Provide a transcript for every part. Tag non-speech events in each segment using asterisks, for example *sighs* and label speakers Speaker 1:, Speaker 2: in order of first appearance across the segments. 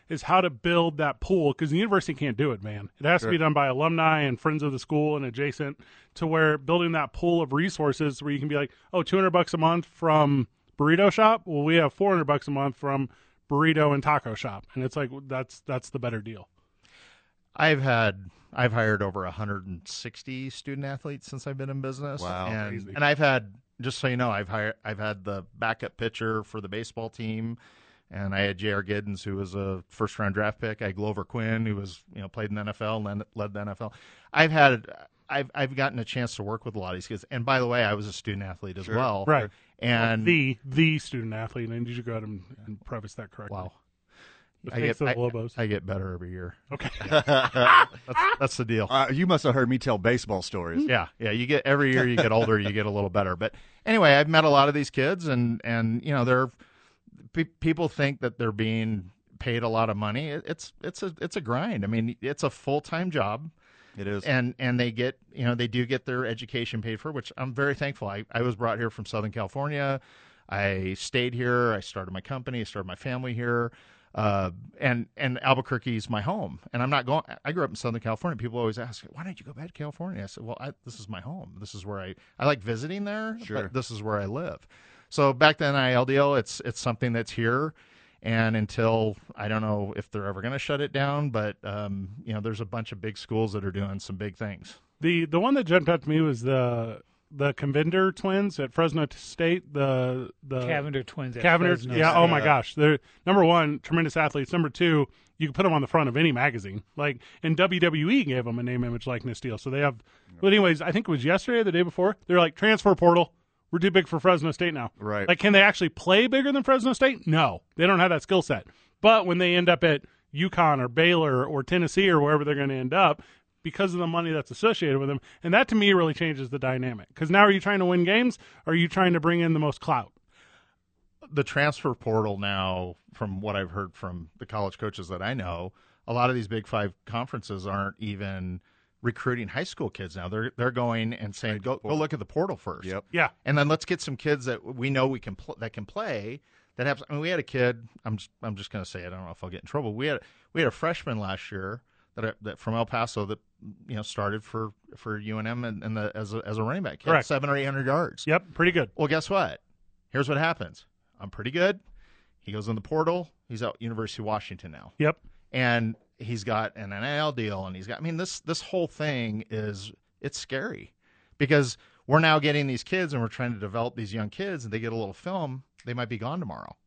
Speaker 1: is how to build that pool because the university can't do it man it has to be done by alumni and friends of the school and adjacent to where building that pool of resources where you can be like oh 200 bucks a month from burrito shop well we have 400 bucks a month from burrito and taco shop and it's like well, that's that's the better deal
Speaker 2: I've had I've hired over 160 student athletes since I've been in business.
Speaker 3: Wow.
Speaker 2: and,
Speaker 1: Crazy.
Speaker 2: and I've had just so you know, I've hired I've had the backup pitcher for the baseball team and I had J.R. Giddens, who was a first round draft pick. I had Glover Quinn, who was you know played in the NFL, led, led the NFL. I've had I've I've gotten a chance to work with a lot of these kids, and by the way, I was a student athlete as well,
Speaker 1: Right.
Speaker 2: And
Speaker 1: the the student athlete, and did you go out and, and preface that correctly?
Speaker 2: wow,
Speaker 1: The
Speaker 2: I
Speaker 1: face
Speaker 2: get
Speaker 1: of
Speaker 2: I,
Speaker 1: Lobos.
Speaker 2: I get better every year.
Speaker 1: okay.
Speaker 2: That's, that's the deal.
Speaker 3: Uh, you must have heard me tell baseball stories.
Speaker 2: Yeah, yeah. You get every year you get older, you get a little better. But anyway, I've met a lot of these kids, and and you know they're pe- people think that they're being paid a lot of money. It, it's it's a it's a grind. I mean, it's a full time job,
Speaker 3: It is.
Speaker 2: and and they get you know they do get their education paid for, which I'm very thankful. I I was brought here from Southern California. I stayed here. I started my company. I started my family here. Uh, and and Albuquerque is my home, and I'm not going. I grew up in Southern California. People always ask, "Why don't you go back to California?" I said, "Well, I, this is my home. This is where I I like visiting there.
Speaker 3: Sure.
Speaker 2: But this is where I live." So back then, ILDL, it's it's something that's here, and until I don't know if they're ever going to shut it down, but um, you know, there's a bunch of big schools that are doing some big things.
Speaker 1: The the one that jumped out to me was the the Convinder twins at Fresno State. The the
Speaker 4: Cavender twins. at
Speaker 1: Cavender.
Speaker 4: Fresno
Speaker 1: yeah. Oh
Speaker 4: State.
Speaker 1: my gosh. They're number one, tremendous athletes. Number two, you can put them on the front of any magazine. Like and WWE gave them a name, image, likeness deal. So they have. But anyways, I think it was yesterday or the day before. They're like transfer portal. We're too big for Fresno State now.
Speaker 3: Right.
Speaker 1: Like, can they actually play bigger than Fresno State? No, they don't have that skill set. But when they end up at UConn or Baylor or Tennessee or wherever they're going to end up, because of the money that's associated with them, and that to me really changes the dynamic. Because now, are you trying to win games? Or are you trying to bring in the most clout?
Speaker 2: the transfer portal now, from what I've heard from the college coaches that I know, a lot of these Big Five conferences aren't even recruiting high school kids now. They're they're going and saying, "Go go look at the portal first.
Speaker 3: Yep.
Speaker 1: Yeah.
Speaker 2: and then let's get some kids that we know we can pl- that can play. That have. I mean, we had a kid. I'm just, I'm just gonna say it. I don't know if I'll get in trouble. We had we had a freshman last year that that from El Paso that you know started for for UNM and, and the, as a, as a running back, He had
Speaker 1: Correct.
Speaker 2: seven or eight hundred yards.
Speaker 1: Yep, pretty good.
Speaker 2: Well, guess what? Here's what happens. I'm pretty good. He goes in the portal. He's out University of Washington now,
Speaker 1: Yep.
Speaker 2: and he's got an NIL deal, and he's got. I mean, this this whole thing is it's scary because we're now getting these kids, and we're trying to develop these young kids, and they get a little film. They might be gone tomorrow.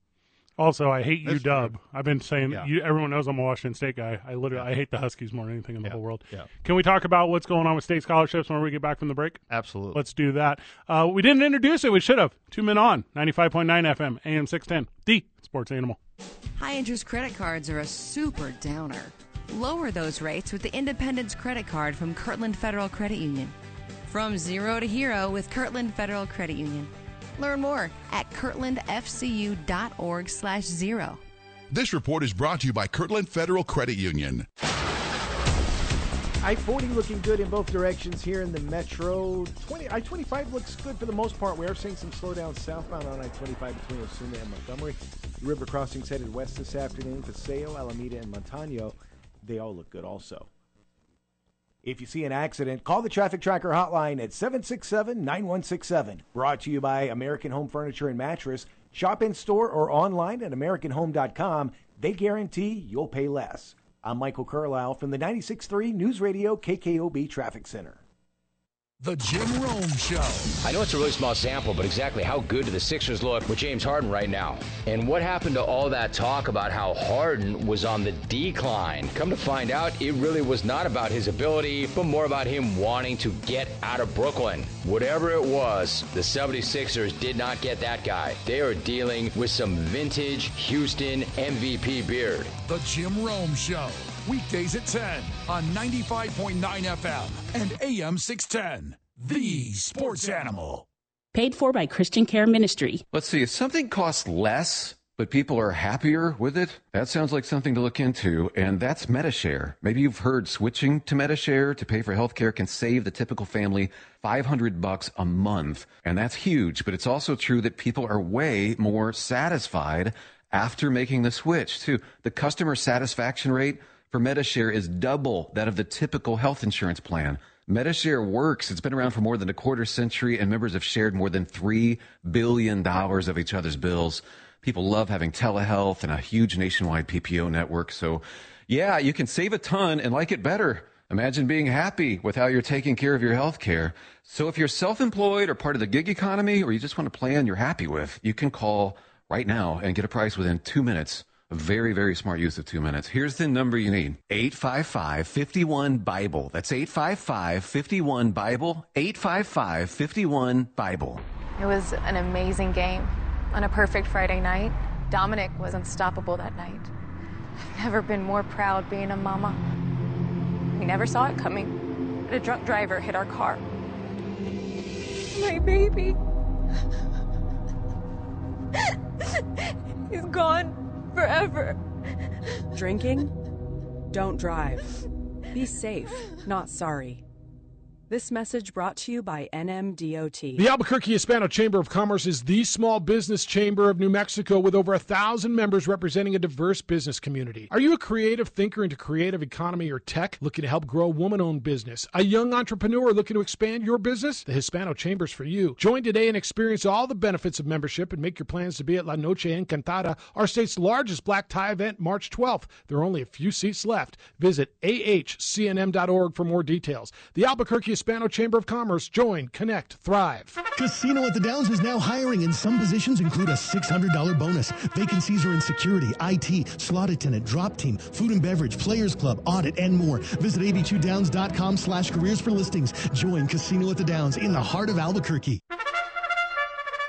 Speaker 1: Also, I hate you,
Speaker 2: That's
Speaker 1: Dub. I've been saying
Speaker 2: Yeah.
Speaker 1: you, everyone knows I'm a Washington State guy. I literally I hate the Huskies more than anything in the
Speaker 2: Yeah.
Speaker 1: whole world.
Speaker 2: Yeah.
Speaker 1: Can we talk about what's going on with state scholarships when we get back from the break?
Speaker 2: Absolutely.
Speaker 1: Let's do that. Uh, we didn't introduce it. We should have. Two men on 95.9 FM, AM 610, the sports animal.
Speaker 5: High interest credit cards are a super downer. Lower those rates with the Independence Credit Card from Kirtland Federal Credit Union. From zero to hero with Kirtland Federal Credit Union. Learn more at kirtlandfcu.org slash zero.
Speaker 6: This report is brought to you by Kirtland Federal Credit Union.
Speaker 7: I 40 looking good in both directions here in the metro. 20 I 25 looks good for the most part. We are seeing some slowdown southbound on I 25 between Osuna and Montgomery. The river crossings headed west this afternoon. Paseo, Alameda, and Montano. They all look good also. If you see an accident, call the Traffic Tracker Hotline at 767 9167. Brought to you by American Home Furniture and Mattress. Shop in store or online at AmericanHome.com. They guarantee you'll pay less. I'm Michael Carlisle from the 96.3 News Radio KKOB Traffic Center.
Speaker 8: The Jim Rome Show.
Speaker 9: I know it's a really small sample, but exactly how good do the Sixers look with James Harden right now? And what happened to all that talk about how Harden was on the decline? Come to find out, it really was not about his ability, but more about him wanting to get out of Brooklyn. Whatever it was, the 76ers did not get that guy. They are dealing with some vintage Houston MVP beard.
Speaker 8: The Jim Rome Show. Weekdays at 10 on 95.9 FM and AM 610. The sports animal.
Speaker 10: Paid for by Christian Care Ministry.
Speaker 9: Let's see, if something costs less, but people are happier with it, that sounds like something to look into, and that's Metashare. Maybe you've heard switching to Metashare to pay for healthcare can save the typical family 500 bucks a month, and that's huge, but it's also true that people are way more satisfied after making the switch, too. The customer satisfaction rate for Metashare is double that of the typical health insurance plan. Metashare works. It's been around for more than a quarter century, and members have shared more than $3 billion of each other's bills. People love having telehealth and a huge nationwide PPO network. So, yeah, you can save a ton and like it better. Imagine being happy with how you're taking care of your health care. So, if you're self employed or part of the gig economy, or you just want a plan you're happy with, you can call
Speaker 11: right now and get a price within two minutes. A Very, very smart use of two minutes. Here's the number you need 855 51 Bible. That's 855 51 Bible. 855 51 Bible.
Speaker 12: It was an amazing game on a perfect Friday night. Dominic was unstoppable that night. I've never been more proud being a mama. We never saw it coming, but a drunk driver hit our car. My baby. *laughs* He's gone forever.
Speaker 13: Drinking? Don't drive. Be safe, not sorry. This message brought to you by NMDOT.
Speaker 14: The Albuquerque Hispano Chamber of Commerce is the small business chamber of New Mexico with over a thousand members representing a diverse business community. Are you a creative thinker into creative economy or tech looking to help grow woman owned business? A young entrepreneur looking to expand your business? The Hispano Chamber's for you. Join today and experience all the benefits of membership and make your plans to be at La Noche Encantada, our state's largest black tie event, March 12th. There are only a few seats left. Visit ahcnm.org for more details. The Albuquerque Hispano Chamber of Commerce. Join, connect, thrive.
Speaker 15: Casino at the Downs is now hiring, and some positions include a $600 bonus. Vacancies are in security, IT, slot attendant, drop team, food and beverage, players club, audit, and more. Visit ab2downs.com slash careers for listings. Join Casino at the Downs in the heart of Albuquerque.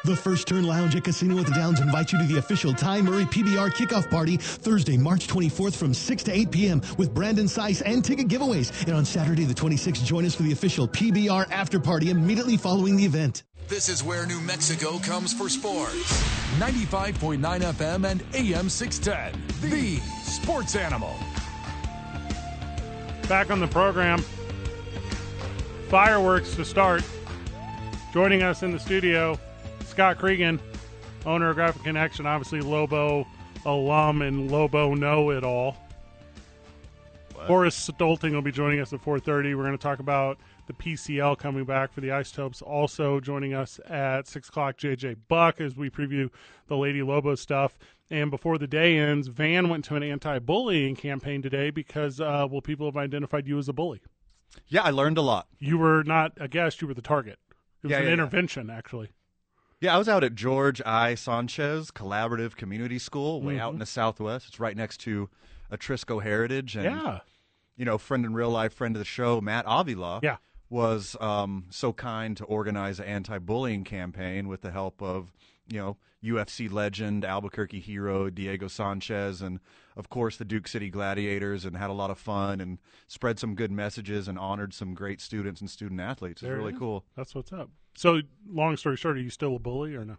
Speaker 15: The First Turn Lounge at Casino at the Downs invites you to the official Ty Murray PBR kickoff party Thursday, March 24th from 6 to 8 p.m. with Brandon Sice and ticket giveaways. And on Saturday, the 26th, join us for the official PBR after party immediately following the event.
Speaker 8: This is where New Mexico comes for sports. 95.9 FM and AM 610. The Sports Animal.
Speaker 1: Back on the program. Fireworks to start. Joining us in the studio, Scott Cregan, owner of Graphic Connection, obviously Lobo alum and Lobo know it all. Boris Stolting will be joining us at 4:30. We're going to talk about the PCL coming back for the Ice Topes. Also joining us at six o'clock, JJ Buck as we preview the Lady Lobo stuff. And before the day ends, Van went to an anti-bullying campaign today because uh, well, people have identified you as a bully.
Speaker 3: Yeah, I learned a lot.
Speaker 1: You were not a guest; you were the target. It was
Speaker 3: Yeah,
Speaker 1: an
Speaker 3: yeah, yeah.
Speaker 1: intervention, actually.
Speaker 3: Yeah, I was out at George I. Sanchez Collaborative Community School, way out
Speaker 1: Mhm.
Speaker 3: in the Southwest. It's right next to Atrisco Heritage. And,
Speaker 1: Yeah.
Speaker 3: You know, friend in real life, friend of the show, Matt Avila.
Speaker 1: Yeah.
Speaker 3: Was um, so kind to organize an anti-bullying campaign with the help of you know UFC legend, Albuquerque hero Diego Sanchez, and of course the Duke City Gladiators, and had a lot of fun and spread some good messages and honored some great students and student athletes. It's
Speaker 1: There it
Speaker 3: really
Speaker 1: is.
Speaker 3: cool.
Speaker 1: That's what's up. So, long story short, are you still a bully or no?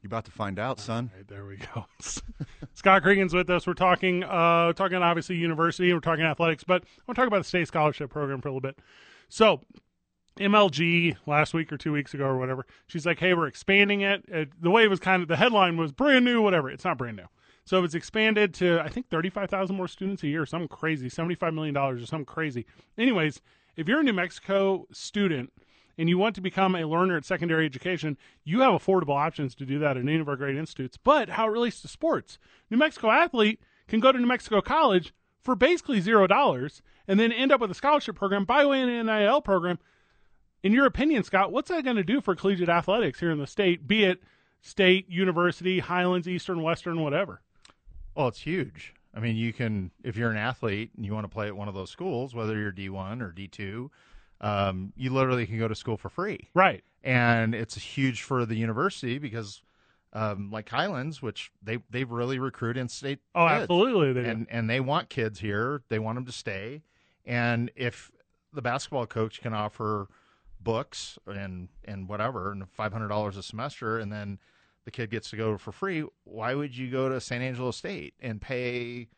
Speaker 3: You about to find out, son.
Speaker 1: there we go. *laughs* Scott Cregan's with us. We're talking, uh, talking obviously university. We're talking athletics, but I want to talk about the state scholarship program for a little bit. So, MLG last week or two weeks ago or whatever, she's like, "Hey, we're expanding it." Uh, the way it was kind of the headline was brand new, whatever. It's not brand new. So it's expanded to I think thirty five thousand more students a year, something crazy, seventy five million dollars or something crazy. Anyways, if you're a New Mexico student and you want to become a learner at secondary education, you have affordable options to do that at any of our great institutes. But how it relates to sports, New Mexico athlete can go to New Mexico College for basically zero dollars and then end up with a scholarship program by way of an NIL program. In your opinion, Scott, what's that going to do for collegiate athletics here in the state, be it state, university, Highlands, Eastern, Western, whatever?
Speaker 2: Well, it's huge. I mean, you can if you're an athlete and you want to play at one of those schools, whether you're D1 or D2, um, you literally can go to school for free.
Speaker 1: Right.
Speaker 2: And it's huge for the university because, um, like Highlands, which they they really recruit in state.
Speaker 1: Oh, absolutely they do.
Speaker 2: and and they want kids here. They want them to stay. And if the basketball coach can offer books and and whatever and five hundred dollars a semester, and then the kid gets to go for free. Why would you go to San Angelo State and pay,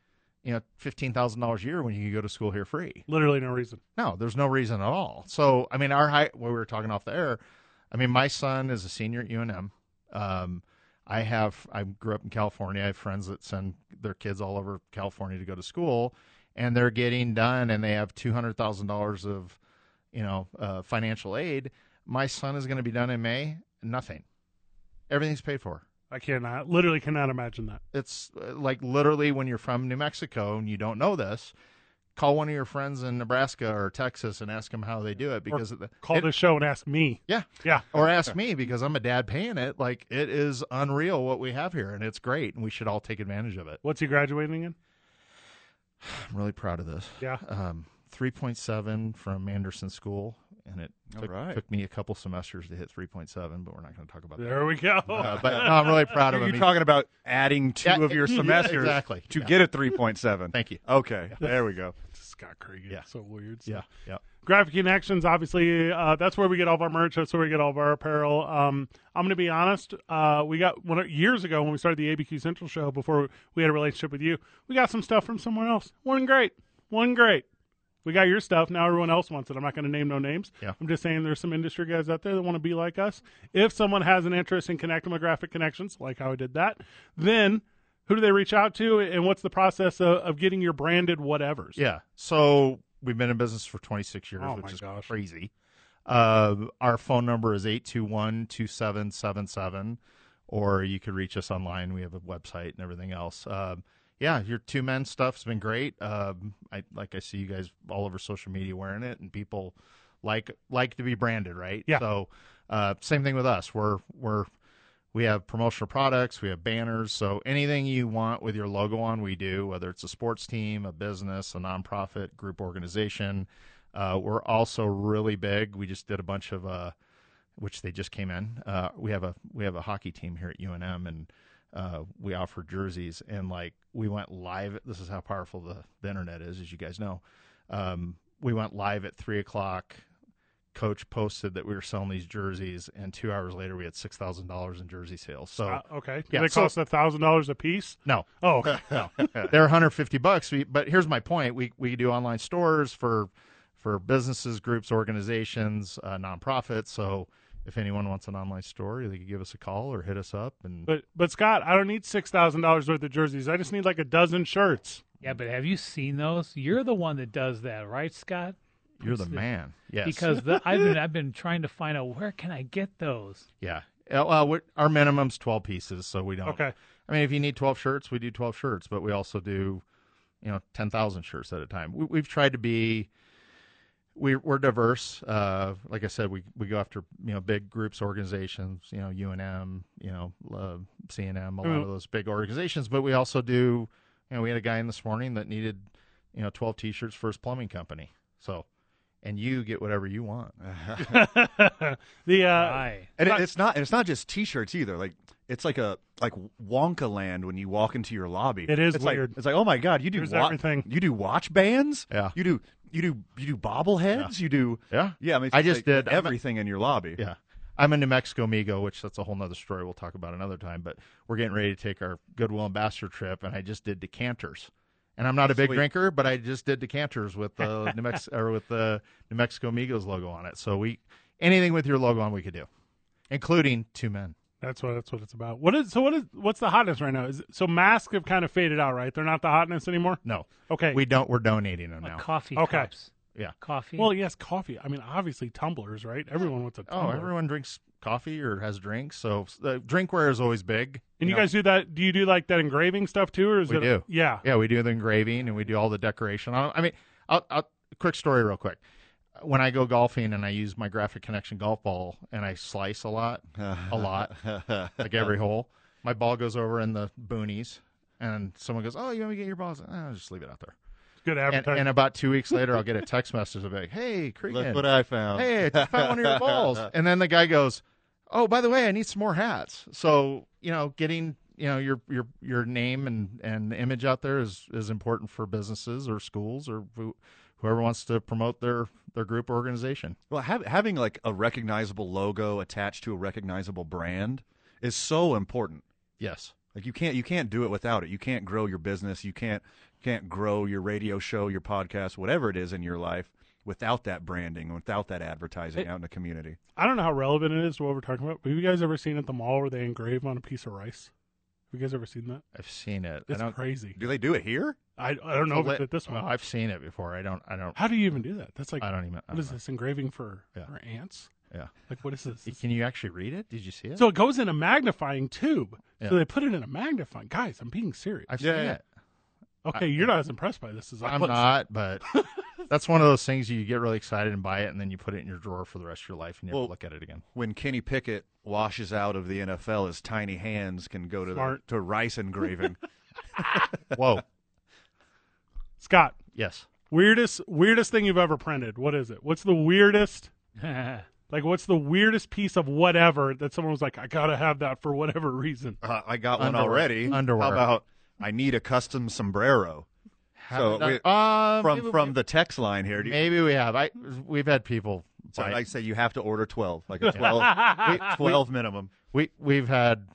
Speaker 2: you know, fifteen thousand dollars a year when you can go to school here free?
Speaker 1: Literally no reason.
Speaker 2: No, there's no reason at all. So I mean, our high when we were talking off the air, I mean, my son is a senior at UNM. Um, I have I grew up in California. I have friends that send their kids all over California to go to school, and they're getting done, and they have two hundred thousand dollars of, you know, uh, financial aid. My son is going to be done in May. Nothing. Everything's paid for.
Speaker 1: I cannot, literally cannot imagine that.
Speaker 2: It's uh, like literally when you're from New Mexico and you don't know this, Call one of your friends in Nebraska or Texas and ask them how they do it because of the,
Speaker 1: Call
Speaker 2: it-
Speaker 1: this show and ask me.
Speaker 2: Yeah.
Speaker 1: Yeah.
Speaker 2: *laughs* or ask me because I'm a dad paying it. Like it is unreal what we have here, and it's great, and we should all take advantage of it.
Speaker 1: What's he graduating in?
Speaker 2: *sighs* I'm really proud of this.
Speaker 1: Yeah.
Speaker 2: Um, 3.7 from Anderson School, and it
Speaker 1: All
Speaker 2: took,
Speaker 1: right.
Speaker 2: took me a couple semesters to hit 3.7, but we're not going to talk about that.
Speaker 1: There we go.
Speaker 2: Uh, but no, I'm
Speaker 1: *laughs*
Speaker 2: really proud of
Speaker 3: You're
Speaker 2: him.
Speaker 3: talking about adding two
Speaker 2: Yeah,
Speaker 3: of your
Speaker 2: yeah,
Speaker 3: semesters
Speaker 2: exactly.
Speaker 3: to
Speaker 2: Yeah.
Speaker 3: get a 3.7.
Speaker 2: Thank you.
Speaker 3: Okay, there we go.
Speaker 1: Scott Cregan. Yeah. So weird.
Speaker 2: Yeah.
Speaker 1: stuff.
Speaker 2: Yeah.
Speaker 1: Graphic Connections, obviously, uh, that's where we get all of our merch. That's where we get all of our apparel. Um, I'm going to be honest. Uh, we got when, years ago when we started the ABQ Central show before we had a relationship with you. We got some stuff from somewhere else. One great. One great. We got your stuff. Now everyone else wants it. I'm not going to name no names.
Speaker 2: Yeah.
Speaker 1: I'm just saying there's some industry guys out there that want to be like us. If someone has an interest in connecting with Graphic Connections, like how I did that, then who do they reach out to, and what's the process of, of getting your branded whatevers?
Speaker 2: Yeah. So we've been in business for 26 years,
Speaker 1: Oh, my
Speaker 2: which is crazy. Uh, our phone number is 821 2777, or you could reach us online. We have a website and everything else. Um, yeah, your two men stuff's been great. Um, I like I see you guys all over social media wearing it, and people like like to be branded, right? Yeah. So uh, same thing with us. We're we're we have promotional products, we have banners, so anything you want with your logo on, we do. Whether it's a sports team, a business, a nonprofit, group organization, uh, we're also really big. We just did a bunch of, uh, which they just came in. Uh, we have a we have a hockey team here at UNM, and uh, we offer jerseys. And like we went live. This is how powerful the, the internet is, as you guys know. Um, we went live at three o'clock coach posted that we were selling these jerseys, and two hours later we had six thousand dollars in jersey sales. So
Speaker 1: Uh, okay. Do
Speaker 2: yeah,
Speaker 1: they
Speaker 2: so- *laughs*
Speaker 1: cost a thousand dollars a piece?
Speaker 2: no.
Speaker 1: Oh, okay.
Speaker 2: *laughs* no. They're 150 bucks. We, but here's my point. We we do online stores for for businesses, groups, organizations, uh, nonprofits. So if anyone wants an online store, they can give us a call or hit us up. And
Speaker 1: *laughs* But but Scott, I don't need six thousand dollars worth of jerseys. I just need like a dozen shirts.
Speaker 4: Yeah, but have you seen those? You're the one that does that, right, Scott?
Speaker 2: You're the
Speaker 4: It's
Speaker 2: man. Yes.
Speaker 4: Because the, I've been I've been trying to find out where can I
Speaker 3: *sighs*
Speaker 4: get those.
Speaker 2: yeah, Uh, well, we're, our minimum's 12 pieces, so we don't.
Speaker 4: Okay.
Speaker 2: I mean, if you need 12 shirts, we do 12 shirts, but we also do, you know, 10,000 shirts at a time. We, we've tried to be, we, we're diverse. Uh, like I said, we, we go after, you know, big groups, organizations, you know, UNM, you know, uh, CNM, a lot of
Speaker 1: Mm.
Speaker 2: those big organizations, but we also do, you know, we had a guy in this morning that needed, you know, 12 t-shirts for his plumbing company. So, and you get whatever you want. *laughs*
Speaker 1: the uh,
Speaker 3: And it, it's not. And it's not just T-shirts either. Like it's like a like Wonka land when you walk into your lobby.
Speaker 1: It is
Speaker 3: it's
Speaker 1: weird.
Speaker 3: Like, it's like oh my god, you do
Speaker 1: There's
Speaker 3: wa-
Speaker 1: everything.
Speaker 3: You do watch bands.
Speaker 2: Yeah.
Speaker 3: You do you do you do bobbleheads. You do
Speaker 2: Yeah.
Speaker 3: yeah. I mean, it's
Speaker 2: I just
Speaker 3: like
Speaker 2: did- I'm-
Speaker 3: everything in your lobby.
Speaker 2: Yeah. I'm a New Mexico Migo, which that's a whole nother story we'll talk about another time, but we're getting ready to take our Goodwill Ambassador trip and I just did decanters. And I'm not a big
Speaker 3: Sweet.
Speaker 2: drinker, but I just did decanters with the New Mex- or with the New Mexico Migos logo on it. So we anything with your logo on we could do. Including two men.
Speaker 1: That's what that's what it's about. What is so? What is what's the hotness right now? Is so masks have kind of faded out, right? They're not the hotness anymore.
Speaker 2: No.
Speaker 1: Okay.
Speaker 2: We don't we're donating them now.
Speaker 4: Coffee
Speaker 1: Okay.
Speaker 4: cups.
Speaker 2: Yeah.
Speaker 4: Coffee.
Speaker 1: Well, yes, coffee. I mean, obviously tumblers, right? Everyone wants a
Speaker 2: Oh,
Speaker 1: tumbler.
Speaker 2: everyone drinks coffee or has drinks. So uh, drinkware is always big.
Speaker 1: And you guys do that? Do you do like that engraving stuff too, or is
Speaker 2: we
Speaker 1: it?
Speaker 2: do.
Speaker 1: Yeah.
Speaker 2: yeah, we do the engraving and we do all the decoration. I, I mean, I'll, I'll, quick story, real quick. When I go golfing and I use my Graphic Connection golf ball and I slice a lot, a lot, like every hole, my ball goes over in the boonies, and someone goes, "Oh, you want me to get your balls?" I'll just leave it out there.
Speaker 1: Good
Speaker 2: And,
Speaker 1: advertising.
Speaker 2: and about two weeks later, I'll get a text message of like, "Hey, Cregan,
Speaker 3: Look what I found."
Speaker 2: Hey, I just found one of your
Speaker 3: *laughs*
Speaker 2: balls." And then the guy goes, "Oh, by the way, I need some more hats." So you know, getting you know your your your name and and image out there is is important for businesses or schools or who, whoever wants to promote their their group or organization.
Speaker 3: Well, hav having like a recognizable logo attached to a recognizable brand is so important.
Speaker 2: Yes.
Speaker 3: Like you can't you can't do it without it. You can't grow your business. You can't can't grow your radio show, your podcast, whatever it is in your life without that branding, without that advertising out in the community.
Speaker 1: I don't know how relevant it is to what we're talking about. But have you guys ever seen at the mall where they engrave on a piece of rice? Have you guys ever seen that?
Speaker 2: I've seen it.
Speaker 1: It's crazy.
Speaker 3: Do they do it here?
Speaker 1: I, I don't know if it's at this
Speaker 2: Oh,
Speaker 1: one.
Speaker 2: I've seen it before. I don't. I don't.
Speaker 1: How do you even do that? That's like
Speaker 2: I don't even. I
Speaker 1: What
Speaker 2: don't
Speaker 1: is
Speaker 2: know.
Speaker 1: this engraving for
Speaker 2: Yeah.
Speaker 1: for ants?
Speaker 2: Yeah.
Speaker 1: Like what is this?
Speaker 2: Can you actually read it? Did you see it?
Speaker 1: So it goes in a magnifying tube.
Speaker 2: Yeah.
Speaker 1: So they put it in a magnifying. Guys, I'm being serious.
Speaker 2: I've seen it.
Speaker 1: Okay, you're not as impressed by this as I
Speaker 2: I'm
Speaker 1: was.
Speaker 2: not,
Speaker 3: *laughs*
Speaker 2: but that's one of those things you get really excited and buy it, and then you put it in your drawer for the rest of your life and you never
Speaker 3: Well,
Speaker 2: look at it again.
Speaker 3: When Kenny Pickett washes out of the NFL, his tiny hands can go to
Speaker 2: Smart.
Speaker 3: to
Speaker 2: *laughs*
Speaker 3: rice engraving.
Speaker 2: Whoa,
Speaker 1: Scott.
Speaker 2: Yes.
Speaker 1: Weirdest weirdest thing you've ever printed. What is it? What's
Speaker 2: *laughs*
Speaker 1: the weirdest? like what's the weirdest piece of whatever that someone was like, I gotta have that for whatever reason.
Speaker 3: Uh, I got one
Speaker 2: Underwear.
Speaker 3: already.
Speaker 2: Underwear.
Speaker 3: How about I need a custom sombrero?
Speaker 2: Haven't done-
Speaker 3: we-
Speaker 2: Um, maybe
Speaker 3: from
Speaker 2: we-
Speaker 3: from the text line here. Do you,
Speaker 2: maybe we have. I we've had people.
Speaker 3: so
Speaker 2: buy-
Speaker 3: I say you have to order twelve, like a twelve,
Speaker 2: *laughs* We-
Speaker 3: 12
Speaker 2: we-
Speaker 3: minimum.
Speaker 2: We we've had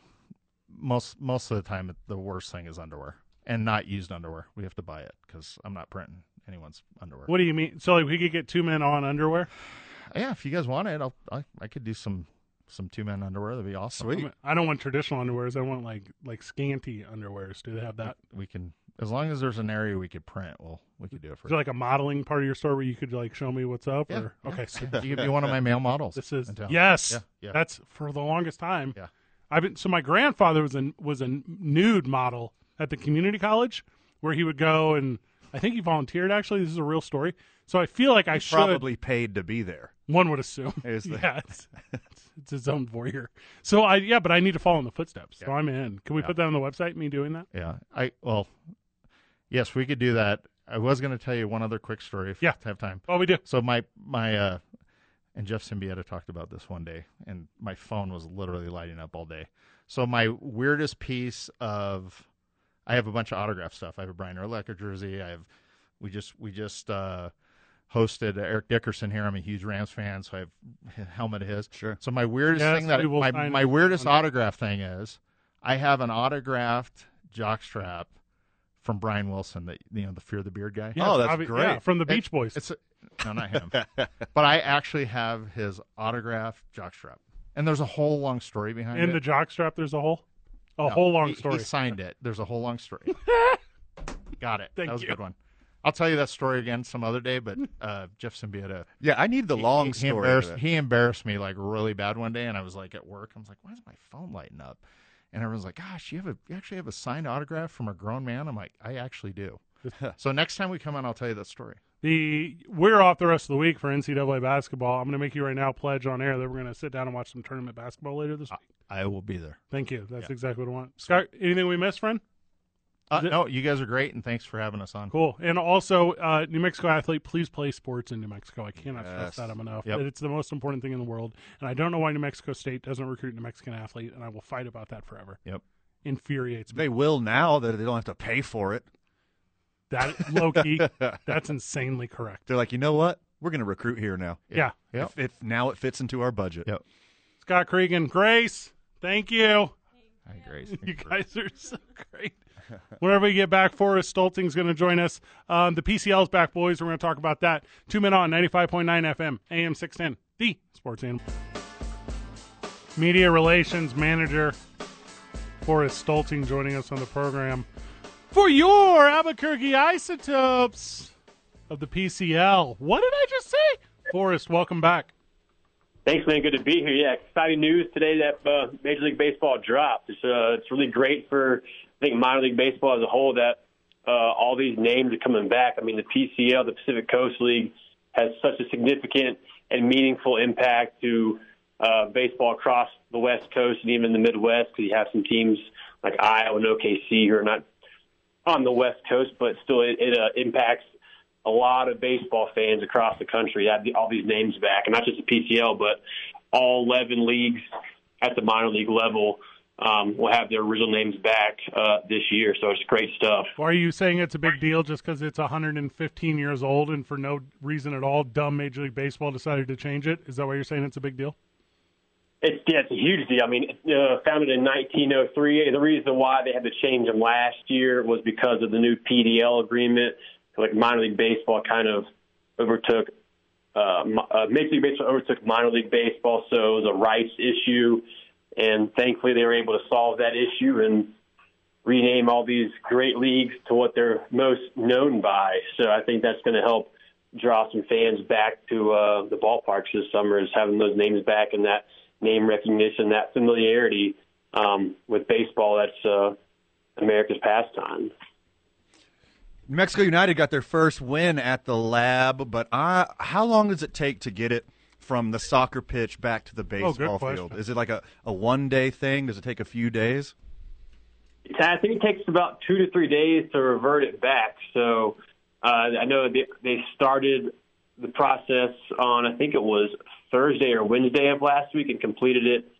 Speaker 2: most most of the time the worst thing is underwear and not used underwear. We have to buy it because I'm not printing anyone's underwear.
Speaker 1: What do you mean? So like we could get two men on underwear?
Speaker 2: *sighs* Yeah, if you guys want it, I'll, I I could do some some two man underwear. That'd be awesome.
Speaker 1: I don't want traditional underwears. I want like like scanty underwears. Do they have that?
Speaker 2: We can as long as there's an area we could print. Well, we could do it for
Speaker 1: Is there like a modeling part of your store where you could like show me what's up?
Speaker 2: Yeah,
Speaker 1: or
Speaker 2: yeah.
Speaker 1: okay, so
Speaker 2: *laughs* You could be one of my male models
Speaker 1: This is
Speaker 2: in town.
Speaker 1: yes,
Speaker 2: Yeah, yeah.
Speaker 1: that's for the longest time.
Speaker 2: Yeah,
Speaker 1: I've been so my grandfather was a was a nude model at the community college where he would go and I think he volunteered. Actually, this is a real story. So I feel like I should
Speaker 3: Probably paid to be there.
Speaker 1: one would assume.
Speaker 2: *laughs*
Speaker 1: *laughs*
Speaker 3: Is the-
Speaker 1: yeah, it's, it's his own voyeur. So I yeah, but I need to follow in the footsteps. So I'm in. Can we
Speaker 2: Yeah.
Speaker 1: put that on the website? Me doing that?
Speaker 2: Yeah. I well, yes, we could do that. I was going to tell you one other quick story if yeah. have time.
Speaker 1: Oh, we do.
Speaker 2: So my my uh and Jeff Symbieta talked about this one day and my phone was literally lighting up all day. So my weirdest piece of I have a bunch of autograph stuff. I have a Brian Urlacher jersey. I have we just we just uh hosted Eric Dickerson here. I'm a huge Rams fan, so I have a helmet of his. Sure. So my weirdest
Speaker 1: Yes,
Speaker 2: thing that
Speaker 1: we will
Speaker 2: my,
Speaker 1: sign
Speaker 2: my
Speaker 1: it.
Speaker 2: weirdest autograph thing is I have an autographed jockstrap from Brian Wilson, that you know, the Fear the Beard guy.
Speaker 1: Yes, Oh, that's obvi- great. yeah, from the
Speaker 2: It-
Speaker 1: Beach Boys. *laughs*
Speaker 2: It's a, *laughs* no, not
Speaker 3: *laughs*
Speaker 2: him. but I actually have his autographed jockstrap, and there's a whole long story behind
Speaker 1: In
Speaker 2: it.
Speaker 1: the jockstrap, there's a hole. A
Speaker 2: No,
Speaker 1: whole long
Speaker 2: he-
Speaker 1: story.
Speaker 2: He signed it. There's a whole long
Speaker 1: *laughs*
Speaker 2: story. Got it.
Speaker 1: Thank
Speaker 2: that was
Speaker 1: you.
Speaker 2: a good one. I'll tell you that story again some other day, but uh, Jeff Symbieta.
Speaker 3: Yeah, I need the
Speaker 2: he-
Speaker 3: long
Speaker 2: he, He
Speaker 3: story of
Speaker 2: embarrassed,
Speaker 3: it.
Speaker 2: he embarrassed me like really bad one day, and I was like at work. I was like, "Why is my phone lighting up?" And everyone's like, "Gosh, you have a you actually have a signed autograph from a grown man." I'm like, "I actually
Speaker 3: *laughs*
Speaker 2: do." so next time we come on, I'll tell you that story.
Speaker 1: The we're off the rest of the week for NCAA basketball. I'm going to make you right now pledge on air that we're going to sit down and watch some tournament basketball later this week.
Speaker 2: I will be there.
Speaker 1: Thank you. That's
Speaker 2: Yeah.
Speaker 1: exactly what I want. Scott, anything we missed, friend?
Speaker 2: Uh,
Speaker 1: Is it-
Speaker 2: no, you guys are great, and thanks for having us on.
Speaker 1: Cool. And also, uh, New Mexico athlete, please play sports in New Mexico. I cannot
Speaker 2: Yes.
Speaker 1: stress that enough.
Speaker 2: Yep.
Speaker 1: It's the most important thing in the world. And I don't know why New Mexico State doesn't recruit New Mexican athlete, and I will fight about that forever.
Speaker 2: Yep.
Speaker 1: Infuriates me.
Speaker 3: They will now that they don't have to pay for it.
Speaker 2: *laughs*
Speaker 1: That low key, that's insanely correct.
Speaker 3: They're like, you know what? We're going to recruit here now.
Speaker 1: Yeah. Yeah.
Speaker 3: If, if now it fits into our budget.
Speaker 2: Yep.
Speaker 1: Scott Cregan, Grace, thank you.
Speaker 2: Hi,
Speaker 1: *laughs*
Speaker 2: Grace.
Speaker 1: You guys are so great. Whenever we get back, Forrest Stolting's going to join us. Um, the PCL's back, boys. We're going to talk about that. Two men on 95.9 FM, AM 610, the sports animal. Media relations manager Forrest Stolting joining us on the program for your Albuquerque Isotopes of the PCL. What did I just say? Forrest, welcome back.
Speaker 16: Thanks, man. Good to be here. Yeah, exciting news today that uh, Major League Baseball dropped. It's, uh, it's really great for, I think, minor league baseball as a whole that uh, all these names are coming back. I mean, the PCL, the Pacific Coast League, has such a significant and meaningful impact to uh, baseball across the West Coast and even the Midwest because you have some teams like Iowa and OKC who are not on the West Coast, but still it, it uh, impacts a lot of baseball fans across the country. Have the- all these names back, and not just the PCL, but all 11 leagues at the minor league level um, will have their original names back uh, this year. So it's great stuff.
Speaker 1: Are you saying it's a big deal just because it's 115 years old and for no reason at all, dumb Major League Baseball decided to change it? Is that why you're saying it's a big deal?
Speaker 16: It's, yeah, it's a huge deal. I mean, it, uh, founded in 1903. The reason why they had to change them last year was because of the new PDL agreement. Like minor league baseball kind of overtook, uh, mi- uh, Major League Baseball overtook minor league baseball, so it was a rights issue. And thankfully, they were able to solve that issue and rename all these great leagues to what they're most known by. So I think that's going to help draw some fans back to uh, the ballparks this summer is having those names back and that name recognition, that familiarity um, with baseball. That's uh, America's pastime.
Speaker 3: New Mexico United got their first win at the lab, but I, how long does it take to get it from the soccer pitch back
Speaker 1: Oh,
Speaker 3: to the baseball field?
Speaker 16: question.
Speaker 3: Is it like a, a one day thing? Does it take a few days?
Speaker 16: I think it takes about two to three days to revert it back. So uh, I know they, they started the process on I think it was Thursday or Wednesday of last week and completed it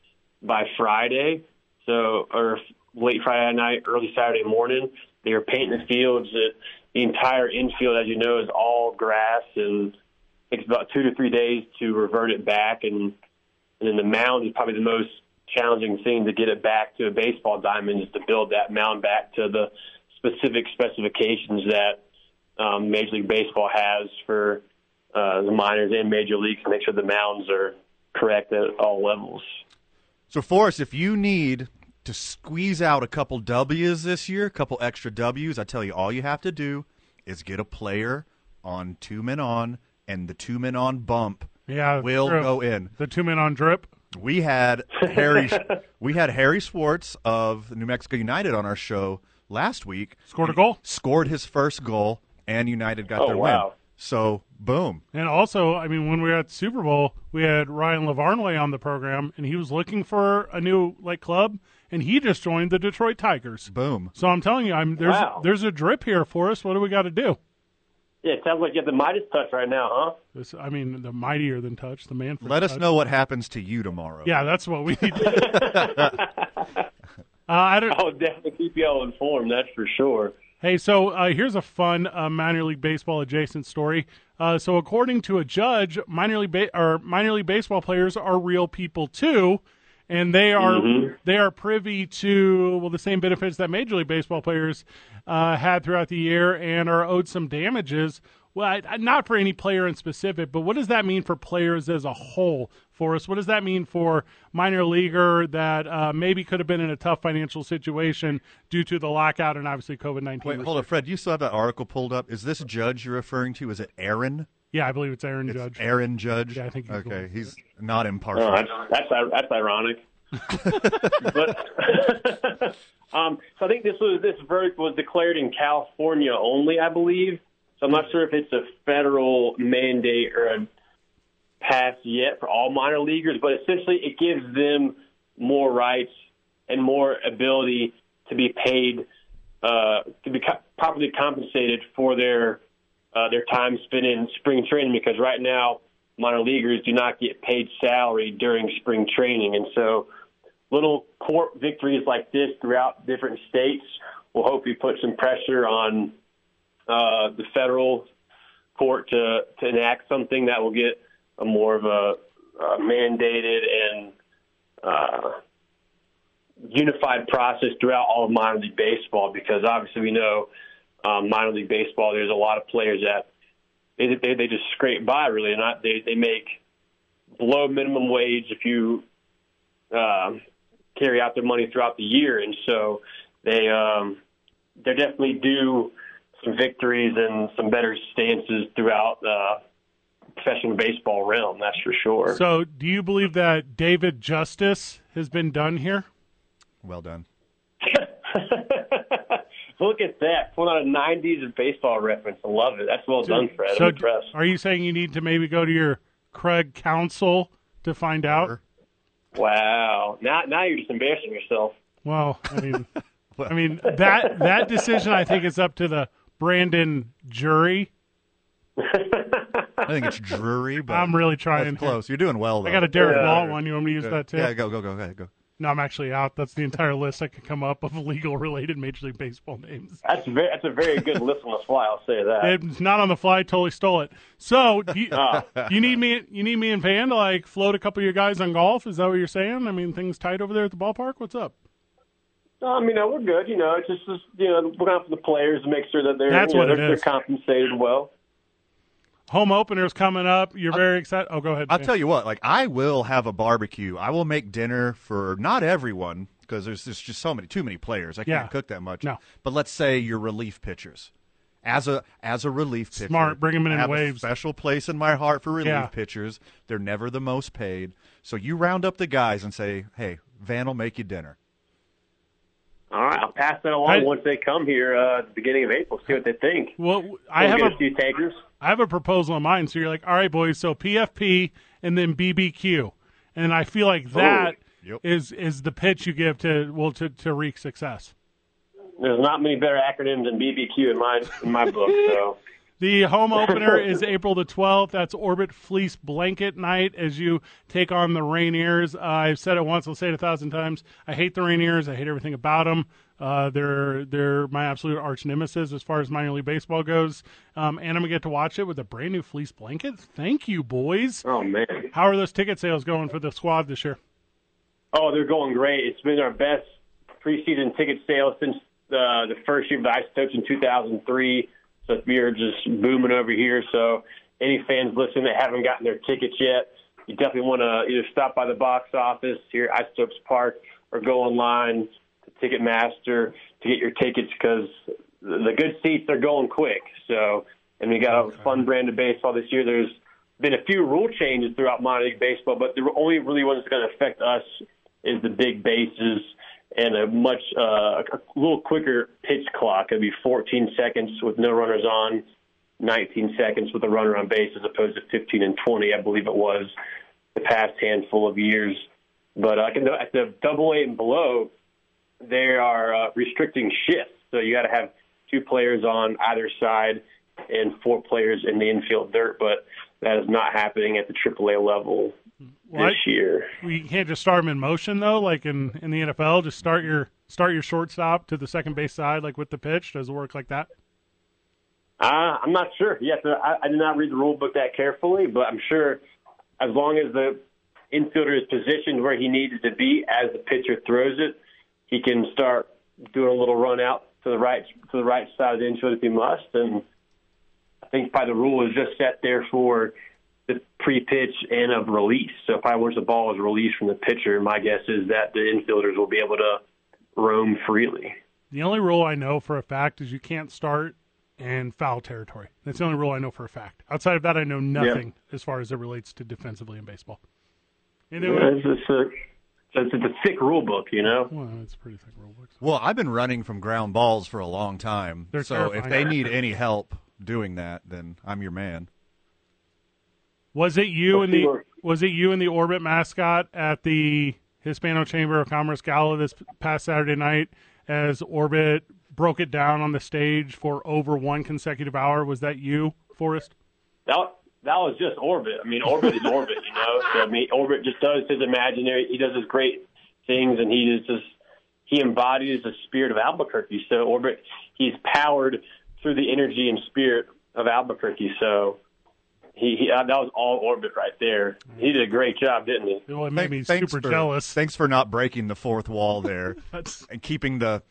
Speaker 16: by Friday. So or late Friday night, early Saturday morning. They were painting the fields. The- The entire infield, as you know, is all grass, and it takes about two to three days to revert it back. And and then the mound is probably the most challenging thing to get it back to a baseball diamond is to build that mound back to the specific specifications that um, Major League Baseball has for uh, the minors and major leagues to make sure the mounds are correct at all levels.
Speaker 3: So, Forrest, if you need to squeeze out a couple W's this year, a couple extra W's, I tell you, all you have to do is get a player on two men on, and the two men on bump
Speaker 1: Yeah,
Speaker 3: will
Speaker 1: true.
Speaker 3: go in.
Speaker 1: The two men on drip.
Speaker 3: We had
Speaker 1: *laughs*
Speaker 3: Harry. we had Harry Schwartz of New Mexico United on our show last week.
Speaker 1: Scored a goal.
Speaker 3: Scored his first goal, and United got
Speaker 1: Oh,
Speaker 3: their win.
Speaker 1: wow.
Speaker 3: So, boom.
Speaker 1: And also, I mean, when we were at the Super Bowl, we had Ryan Lavarnway on the program, and he was looking for a new like club, and he just joined the Detroit Tigers.
Speaker 3: Boom!
Speaker 1: So I'm telling you, I'm there's
Speaker 16: Wow.
Speaker 1: there's a drip here for us. What do we got to do?
Speaker 16: Yeah, it sounds like you have the Midas touch right now, huh?
Speaker 1: This, I mean, the mightier than touch, the man.
Speaker 3: Let us know what happens to you tomorrow.
Speaker 1: Yeah, that's what we need. *laughs*
Speaker 3: *laughs*
Speaker 1: Uh, I don't.
Speaker 16: *laughs* I'll definitely keep y'all informed. That's for sure.
Speaker 1: Hey, so uh, here's a fun uh, minor league baseball adjacent story. Uh, so, according to a judge, minor league ba- or minor league baseball players are real people too, and they are
Speaker 16: Mhm.
Speaker 1: they are privy to well the same benefits that major league baseball players uh, had throughout the year and are owed some damages. Well, I, I- not for any player in specific, but what does that mean for players as a whole, Forrest? What does that mean for minor leaguer that uh, maybe could have been in a tough financial situation due to the lockout and obviously COVID nineteen?
Speaker 3: Wait, hold on, Fred. You still have that article pulled up? Is this judge you're referring to? Is it Aaron?
Speaker 1: Yeah, I believe it's Aaron Judge.
Speaker 3: Aaron Judge.
Speaker 1: Yeah, I think he's the
Speaker 3: okay. He's not impartial.
Speaker 16: Oh, that's, that's that's ironic. but *laughs* um, so I think this was this verdict was declared in California only, I believe. So I'm not sure if it's a federal mandate or a pass yet for all minor leaguers, but essentially it gives them more rights and more ability to be paid uh, to be co- properly compensated for their uh, their time spent in spring training because right now minor leaguers do not get paid salary during spring training, and so little court victories like this throughout different states will hopefully put some pressure on uh, the federal court to to enact something that will get a more of a, uh mandated and uh, unified process throughout all of minor league baseball because obviously we know um, minor league baseball there's a lot of players that they they, they just scrape by really and not they they make below minimum wage if you um, carry out their money throughout the year and so they um, they're definitely due some victories and some better stances throughout uh, professional baseball realm. That's for sure.
Speaker 1: So, do you believe that David Justice has been done here?
Speaker 3: Well done.
Speaker 16: *laughs* Look at that. Pulling out a 90s baseball reference. I love it. That's well done, Fred.
Speaker 1: So,
Speaker 16: I'm impressed.
Speaker 1: are you saying you need to maybe go to your Craig counsel to find out?
Speaker 16: Wow. Now, now you're just embarrassing yourself.
Speaker 1: Well,
Speaker 3: *laughs*
Speaker 1: I mean, I mean that that decision I think is up to the Brandon jury.
Speaker 3: I think it's
Speaker 1: *laughs*
Speaker 3: Drury, but
Speaker 1: I'm really trying.
Speaker 3: That's
Speaker 1: here.
Speaker 3: close. You're doing well. Though.
Speaker 1: I got a Derek Law one. You want me to use
Speaker 3: Good.
Speaker 1: that too?
Speaker 3: Yeah, go go go go ahead, go.
Speaker 1: No, I'm actually out. That's the entire list I could come up of legal related Major League Baseball names.
Speaker 16: That's, very, that's a very good *laughs* list on the fly, I'll say that.
Speaker 1: It's not on the fly. Totally stole it. So do you, do you need me? You need me and Van to like float a couple of your guys on golf? Is that what you're saying? I mean, things tight over there at the ballpark. What's up?
Speaker 16: Um, you know, we're good. You know, it's just, just you know, we're going for the players to make sure that they're,
Speaker 1: That's
Speaker 16: you know,
Speaker 1: what it
Speaker 16: they're, they're
Speaker 1: is.
Speaker 16: compensated well.
Speaker 1: Home opener's coming up. You're very excited. Oh, go ahead.
Speaker 3: I'll
Speaker 1: Van.
Speaker 3: tell you what. Like, I will have a barbecue. I will make dinner for not everyone because there's, there's just so many too many players. I can't
Speaker 1: Yeah.
Speaker 3: cook that much.
Speaker 1: No.
Speaker 3: But let's say your relief pitchers. As a as a relief pitcher,
Speaker 1: Smart. Bring 'em in
Speaker 3: I
Speaker 1: in
Speaker 3: have a
Speaker 1: waves.
Speaker 3: special place in my heart for relief
Speaker 1: Yeah.
Speaker 3: pitchers. They're never the most paid. So you round up the guys and say, "Hey, Van will make you dinner."
Speaker 16: All right, I'll pass that along once they come here uh, at the beginning of April. See what they think.
Speaker 1: Well, I
Speaker 16: We'll
Speaker 1: have
Speaker 16: get
Speaker 1: a-
Speaker 16: few takers.
Speaker 1: I have a proposal in mind. So you're like, all right, boys, so PFP and then BBQ, and I feel like that is is the pitch you give to well to to wreak success.
Speaker 16: There's not many better acronyms than BBQ in my in my book. So *laughs*
Speaker 1: The home opener is April the 12th. That's Orbit Fleece Blanket Night as you take on the Rainiers. Uh, I've said it once, I'll say it a thousand times. I hate the Rainiers. I hate everything about them. Uh, they're they're my absolute arch nemesis as far as minor league baseball goes. Um, and I'm gonna get to watch it with a brand new fleece blanket. Thank you, boys.
Speaker 16: Oh man.
Speaker 1: How are those ticket sales going for the squad this year?
Speaker 16: Oh, they're going great. It's been our best preseason ticket sale since uh, the the first year of the Ice Tokes in 2003. So we are just booming over here. So any fans listening that haven't gotten their tickets yet, you definitely want to either stop by the box office here at Ice Tokes Park or go online to Ticketmaster to get your tickets because the good seats are going quick. So and we got a fun brand of baseball this year. There's been a few rule changes throughout minor league baseball, but the only really one that's going to affect us is the big bases and a much uh, a little quicker pitch clock. It'd be 14 seconds with no runners on, 19 seconds with a runner on base, as opposed to 15 and 20, I believe it was the past handful of years. But uh, I can- at the double A and below, they are uh, restricting shifts, so you got to have two players on either side and four players in the infield dirt, but that is not happening at the AAA level
Speaker 1: What?
Speaker 16: this year.
Speaker 1: You can't just start them in motion though, like in, in the NFL. Just start your start your shortstop to the second base side, like with the pitch. Does it work like that?
Speaker 16: Uh, I'm not sure. You have to, I, I did not read the rule book that carefully, but I'm sure as long as the infielder is positioned where he needs to be as the pitcher throws it, he can start doing a little run out to the right to the right side of the infield if he must. And I think probably the rule is just set there for the pre-pitch and of release. So probably once the ball is released from the pitcher, my guess is that the infielders will be able to roam freely.
Speaker 1: The only rule I know for a fact is you can't start in foul territory. That's the only rule I know for a fact. Outside of that, I know nothing as far as it relates to defensively in baseball. And it
Speaker 16: Yeah,
Speaker 1: was-
Speaker 16: it's, it's a, it's a thick rule book, you know.
Speaker 1: Well, it's pretty thick rule book.
Speaker 3: Well, I've been running from ground balls for a long time.
Speaker 1: They're
Speaker 3: so if they
Speaker 1: terrifying.
Speaker 3: need any help doing that, then I'm your man.
Speaker 1: Was it you and the
Speaker 3: Sure.
Speaker 1: was it you and the orbit mascot at the Hispano Chamber of Commerce Gala this past Saturday night as Orbit broke it down on the stage for over one consecutive hour? Was that you, Forrest?
Speaker 16: that that was just orbit. I mean, orbit is orbit, you know. So, I mean, orbit just does his imaginary. He does his great things, and he is just he embodies the spirit of Albuquerque. So orbit, he's powered through the energy and spirit of Albuquerque. So he, he uh, that was all orbit right there. He did a great job, didn't he?
Speaker 1: Well, it made me
Speaker 3: Thanks
Speaker 1: super
Speaker 3: for-
Speaker 1: jealous.
Speaker 3: Thanks for not breaking the fourth wall
Speaker 1: *laughs*
Speaker 3: there and keeping the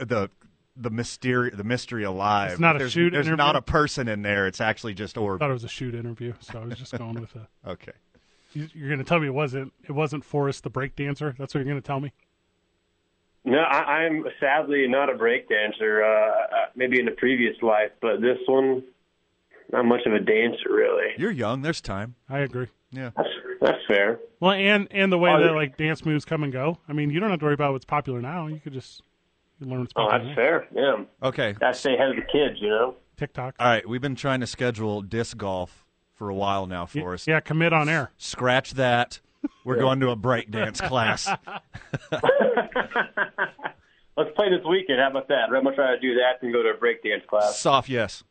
Speaker 3: the the mystery the mystery alive.
Speaker 1: It's not a
Speaker 3: there's,
Speaker 1: shoot
Speaker 3: There's
Speaker 1: interview?
Speaker 3: not a person in there. It's actually just
Speaker 1: I thought
Speaker 3: Orb.
Speaker 1: it was a shoot interview, so I was just going with a.
Speaker 3: Okay.
Speaker 1: You- You're going to tell me it wasn't it wasn't Forrest the break dancer? That's what you're going to tell me.
Speaker 16: No, I, I'm sadly not a break dancer. Uh, uh, maybe in a previous life, but this one, not much of a dancer really.
Speaker 3: You're young. There's time.
Speaker 1: I agree.
Speaker 3: Yeah.
Speaker 16: That's fair.
Speaker 1: Well, and and the way
Speaker 16: Oh,
Speaker 1: that
Speaker 16: yeah.
Speaker 1: like dance moves come and go. I mean, you don't have to worry about what's popular now. You could just you learn what's
Speaker 16: Oh,
Speaker 1: popular.
Speaker 16: that's
Speaker 1: now.
Speaker 16: fair. Yeah.
Speaker 3: Mm-hmm. Okay.
Speaker 16: That's stay ahead of the kids, you know.
Speaker 1: TikTok.
Speaker 3: All right, we've been trying to schedule disc golf for a while now for us.
Speaker 1: Yeah, commit on air.
Speaker 3: Scratch that. We're going to a
Speaker 1: *laughs*
Speaker 3: breakdance
Speaker 16: *laughs*
Speaker 3: class.
Speaker 16: Let's play this weekend. How about that? I'm gonna try to do that and go to a breakdance class.
Speaker 3: Soft yes.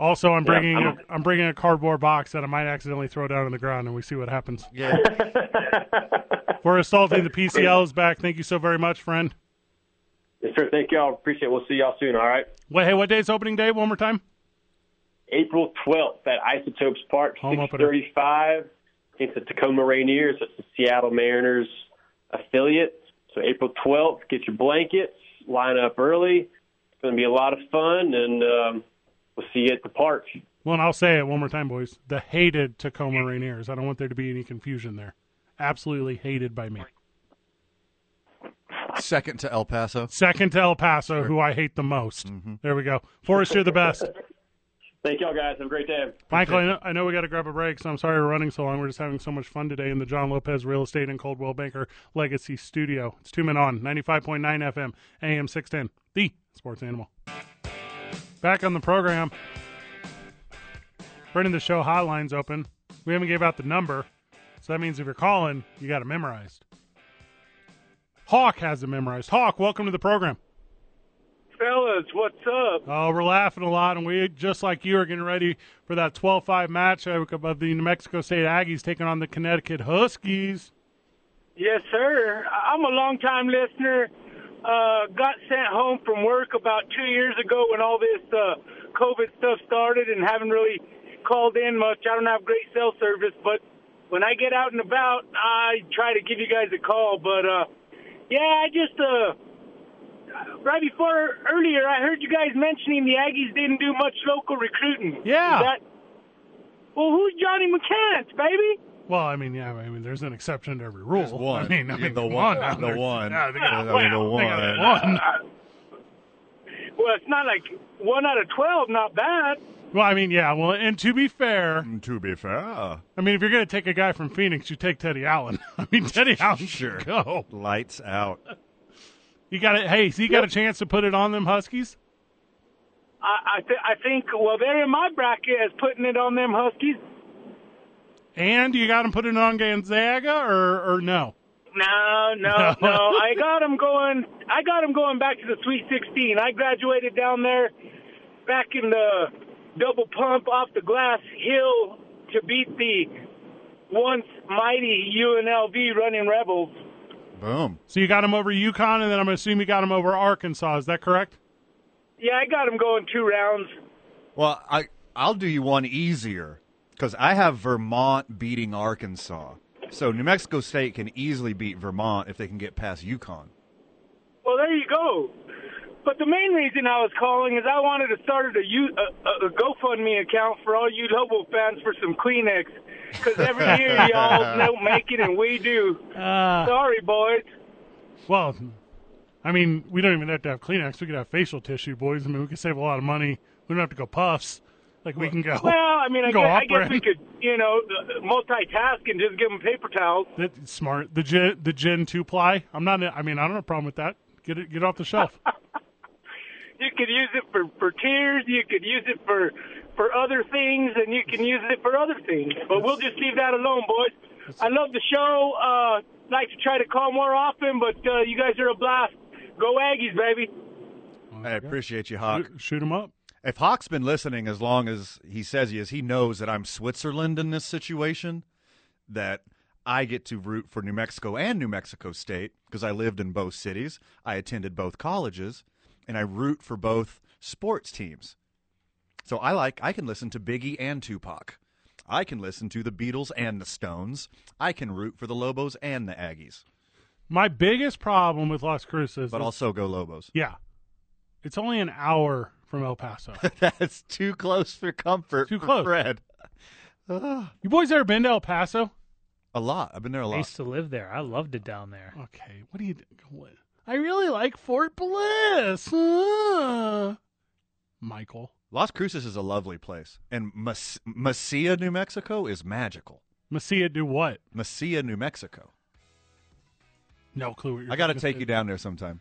Speaker 1: Also, I'm
Speaker 16: Yeah,
Speaker 1: bringing
Speaker 16: I'm
Speaker 1: a,
Speaker 16: a-
Speaker 1: I'm bringing a cardboard box that I might accidentally throw down on the ground, and we see what happens.
Speaker 16: *laughs*
Speaker 3: Yeah.
Speaker 1: For assaulting the PCLs back. Thank you so very much, friend.
Speaker 16: Yes, sir. Thank y'all. Appreciate. it. We'll see y'all soon. All right.
Speaker 1: Wait, hey, what day is opening day? One more time.
Speaker 16: April 12th at Isotopes Park,
Speaker 1: Home opener.
Speaker 16: 635. It's the Tacoma Rainiers. It's the Seattle Mariners affiliate. So April 12th, get your blankets, line up early. It's going to be a lot of fun, and um, we'll see you at the park.
Speaker 1: Well, and I'll say it one more time, boys. The hated Tacoma Rainiers. I don't want there to be any confusion there. Absolutely hated by me.
Speaker 3: Second to El Paso. Mm-hmm.
Speaker 1: Second to El Paso, who I hate the most. There we go. Forrest, you're the best.
Speaker 16: Thank y'all guys. Have a great day.
Speaker 1: Michael, I know, I know we got to grab a break, so I'm sorry we're running so long. We're just having so much fun today in the John Lopez Real Estate and Coldwell Banker Legacy Studio. It's two men on 95.9 FM, AM 610, the sports animal. Back on the program. Brendan, the show hotline's open. We haven't gave out the number, so that means if you're calling, you got it memorized. Hawk has it memorized. Hawk, welcome to the program.
Speaker 17: Fellas, what's up?
Speaker 1: Oh, we're laughing a lot, and we just like you are getting ready for that 12-5 match of the New Mexico State Aggies taking on the Connecticut Huskies.
Speaker 17: Yes, sir. I- I'm a longtime listener. Uh, got sent home from work about two years ago when all this uh, COVID stuff started, and haven't really called in much. I don't have great cell service, but when I get out and about, I try to give you guys a call. But uh, yeah, I just uh, right before earlier, I heard you guys mentioning the Aggies didn't do much local recruiting.
Speaker 1: Yeah.
Speaker 17: Is that, well, who's Johnny McCants, baby?
Speaker 1: Well, I mean, yeah, I mean, there's an exception to every rule. *laughs*
Speaker 17: There's one.
Speaker 1: I mean, I
Speaker 17: Yeah,
Speaker 1: mean
Speaker 17: the
Speaker 1: come
Speaker 17: one.
Speaker 1: on now.
Speaker 17: The
Speaker 1: There's-
Speaker 17: one.
Speaker 1: Yeah, they got,
Speaker 17: I mean, the
Speaker 1: they got
Speaker 17: one.
Speaker 1: one.
Speaker 17: Uh, Well, it's not like one out of twelve, not bad.
Speaker 1: Well, I mean, yeah. Well, and to be fair,
Speaker 17: Mm,
Speaker 3: to be fair,
Speaker 1: I mean, if you're going to take a guy from Phoenix, you take Teddy Allen. *laughs* I mean, Teddy Allen, sure, go
Speaker 3: lights out.
Speaker 1: You got it. Hey, so you got a chance to put it on them Huskies.
Speaker 17: I I, th- I think well they're in my bracket as putting it on them Huskies.
Speaker 1: And you got him putting it on Gonzaga or or no?
Speaker 17: No, no, no. I got them going. I got them going back to the Sweet 16. I graduated down there back in the double pump off the glass hill to beat the once mighty UNLV running Rebels.
Speaker 3: Boom.
Speaker 1: So you got him over UConn, and then I'm going to assume you got him over Arkansas. Is that correct?
Speaker 17: Yeah, I got them going two rounds.
Speaker 3: Well, I I'll do you one easier because I have Vermont beating Arkansas. So New Mexico State can easily beat Vermont if they can get past UConn.
Speaker 17: Well, there you go. But the main reason I was calling is I wanted to start a, U- a, a GoFundMe account for all you Lobo fans for some Kleenex. Because every year y'all don't make it and we do. Sorry, boys.
Speaker 1: Well, I mean, we don't even have to have Kleenex. We could have facial tissue, boys. I mean, we could save a lot of money. We don't have to go puffs. Like we can go.
Speaker 17: Well, I
Speaker 1: *laughs*
Speaker 17: mean, I
Speaker 1: go
Speaker 17: guess, I
Speaker 1: opera.
Speaker 17: guess we could, you know, uh, multitask and just give them paper towels.
Speaker 1: That's smart. The gen, the gen two ply. I'm not. I mean, I don't have a problem with that. Get it. Get it off
Speaker 17: *laughs*
Speaker 1: the shelf.
Speaker 17: You could use it for, for tears. You could use it for, for other things, and you can use it for other things. But we'll just leave that alone, boys. I love the show. Uh, like to try to call more often, but uh, you guys are a blast. Go Aggies, baby.
Speaker 3: I appreciate you, Hawk.
Speaker 1: Shoot, him up.
Speaker 3: If Hawk's been listening as long as he says he is, he knows that I'm Switzerland in this situation. That I get to root for New Mexico and New Mexico State because I lived in both cities. I attended both colleges, and I root for both sports teams. So I like I can listen to Biggie and Tupac. I can listen to the Beatles and the Stones. I can root for the Lobos and the Aggies.
Speaker 1: My biggest problem with Las Cruces,
Speaker 3: But
Speaker 1: is-
Speaker 3: also go Lobos.
Speaker 1: yeah, it's only an hour from El Paso.
Speaker 3: *laughs* That's too close for comfort.
Speaker 1: Too
Speaker 3: for
Speaker 1: close. *laughs*
Speaker 3: Fred.
Speaker 1: You boys ever been to El Paso?
Speaker 3: A lot. I've been there a
Speaker 4: I
Speaker 3: lot.
Speaker 4: used to live there. I loved it down there.
Speaker 1: Okay, what do you? What? I really like Fort Bliss. Uh, Michael.
Speaker 3: Las Cruces is a lovely place, and Mas- Mesilla, New Mexico, is magical.
Speaker 1: Mesilla, do what?
Speaker 3: Mesilla, New Mexico.
Speaker 1: No clue. What you're
Speaker 3: I got to
Speaker 1: talking
Speaker 3: take
Speaker 1: about.
Speaker 3: you down there sometime.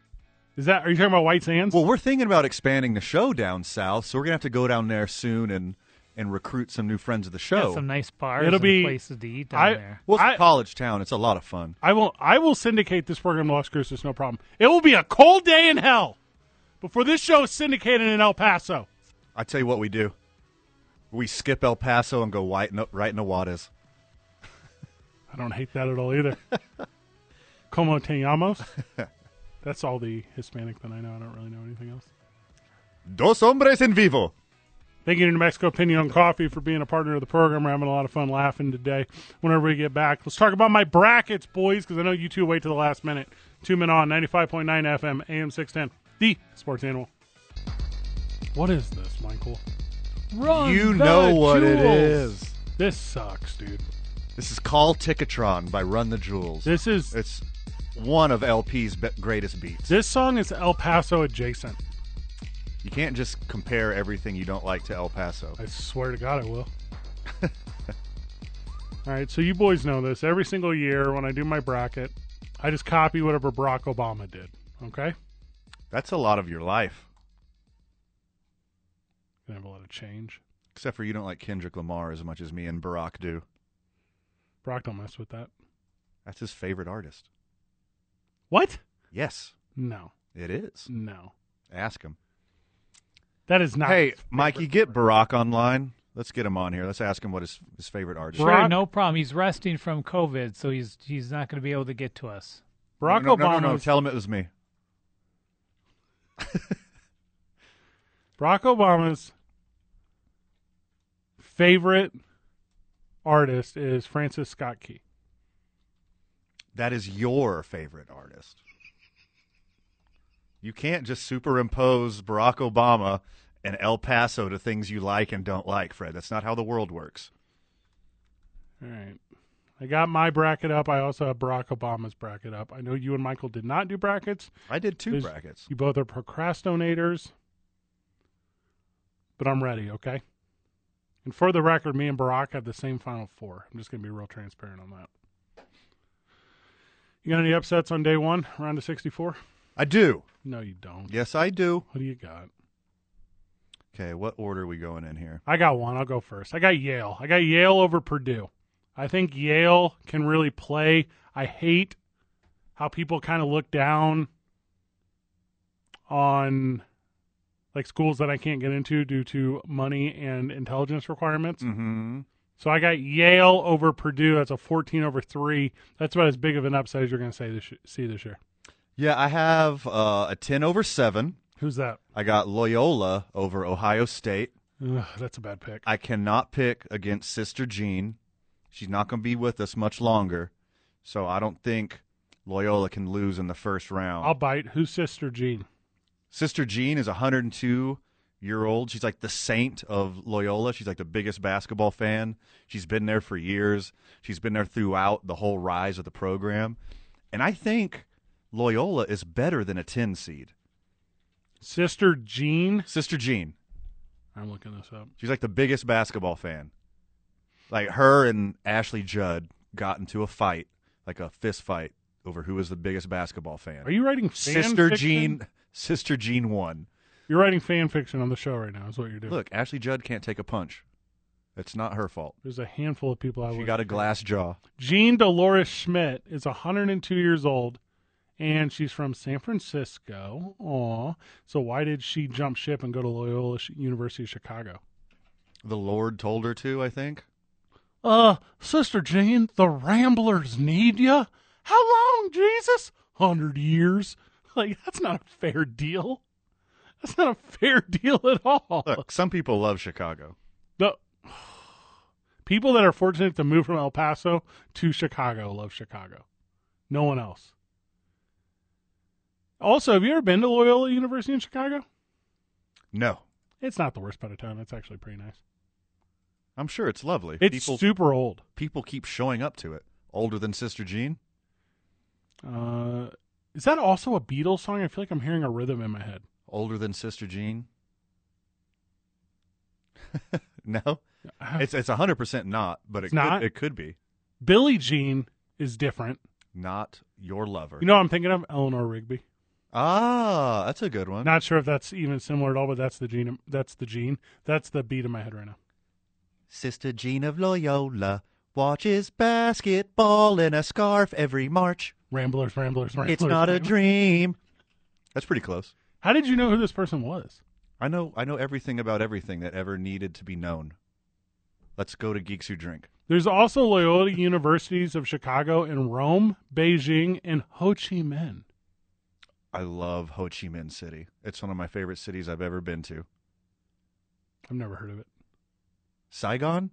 Speaker 1: Is that? Are you talking about White Sands?
Speaker 3: Well, we're thinking about expanding the show down south, so we're gonna have to go down there soon and and recruit some new friends of the show.
Speaker 4: Got some nice bars
Speaker 1: It'll
Speaker 4: and
Speaker 1: be-
Speaker 4: places to eat down
Speaker 1: I-
Speaker 4: there.
Speaker 3: Well, it's a
Speaker 1: I-
Speaker 3: college town. It's a lot of fun.
Speaker 1: I will. I will syndicate this program to Las Cruces. No problem. It will be a cold day in hell before this show is syndicated in El Paso.
Speaker 3: I tell you what we do. We skip El Paso and go white in, right into Juarez.
Speaker 1: I don't hate that at all either.
Speaker 3: *laughs*
Speaker 1: Como te llamas? That's all the Hispanic that I know. I don't really know anything else.
Speaker 3: Dos hombres en vivo.
Speaker 1: Thank you to New Mexico Pinion Coffee for being a partner of the program. We're having a lot of fun laughing today. Whenever we get back, let's talk about my brackets, boys, because I know you two wait to the last minute. Two men on 95.9 FM, AM 610, the sports animal. What is this, Michael? Run
Speaker 3: you
Speaker 1: the
Speaker 3: know what it
Speaker 1: jewels.
Speaker 3: is.
Speaker 1: This sucks, dude.
Speaker 3: This is Call Ticketron by Run the Jewels.
Speaker 1: This is
Speaker 3: it's one of LP's be- greatest beats.
Speaker 1: This song is El Paso adjacent.
Speaker 3: You can't just compare everything you don't like to El Paso.
Speaker 1: I swear to God, I will. *laughs* All right, so you boys know this. Every single year when I do my bracket, I just copy whatever Barack Obama did. Okay?
Speaker 3: That's a lot of your life.
Speaker 1: You have a lot of change.
Speaker 3: Except for you don't like Kendrick Lamar as much as me and Barack do.
Speaker 1: Barack don't mess with that.
Speaker 3: That's his favorite artist.
Speaker 1: What?
Speaker 3: Yes.
Speaker 1: No.
Speaker 3: It is.
Speaker 1: No.
Speaker 3: Ask him.
Speaker 1: That is not.
Speaker 3: Hey, Mikey, get Barack online. Let's get him on here. Let's ask him what his, his favorite artist
Speaker 4: Sure,
Speaker 3: is.
Speaker 4: no problem. He's resting from COVID, so he's he's not going to be able to get to us.
Speaker 1: Barack
Speaker 3: no, no, No, no, no.
Speaker 1: Obama's-
Speaker 3: Tell him it was me.
Speaker 1: Barack Obama's favorite artist is Francis Scott Key.
Speaker 3: That is your favorite artist. You can't just superimpose Barack Obama and El Paso to things you like and don't like, Fred. That's not how the world works.
Speaker 1: All right. I got my bracket up. I also have Barack Obama's bracket up. I know you and Michael did not do brackets.
Speaker 3: I did two
Speaker 1: There's-
Speaker 3: brackets.
Speaker 1: You both are procrastinators. But I'm ready, okay? And for the record, me and Barack have the same final four. I'm just going to be real transparent on that. You got any upsets on day one, round of 64?
Speaker 3: I do.
Speaker 1: No, you don't.
Speaker 3: Yes, I do.
Speaker 1: What do you got?
Speaker 3: Okay, what order are we going in here?
Speaker 1: I got one. I'll go first. I got Yale. I got Yale over Purdue. I think Yale can really play. I hate how people kind of look down on like schools that I can't get into due to money and intelligence requirements.
Speaker 3: Mm-hmm.
Speaker 1: So I got Yale over Purdue. That's a 14 over 3. That's about as big of an upset as you're going to say this see this year.
Speaker 3: Yeah, I have uh, a 10 over 7.
Speaker 1: Who's that?
Speaker 3: I got Loyola over Ohio State.
Speaker 1: Ugh, that's a bad pick.
Speaker 3: I cannot pick against Sister Jean. She's not going to be with us much longer. So I don't think Loyola can lose in the first round.
Speaker 1: I'll bite. Who's Sister Jean?
Speaker 3: Sister Jean is 102 year old. She's like the saint of Loyola. She's like the biggest basketball fan. She's been there for years. She's been there throughout the whole rise of the program. And I think Loyola is better than a 10 seed.
Speaker 1: Sister Jean?
Speaker 3: Sister Jean.
Speaker 1: I'm looking this up.
Speaker 3: She's like the biggest basketball fan. Like her and Ashley Judd got into a fight, like a fist fight over who was the biggest basketball fan.
Speaker 1: Are you writing fan
Speaker 3: Sister
Speaker 1: fiction?
Speaker 3: Jean Sister Jean won.
Speaker 1: You're writing fan fiction on the show right now, is what you're doing.
Speaker 3: Look, Ashley Judd can't take a punch. It's not her fault.
Speaker 1: There's a handful of people I
Speaker 3: She
Speaker 1: would.
Speaker 3: got a glass jaw.
Speaker 1: Jean Dolores Schmidt is 102 years old, and she's from San Francisco. Aw. So why did she jump ship and go to Loyola Sh- University of Chicago?
Speaker 3: The Lord told her to, I think.
Speaker 1: Uh, Sister Jean, the Ramblers need you. How long, Jesus? 100 years. Like, that's not a fair deal. That's not a fair *laughs* deal at all.
Speaker 3: Look, some people love Chicago.
Speaker 1: The people that are fortunate to move from El Paso to Chicago love Chicago. No one else. Also, have you ever been to Loyola University in Chicago?
Speaker 3: No.
Speaker 1: It's not the worst part of town. It's actually pretty nice.
Speaker 3: I'm sure it's lovely.
Speaker 1: It's super old.
Speaker 3: People keep showing up to it. Older than Sister Jean?
Speaker 1: Uh, is that also a Beatles song? I feel like I'm hearing a rhythm in my head.
Speaker 3: Older than Sister Jean? *laughs* no. It's it's 100% not, but it
Speaker 1: Uh-huh. It's
Speaker 3: could,
Speaker 1: not?
Speaker 3: it could be.
Speaker 1: Billie Jean is different.
Speaker 3: Not your lover.
Speaker 1: You know what I'm thinking of? Eleanor Rigby.
Speaker 3: ah, that's a good one.
Speaker 1: Not sure if that's even similar at all, but that's the gene. That's the gene. That's the beat in my head right now.
Speaker 3: Sister Jean of Loyola watches basketball in a scarf every March.
Speaker 1: Ramblers, Ramblers, Ramblers. Ramblers.
Speaker 3: dream. That's pretty close.
Speaker 1: How did you know who this person was?
Speaker 3: I know I know everything about everything that ever needed to be known. Let's go to Geeks Who Drink.
Speaker 1: There's also Loyola Universities of Chicago and Rome, Beijing, and Ho Chi Minh.
Speaker 3: I love Ho Chi Minh City. It's one of my favorite cities I've ever been to.
Speaker 1: I've never heard of it.
Speaker 3: Saigon?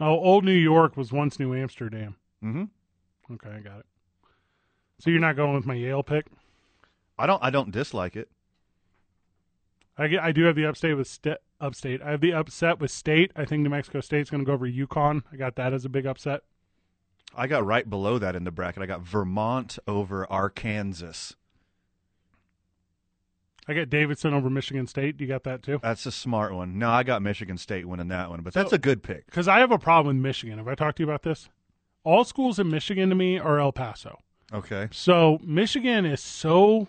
Speaker 1: Oh, Old New York was once New Amsterdam.
Speaker 3: Mm-hmm.
Speaker 1: Okay, I got it. So you're not going with my Yale pick?
Speaker 3: I don't I don't dislike it.
Speaker 1: I, get, I do have the upstate with st- upstate. I have the upset with state. I think New Mexico State's going to go over Yukon. I got that as a big upset.
Speaker 3: I got right below that in the bracket. I got Vermont over Arkansas.
Speaker 1: I got Davidson over Michigan State. You got that too?
Speaker 3: That's a smart one. No, I got Michigan State winning that one, but that's
Speaker 1: So-
Speaker 3: a good pick.
Speaker 1: Because I have a problem with Michigan. Have I talked to you about this? All schools in Michigan to me are El Paso.
Speaker 3: Okay.
Speaker 1: So Michigan is so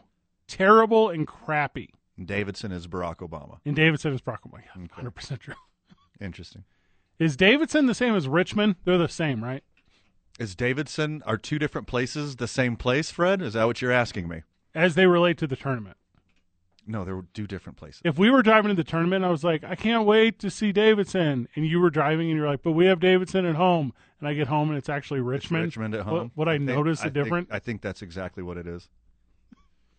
Speaker 1: terrible and crappy.
Speaker 3: Davidson is Barack Obama.
Speaker 1: And Davidson is Brock. Obama. Yeah, 100% true.
Speaker 3: Interesting.
Speaker 1: Is Davidson the same as Richmond? They're the same, right?
Speaker 3: Is Davidson are two different places the same place, Fred? Is that what you're asking me?
Speaker 1: As they relate to the tournament.
Speaker 3: No, they're two different places.
Speaker 1: If we were driving to the tournament, I was like, I can't wait to see Davidson. And you were driving and you're like, but we have Davidson at home. And I get home and it's actually Richmond.
Speaker 3: Richmond at
Speaker 1: What-
Speaker 3: home.
Speaker 1: Would I,
Speaker 3: think-
Speaker 1: notice
Speaker 3: I
Speaker 1: the
Speaker 3: think-
Speaker 1: difference?
Speaker 3: I think that's exactly what it is.
Speaker 1: *laughs*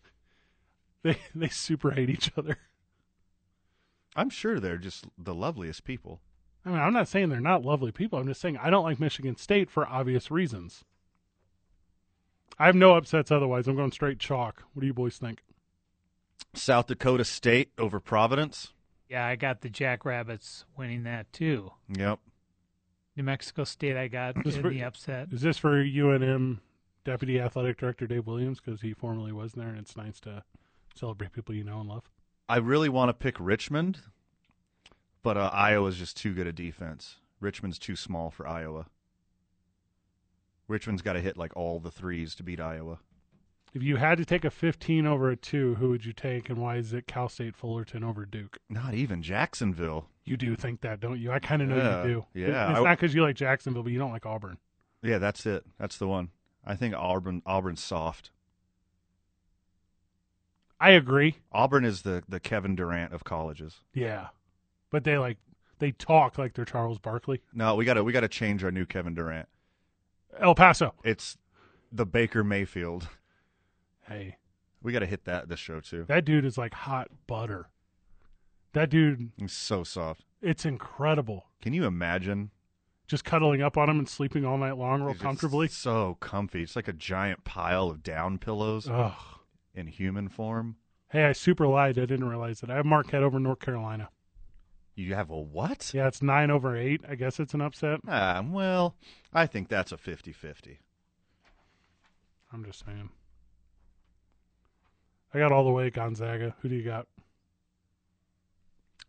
Speaker 1: They, they super hate each other.
Speaker 3: I'm sure they're just the loveliest people.
Speaker 1: I mean, I'm not saying they're not lovely people. I'm just saying I don't like Michigan State for obvious reasons. I have no upsets otherwise. I'm going straight chalk. What do you boys think?
Speaker 3: South Dakota State over Providence.
Speaker 4: Yeah, I got the Jackrabbits winning that too.
Speaker 3: Yep.
Speaker 4: New Mexico State, I got
Speaker 1: Just
Speaker 4: in
Speaker 1: for-
Speaker 4: the upset.
Speaker 1: Is this for UNM Deputy Athletic Director Dave Williams because he formerly was there, and it's nice to celebrate people you know and love?
Speaker 3: I really want to pick Richmond, but uh, Iowa's just too good a defense. Richmond's too small for Iowa. Richmond's got to hit like all the threes to beat Iowa.
Speaker 1: If you had to take a 15 over a two, who would you take, and why is it Cal State Fullerton over Duke?
Speaker 3: Not even Jacksonville.
Speaker 1: You do think that, don't you? I kind of know
Speaker 3: Yeah,
Speaker 1: you do.
Speaker 3: yeah,
Speaker 1: it's
Speaker 3: I-
Speaker 1: not because you like Jacksonville, but you don't like Auburn.
Speaker 3: Yeah, that's it. That's the one. I think Auburn Auburn's soft.
Speaker 1: I agree.
Speaker 3: Auburn is the, the Kevin Durant of colleges.
Speaker 1: Yeah, but they like they talk like they're Charles Barkley.
Speaker 3: No, we gotta we gotta change our new Kevin Durant.
Speaker 1: El Paso.
Speaker 3: It's the Baker Mayfield.
Speaker 1: Hey,
Speaker 3: We gotta hit that this show too.
Speaker 1: that dude is like hot butter. That dude,
Speaker 3: He's so soft.
Speaker 1: it's incredible.
Speaker 3: Can you imagine?
Speaker 1: Just cuddling up on him and sleeping all night long, real
Speaker 3: He's just
Speaker 1: comfortably.
Speaker 3: So comfy. It's like a giant pile of down pillows
Speaker 1: Ugh.
Speaker 3: in human form.
Speaker 1: Hey, I super lied. I didn't realize it. I have Marquette over North Carolina.
Speaker 3: You have a what?
Speaker 1: Yeah, it's nine over eight. I guess it's an upset.
Speaker 3: Ah, well, I think that's a 50 50.
Speaker 1: I'm just saying. I got all the way at Gonzaga. Who do you got?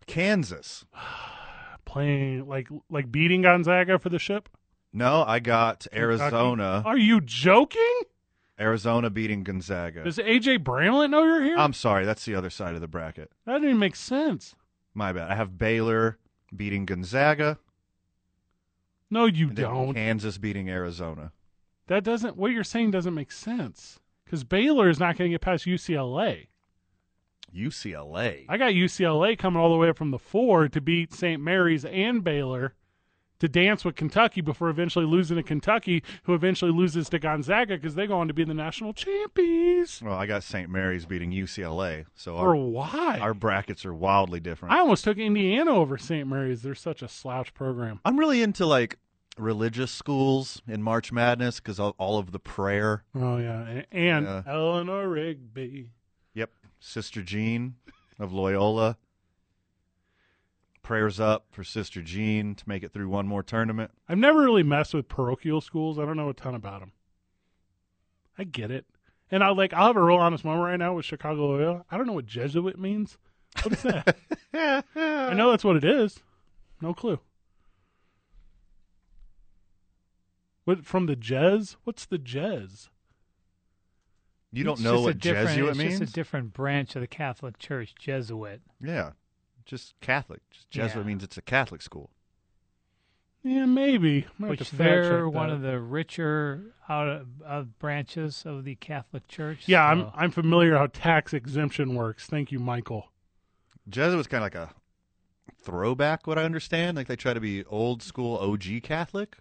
Speaker 3: Kansas.
Speaker 1: *sighs* Playing like like beating Gonzaga for the ship?
Speaker 3: No, I got Arizona.
Speaker 1: Are you joking?
Speaker 3: Arizona beating Gonzaga.
Speaker 1: Does AJ Bramlett know you're here?
Speaker 3: I'm sorry, that's the other side of the bracket.
Speaker 1: that didn't even make sense.
Speaker 3: My bad. I have Baylor beating Gonzaga.
Speaker 1: No, you
Speaker 3: and then
Speaker 1: don't.
Speaker 3: Kansas beating Arizona.
Speaker 1: That doesn't what you're saying doesn't make sense. Because Baylor is not going to get past UCLA.
Speaker 3: UCLA.
Speaker 1: I got UCLA coming all the way up from the four to beat St. Mary's and Baylor to dance with Kentucky before eventually losing to Kentucky, who eventually loses to Gonzaga because they go on to be the national champions.
Speaker 3: Well, I got St. Mary's beating UCLA. So
Speaker 1: Or
Speaker 3: our,
Speaker 1: why?
Speaker 3: our brackets are wildly different.
Speaker 1: I almost took Indiana over St. Mary's. They're such a slouch program.
Speaker 3: I'm really into like religious schools in March Madness because all, all of the prayer.
Speaker 1: Oh yeah, A- and
Speaker 3: Yeah.
Speaker 1: Eleanor Rigby.
Speaker 3: Yep. Sister Jean of Loyola. Prayers up for Sister Jean to make it through one more tournament.
Speaker 1: I've never really messed with parochial schools. I don't know a ton about them. I get it, and I like. I'll have a real honest moment right now with Chicago Loyola. I don't know what Jesuit means. What
Speaker 4: *laughs*
Speaker 1: is that? I know that's what it is. No clue. What from the Jez? What's the Jez?
Speaker 3: You don't
Speaker 4: It's
Speaker 3: know
Speaker 4: just a
Speaker 3: what
Speaker 4: different-
Speaker 3: Jesuit
Speaker 4: it's
Speaker 3: means?
Speaker 4: just a different branch of the Catholic Church, Jesuit.
Speaker 3: Yeah, just Catholic. Just Jesuit
Speaker 4: Yeah.
Speaker 3: means it's a Catholic school.
Speaker 1: Yeah, maybe. I might have
Speaker 4: Which
Speaker 1: to fact
Speaker 4: they're
Speaker 1: check
Speaker 4: one
Speaker 1: that.
Speaker 4: of the richer out of, of branches of the Catholic Church.
Speaker 1: Yeah,
Speaker 4: so-
Speaker 1: I'm I'm familiar how tax exemption works. Thank you, Michael.
Speaker 3: Jesuit's kind of like a throwback, what I understand. Like they try to be old school OG Catholic.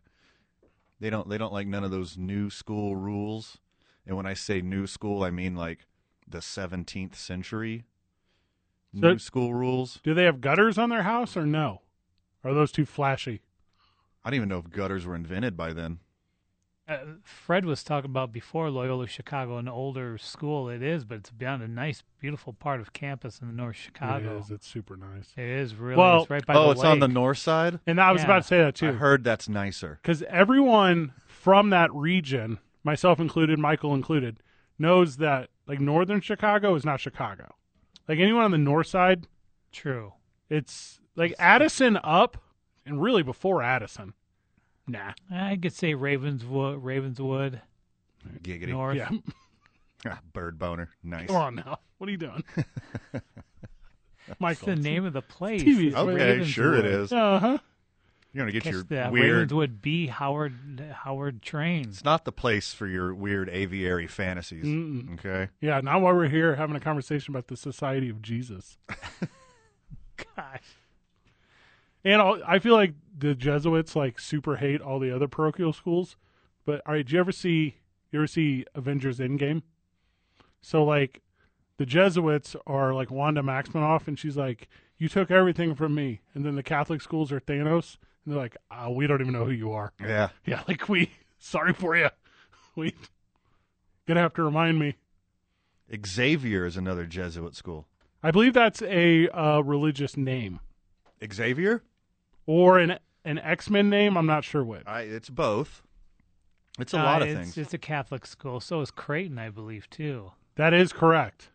Speaker 3: They don't. They don't like none of those new school rules. And when I say new school, I mean like the 17th century
Speaker 1: So-
Speaker 3: new school rules.
Speaker 1: Do they have gutters on their house or no? Are those too flashy?
Speaker 3: I don't even know if gutters were invented by then.
Speaker 4: Uh, Fred was talking about before Loyola Chicago, an older school it is, but it's beyond a nice, beautiful part of campus in the North Chicago.
Speaker 1: It is. It's super nice.
Speaker 4: It is really
Speaker 1: Well-
Speaker 4: it's right by
Speaker 3: oh,
Speaker 4: the
Speaker 3: it's on the
Speaker 4: lake.
Speaker 3: north side.
Speaker 1: And I was
Speaker 4: Yeah.
Speaker 1: about to say that
Speaker 3: I
Speaker 1: too.
Speaker 3: heard that's nicer. *laughs*
Speaker 1: because everyone from that region, myself included, Michael included, knows that like northern Chicago is not Chicago. Like anyone on the north side.
Speaker 4: True.
Speaker 1: It's like Addison up, and really before Addison. Nah.
Speaker 4: I could say Ravenswood. Ravenswood.
Speaker 3: Giggity.
Speaker 4: North.
Speaker 1: Yeah. *laughs*
Speaker 3: Ah, Bird boner. Nice.
Speaker 1: Come on now. What are you doing?
Speaker 4: Michael. It's the name of the place.
Speaker 1: TV.
Speaker 4: It's
Speaker 3: Okay,
Speaker 4: Ravenswood.
Speaker 3: sure it is.
Speaker 1: Uh huh.
Speaker 3: You're gonna get
Speaker 4: Catch
Speaker 3: your
Speaker 4: the
Speaker 3: weird.
Speaker 4: Ravenswood B. Howard Howard train.
Speaker 3: It's not the place for your weird aviary fantasies.
Speaker 1: Mm-mm.
Speaker 3: Okay.
Speaker 1: Yeah. Now while we're here having a conversation about the Society of Jesus.
Speaker 4: Gosh.
Speaker 1: And all, I feel like the Jesuits like super hate all the other parochial schools. But all right, did you ever see you ever see Avengers Endgame? So like the Jesuits are like Wanda Maximoff, and she's like, "You took everything from me." And then the Catholic schools are Thanos, and they're like, Ah, "We don't even know who you are."
Speaker 3: Yeah.
Speaker 1: Yeah, *laughs* like we sorry for you. We gonna have to remind me.
Speaker 3: Xavier is another Jesuit school.
Speaker 1: I believe that's a uh, religious name
Speaker 3: Xavier?
Speaker 1: or an an X Men name. I'm not sure what.
Speaker 3: I, it's both. It's a
Speaker 4: Uh,
Speaker 3: lot of
Speaker 4: it's,
Speaker 3: things.
Speaker 4: It's a Catholic school. So is Creighton, I believe, too.
Speaker 1: That is correct.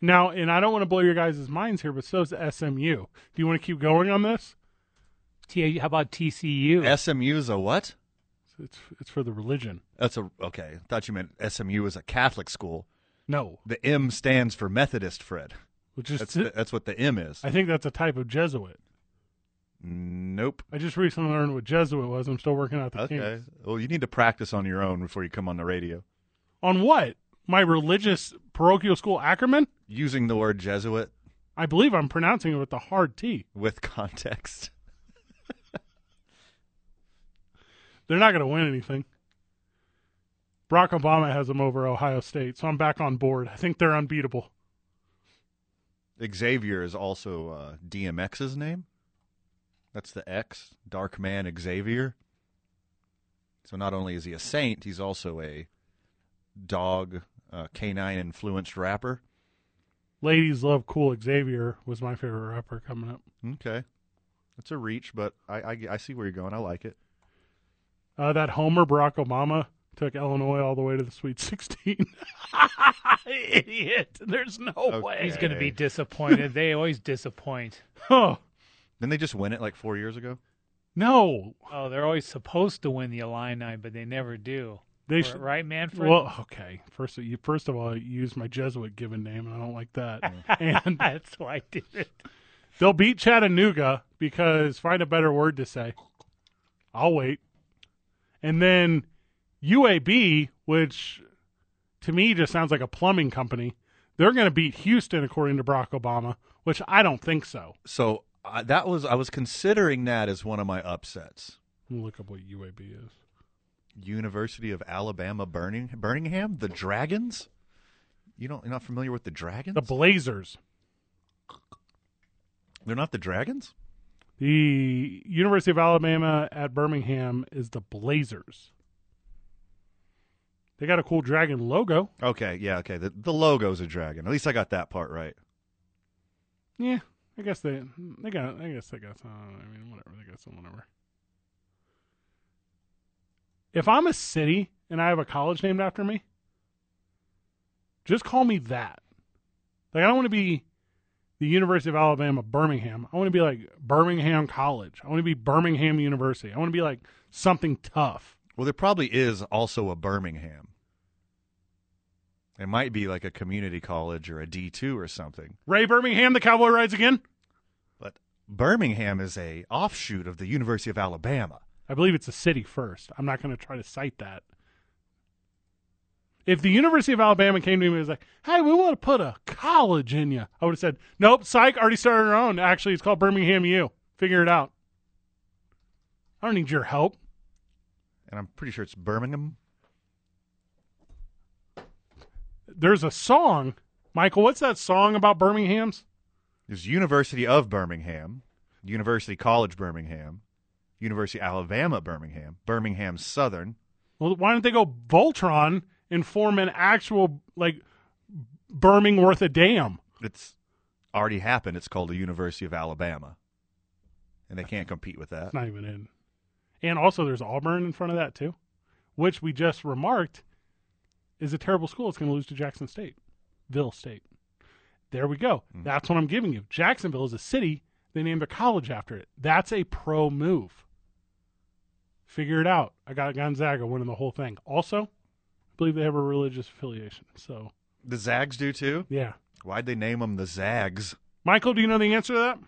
Speaker 1: Now, and I don't want to blow your guys' minds here, but so is SMU. Do you want to keep going on this?
Speaker 4: T- how about TCU?
Speaker 3: SMU's a what?
Speaker 1: It's it's for the religion.
Speaker 3: That's a okay. I thought you meant SMU is a Catholic school.
Speaker 1: No,
Speaker 3: The M stands for Methodist, Fred.
Speaker 1: Which is
Speaker 3: that's, the- that's what the M is.
Speaker 1: I think that's a type of Jesuit.
Speaker 3: Nope.
Speaker 1: I just recently learned what Jesuit was. I'm still working out the
Speaker 3: Okay.
Speaker 1: kinks.
Speaker 3: Well, you need to practice on your own before you come on the radio.
Speaker 1: On what? My religious parochial school Ackerman?
Speaker 3: Using the word Jesuit
Speaker 1: I believe I'm pronouncing it with the hard T.
Speaker 3: with context. *laughs*
Speaker 1: They're not going to win anything. Barack Obama has them over Ohio State, so I'm back on board. I think they're unbeatable.
Speaker 3: Xavier is also uh, DMX's name. That's the X, Dark Man Xavier. So not only is he a saint, he's also a dog, uh, canine influenced rapper.
Speaker 1: Ladies love cool Xavier was my favorite rapper coming up.
Speaker 3: Okay, that's a reach, but I, I, I see where you're going. I like it.
Speaker 1: Uh, that Homer Barack Obama took Illinois all the way to the Sweet *laughs* 16. Idiot. *laughs* There's no way.
Speaker 4: He's going to be disappointed. they always disappoint.
Speaker 1: Oh,
Speaker 3: Didn't they just win it like four years ago?
Speaker 1: *laughs* no.
Speaker 4: Oh, they're always supposed to win the Illini, but they never do.
Speaker 1: They
Speaker 4: Or-
Speaker 1: should-
Speaker 4: right, Manfred?
Speaker 1: Well, okay. First, you, first of all, you used my Jesuit given name, and I don't like that.
Speaker 4: *laughs*
Speaker 1: and
Speaker 4: that's why I did it.
Speaker 1: they'll beat Chattanooga because find a better word to say. I'll wait. And then UAB, which to me just sounds like a plumbing company, they're going to beat Houston according to Barack Obama, which I don't think so.
Speaker 3: So I, that was I was considering that as one of my upsets.
Speaker 1: Let me look up what UAB is.
Speaker 3: University of Alabama, Burning Birmingham, the Dragons. You don't you're not familiar with the Dragons?
Speaker 1: The Blazers.
Speaker 3: They're not the Dragons.
Speaker 1: The University of Alabama at Birmingham is the Blazers. They got a cool dragon logo.
Speaker 3: Okay, yeah, okay. The the logo's a dragon. At least I got that part right.
Speaker 1: Yeah, I guess they they got I guess they got some I mean whatever they got some whatever. If I'm a city and I have a college named after me, just call me that. Like I don't want to be the University of Alabama Birmingham. I want to be like Birmingham College. I want to be Birmingham University. I want to be like something tough.
Speaker 3: Well, there probably is also a Birmingham. It might be like a community college or a D2 or something.
Speaker 1: Ray Birmingham, the cowboy rides again.
Speaker 3: But Birmingham is a offshoot of the University of Alabama.
Speaker 1: I believe it's a city first. I'm not going to try to cite that. If the University of Alabama came to me and was like, hey, we want to put a college in you, I would have said, nope, psych, already started our own. Actually, it's called Birmingham U. Figure it out. I don't need your help.
Speaker 3: And I'm pretty sure it's Birmingham.
Speaker 1: There's a song. Michael, what's that song about Birmingham's?
Speaker 3: There's University of Birmingham, University College Birmingham, University Alabama Birmingham, Birmingham Southern.
Speaker 1: Well, why don't they go Voltron and form an actual, like, Birmingham worth a damn?
Speaker 3: It's already happened. It's called the University of Alabama. And they can't compete with that.
Speaker 1: It's not even in. And also, there's Auburn in front of that too, which we just remarked is a terrible school. It's going to lose to Jackson State, Ville State. There we go. That's what I'm giving you. Jacksonville is a city. They named their college after it. That's a pro move. Figure it out. I got Gonzaga winning the whole thing. Also, I believe they have a religious affiliation. So,
Speaker 3: The Zags do too?
Speaker 1: Yeah.
Speaker 3: Why'd they name them the Zags?
Speaker 1: Michael, do you know the answer to that?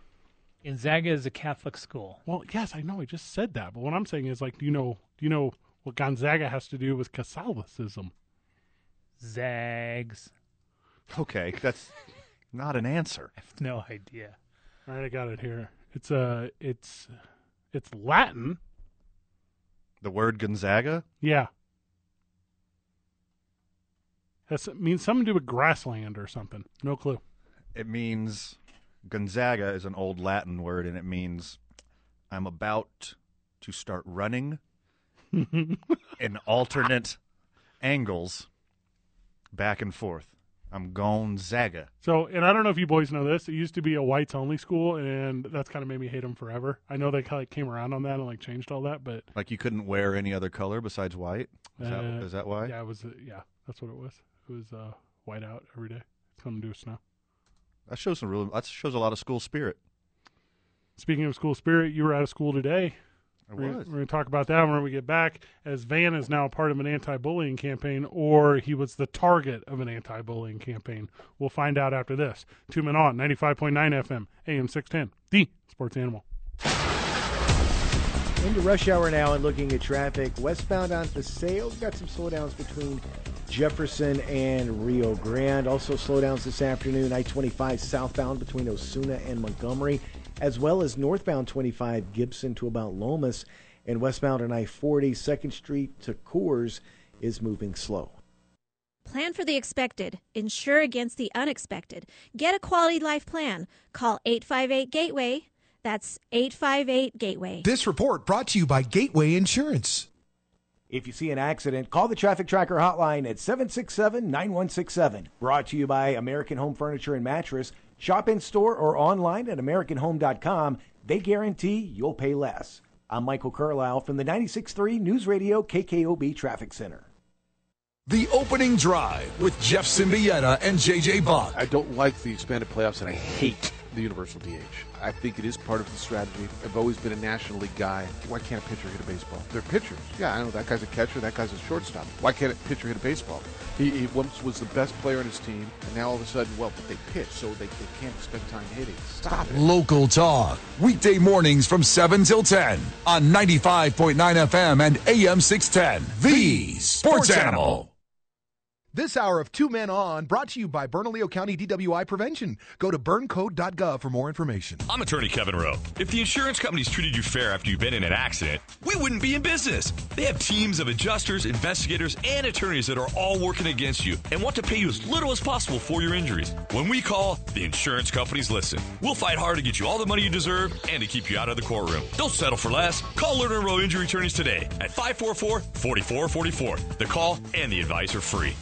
Speaker 4: Gonzaga is a Catholic school.
Speaker 1: Well, yes, I know. I just said that, but what I'm saying is, like, do you know, do you know what Gonzaga has to do with Catholicism?
Speaker 4: Zags.
Speaker 3: Okay, that's not an answer. I
Speaker 4: have *laughs* no idea.
Speaker 1: All right, I got it here. It's uh, it's it's Latin.
Speaker 3: The word Gonzaga?
Speaker 1: Yeah. That's, it means something to do with grassland or something. No clue.
Speaker 3: It means Gonzaga is an old Latin word, and it means I'm about to start
Speaker 1: *laughs*
Speaker 3: running in alternate angles back and forth. I'm Gonzaga.
Speaker 1: So, and I don't know if you boys know this. It used to be a whites only school, and that's kind of made me hate them forever. I know they kind of came around on that and like changed all that, but
Speaker 3: Like you couldn't wear any other color besides white. Is, that,
Speaker 1: Uh,
Speaker 3: is that why?
Speaker 1: Yeah, it was. uh, Yeah, that's what it was. It was uh, white out every day. Something to do with snow.
Speaker 3: That shows some real. That shows a lot of school spirit.
Speaker 1: Speaking of school spirit, you were out of school today.
Speaker 3: I
Speaker 1: We're,
Speaker 3: was.
Speaker 1: we're going to talk about that when we get back, as Van is now part of an anti-bullying campaign, or he was the target of an anti-bullying campaign. We'll find out after this. Two men on ninety-five point nine FM, AM six ten, the Sports Animal.
Speaker 7: Into rush hour now and looking at traffic. Westbound on Paseo, we've got some slowdowns between Jefferson and Rio Grande. Also, slowdowns this afternoon, I 25 southbound between Osuna and Montgomery, as well as northbound 25 Gibson to about Lomas, and westbound on I 40 2nd Street to Coors is moving slow.
Speaker 18: Plan for the expected. Insure against the unexpected. Get a quality life plan. Call 858 Gateway. That's 858 Gateway.
Speaker 19: This report brought to you by Gateway Insurance.
Speaker 7: If you see an accident, call the Traffic Tracker Hotline at 767 9167. Brought to you by American Home Furniture and Mattress. Shop in store or online at AmericanHome.com. They guarantee you'll pay less. I'm Michael Carlisle from the 96.3 News Radio KKOB Traffic Center.
Speaker 8: The opening drive with Jeff Symbieta and JJ Bach.
Speaker 6: I don't like the expanded playoffs, and I hate the universal DH. I think it is part of the strategy. I've always been a National League guy. Why can't a pitcher hit a baseball? They're pitchers. Yeah, I know that guy's a catcher. That guy's a shortstop. Why can't a pitcher hit a baseball? He, he once was the best player on his team, and now all of a sudden, well, but they pitch, so they, they can't spend time hitting. Stop it.
Speaker 8: Local talk. Weekday mornings from 7 till 10 on 95.9 FM and AM 610. The Sports Animal.
Speaker 19: This hour of Two Men On brought to you by Bernalillo County DWI Prevention. Go to burncode.gov for more information.
Speaker 20: I'm attorney Kevin Rowe. If the insurance companies treated you fair after you've been in an accident, we wouldn't be in business. They have teams of adjusters, investigators, and attorneys that are all working against you and want to pay you as little as possible for your injuries. When we call, the insurance companies listen. We'll fight hard to get you all the money you deserve and to keep you out of the courtroom. Don't settle for less. Call Lerner Rowe Injury Attorneys today at 544 4444. The call and the advice are free.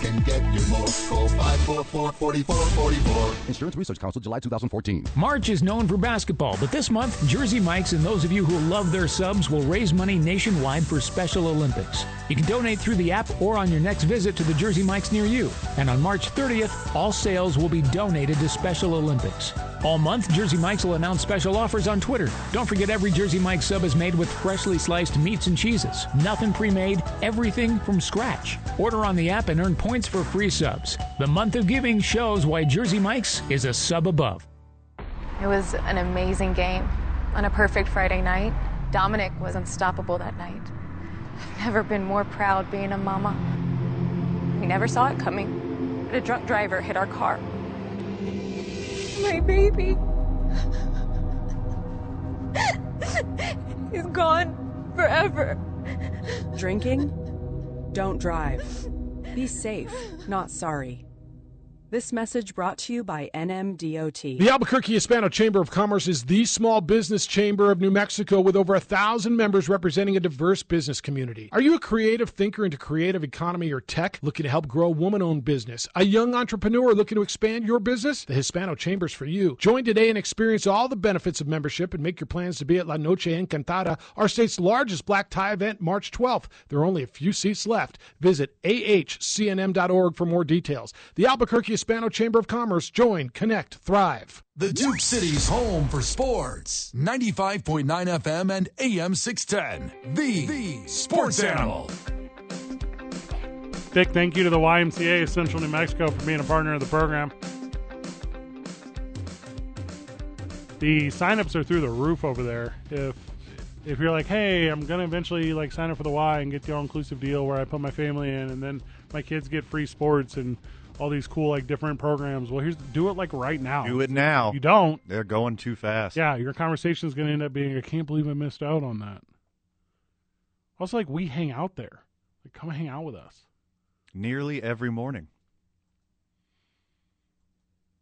Speaker 5: Can get you more. Call 544
Speaker 21: Insurance Research Council, July 2014.
Speaker 22: March is known for basketball, but this month, Jersey Mike's and those of you who love their subs will raise money nationwide for Special Olympics. You can donate through the app or on your next visit to the Jersey Mike's near you. And on March 30th, all sales will be donated to Special Olympics. All month, Jersey Mike's will announce special offers on Twitter. Don't forget every Jersey Mike's sub is made with freshly sliced meats and cheeses. Nothing pre made, everything from scratch. Order on the app and earn points for free subs. The month of giving shows why Jersey Mike's is a sub above.
Speaker 12: It was an amazing game. On a perfect Friday night, Dominic was unstoppable that night. I've never been more proud being a mama. We never saw it coming, but a drunk driver hit our car. My baby. *laughs*
Speaker 13: He's gone forever. Drinking? Don't drive. Be safe, not sorry. This message brought to you by NMDOT.
Speaker 14: The Albuquerque Hispano Chamber of Commerce is the small business chamber of New Mexico with over a thousand members representing a diverse business community. Are you a creative thinker into creative economy or tech looking to help grow a woman owned business? A young entrepreneur looking to expand your business? The Hispano Chamber's for you. Join today and experience all the benefits of membership and make your plans to be at La Noche Encantada, our state's largest black tie event, March 12th. There are only a few seats left. Visit ahcnm.org for more details. The Albuquerque Hispano Chamber of Commerce. Join, connect, thrive.
Speaker 8: The Duke City's home for sports. 95.9 FM and AM 610. The, the sports animal.
Speaker 1: Big thank you to the YMCA of Central New Mexico for being a partner of the program. The signups are through the roof over there. If if you're like, hey, I'm gonna eventually like sign up for the Y and get the all inclusive deal where I put my family in and then my kids get free sports and all these cool like different programs. Well, here's do it like right now.
Speaker 3: Do it now.
Speaker 1: Oh, You don't.
Speaker 3: They're going too fast.
Speaker 1: Yeah, your conversation is gonna end up being, I can't believe I missed out on that. Also, like we hang out there. Like, come hang out with us.
Speaker 3: Nearly every morning.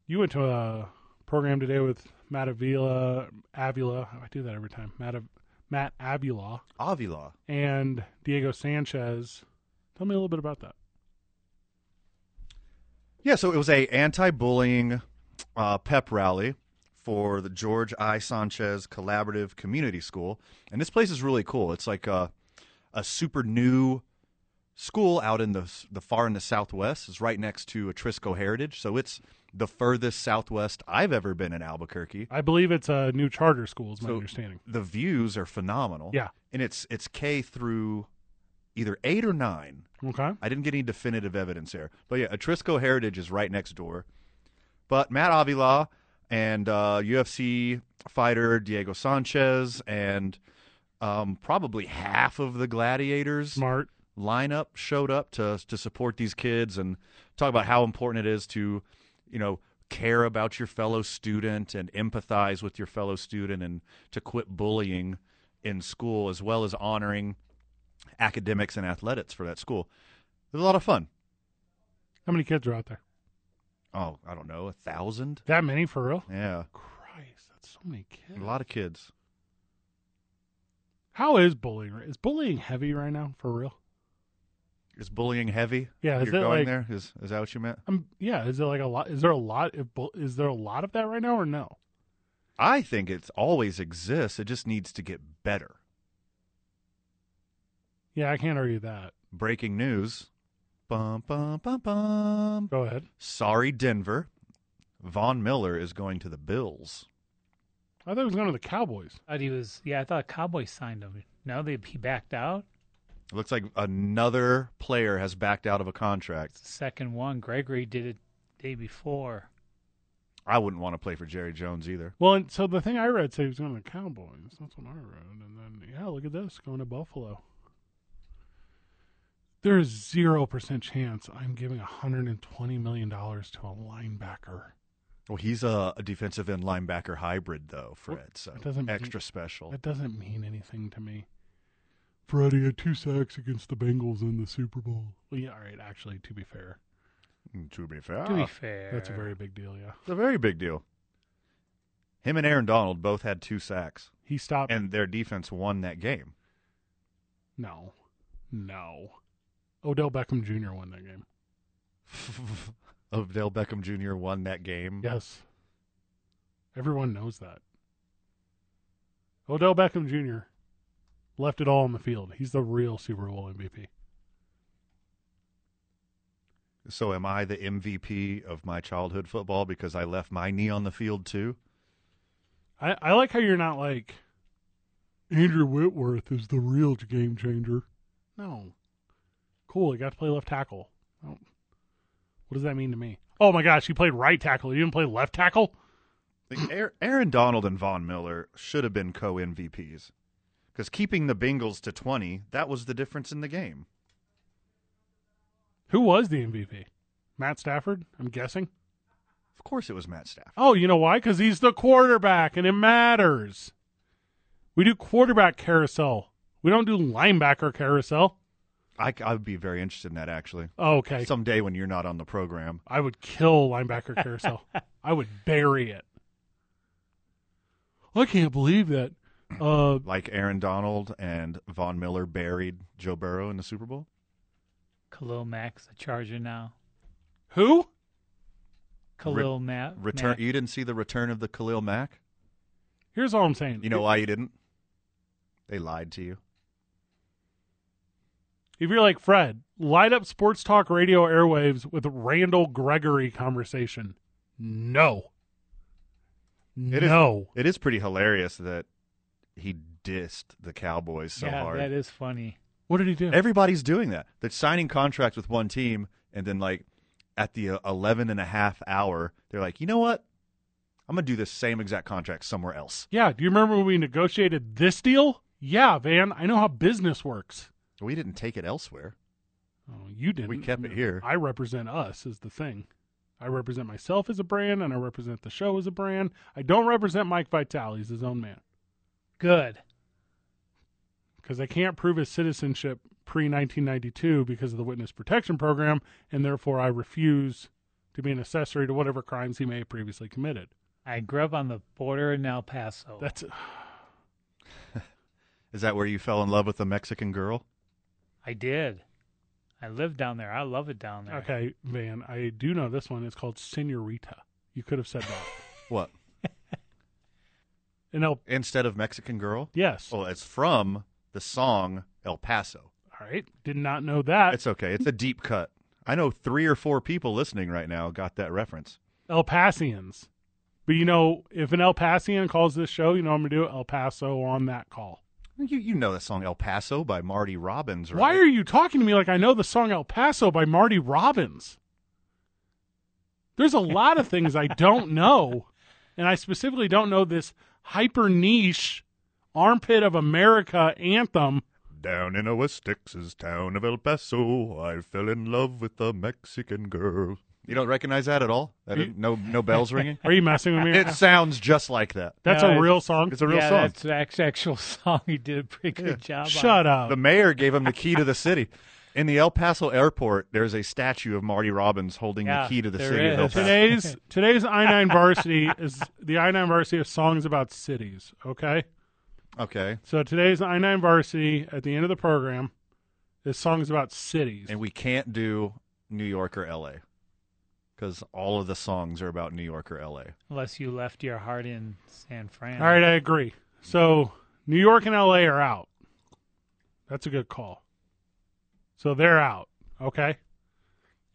Speaker 1: You went to a program today with Matt Avila, Avila. Oh, I do that every time. Matt, Av- Matt Avila
Speaker 3: Avila.
Speaker 1: and Diego Sanchez. Tell me a little bit about that.
Speaker 3: Yeah, so it was a anti-bullying uh, pep rally for the George I. Sanchez Collaborative Community School, and this place is really cool. It's like a, a super new school out in the s- the far in the southwest. It's right next to Atrisco Heritage, so it's the furthest southwest I've ever been in Albuquerque.
Speaker 1: I believe it's a new charter school, is my
Speaker 3: So
Speaker 1: understanding.
Speaker 3: The views are phenomenal.
Speaker 1: Yeah.
Speaker 3: and it's it's K through either eight or nine.
Speaker 1: Okay.
Speaker 3: I didn't get any definitive evidence here. But yeah, Atrisco Heritage is right next door. But Matt Avila and uh, UFC fighter Diego Sanchez and um, probably half of the Gladiators
Speaker 1: Smart.
Speaker 3: lineup showed up to to support these kids and talk about how important it is to, you know, care about your fellow student and empathize with your fellow student and to quit bullying in school as well as honoring academics and athletics for that school. It was a lot of fun.
Speaker 1: How many kids are out there?
Speaker 3: Oh, I don't know, a thousand?
Speaker 1: That many for real?
Speaker 3: Yeah,
Speaker 1: Christ, that's so many kids.
Speaker 3: a lot of kids.
Speaker 1: How is bullying? Is bullying heavy right now for real?
Speaker 3: Is bullying heavy?
Speaker 1: Yeah, is
Speaker 3: you're
Speaker 1: it
Speaker 3: going
Speaker 1: like-
Speaker 3: there. Is is that what you meant?
Speaker 1: Um, yeah. Is there like a lot? Is there a lot? Of, bu- is there a lot of that right now or no?
Speaker 3: I think it's always exists. It just needs to get better.
Speaker 1: Yeah, I can't argue that.
Speaker 3: Breaking news. Bum bum bum bum.
Speaker 1: Go ahead.
Speaker 3: Sorry, Denver. Von Miller is going to the Bills.
Speaker 1: I thought he was going to the Cowboys.
Speaker 4: I thought he was. Yeah, I thought Cowboys signed him. No, they he backed out.
Speaker 3: It looks like another player has backed out of a contract.
Speaker 4: Second one, Gregory did it day before.
Speaker 3: I wouldn't want to play for Jerry Jones either.
Speaker 1: Well, and so the thing I read said he was going to the Cowboys. That's what I read. And then, yeah, look at this going to Buffalo. There is 0% chance I'm giving $120 million to a linebacker.
Speaker 3: Well, he's a, a defensive end linebacker hybrid, though, Fred. So
Speaker 1: That doesn't mean-
Speaker 3: extra special.
Speaker 1: That doesn't mean anything to me. Freddie had two sacks against the Bengals in the Super Bowl. Well, yeah, all right, actually, to be fair.
Speaker 3: Mm, To be fair. Ah.
Speaker 4: To be fair,
Speaker 1: That's a very big deal, yeah.
Speaker 3: It's a very big deal. Him and Aaron Donald both had two sacks,
Speaker 1: He stopped.
Speaker 3: and their defense won that game.
Speaker 1: No. No. Odell Beckham Jr. won that
Speaker 3: *laughs*
Speaker 1: game.
Speaker 3: Odell Beckham Jr. won that game.
Speaker 1: Yes. Everyone knows that. Odell Beckham Jr. left it all on the field. He's the real Super Bowl MVP.
Speaker 3: So am I the MVP of my childhood football because I left my knee on the field too?
Speaker 1: I, I like how you're not like Andrew Whitworth is the real game changer. No. Cool, he got to play left tackle. Oh. What does that mean to me? Oh my gosh, he played right tackle. He didn't play left tackle? *clears throat*
Speaker 3: Like, Aar- Aaron Donald and Von Miller should have been co MVPs because keeping the Bengals to 20, that was the difference in the game.
Speaker 1: Who was the MVP? Matt Stafford, I'm guessing.
Speaker 3: Of course, it was Matt Stafford.
Speaker 1: Oh, you know why? Because he's the quarterback and it matters. We do quarterback carousel. We don't do linebacker carousel.
Speaker 3: I, I would be very interested in that actually.
Speaker 1: Oh, okay.
Speaker 3: Someday when you're not on the program.
Speaker 1: I would kill
Speaker 3: *laughs*
Speaker 1: linebacker carousel. I would bury it. I can't believe that. Uh,
Speaker 3: like Aaron Donald and Von Miller buried Joe Burrow in the Super Bowl.
Speaker 4: Khalil Mack's a Charger now.
Speaker 1: Who?
Speaker 4: Khalil
Speaker 3: Re-
Speaker 4: Mack.
Speaker 3: Return.
Speaker 4: Mack.
Speaker 3: You didn't see the return of the Khalil Mack.
Speaker 1: Here's all I'm saying.
Speaker 3: You know why you didn't? They lied to you.
Speaker 1: If you're like Fred, light up sports talk radio airwaves with Randall Gregory conversation. No.
Speaker 3: It is-
Speaker 1: no.
Speaker 3: it is pretty hilarious that he dissed the Cowboys so
Speaker 4: yeah,
Speaker 3: hard.
Speaker 4: that is funny.
Speaker 1: What did he do?
Speaker 3: Everybody's doing that. They're signing contracts with one team, and then, like, at the uh, 11 and a half hour, they're like, you know what? I'm going to do this same exact contract somewhere else.
Speaker 1: Yeah. Do you remember when we negotiated this deal? Yeah, Van. I know how business works.
Speaker 3: We didn't take it elsewhere.
Speaker 1: Oh, you didn't.
Speaker 3: We kept it here.
Speaker 1: I represent us is the thing. I represent myself as a brand, and I represent the show as a brand. I don't represent Mike Vitale. He's his own man.
Speaker 4: Good.
Speaker 1: Because I can't prove his citizenship pre 1992 because of the witness protection program, and therefore I refuse to be an accessory to whatever crimes he may have previously committed.
Speaker 4: I grew up on the border in El Paso.
Speaker 1: That's
Speaker 3: Is that where you fell in love with the Mexican girl?
Speaker 4: I did. I lived down there. I love it down there.
Speaker 1: okay, Van. I do know this one. It's called Senorita. You could have said that. *laughs*
Speaker 3: What?
Speaker 1: An El-
Speaker 3: Instead of Mexican girl?
Speaker 1: Yes.
Speaker 3: Well, it's from the song El Paso.
Speaker 1: All right. Did not know that.
Speaker 3: It's okay. It's a deep cut. I know three or four people listening right now got that reference.
Speaker 1: El Pasians. But you know, if an El Pasian calls this show, you know I'm gonna do El Paso on that call.
Speaker 3: You you know the song El Paso by Marty Robbins, right?
Speaker 1: Why are you talking to me like I know the song El Paso by Marty Robbins? There's a lot of things I don't know. And I specifically don't know this hyper niche armpit of America anthem.
Speaker 23: Down in a West Texas town of El Paso, I fell in love with a Mexican girl.
Speaker 3: You don't recognize that at all? That
Speaker 23: Are
Speaker 3: is- no no bells ringing?
Speaker 1: *laughs* Are you messing with me right
Speaker 3: It
Speaker 1: now?
Speaker 3: sounds just like that.
Speaker 4: No, it's-
Speaker 3: It's a real
Speaker 4: yeah,
Speaker 3: song.
Speaker 4: That's an act- actual *laughs* song. He did a pretty good job. on.
Speaker 3: The mayor gave him the key to the city. In the El Paso airport, there's a statue of Marty Robbins holding
Speaker 4: Yeah,
Speaker 3: the key to the
Speaker 4: there
Speaker 3: city of El Paso. *laughs*
Speaker 1: Today's today's I nine varsity is the I nine varsity of songs about cities, okay?
Speaker 3: Okay.
Speaker 1: So today's I nine varsity at the end of the program is songs about cities.
Speaker 3: And we can't do New York or LA because all of the songs are about New York or LA.
Speaker 4: Unless you left your heart in San Fran.
Speaker 1: All right, I agree. So New York and LA are out. That's a good call. So they're out. Okay.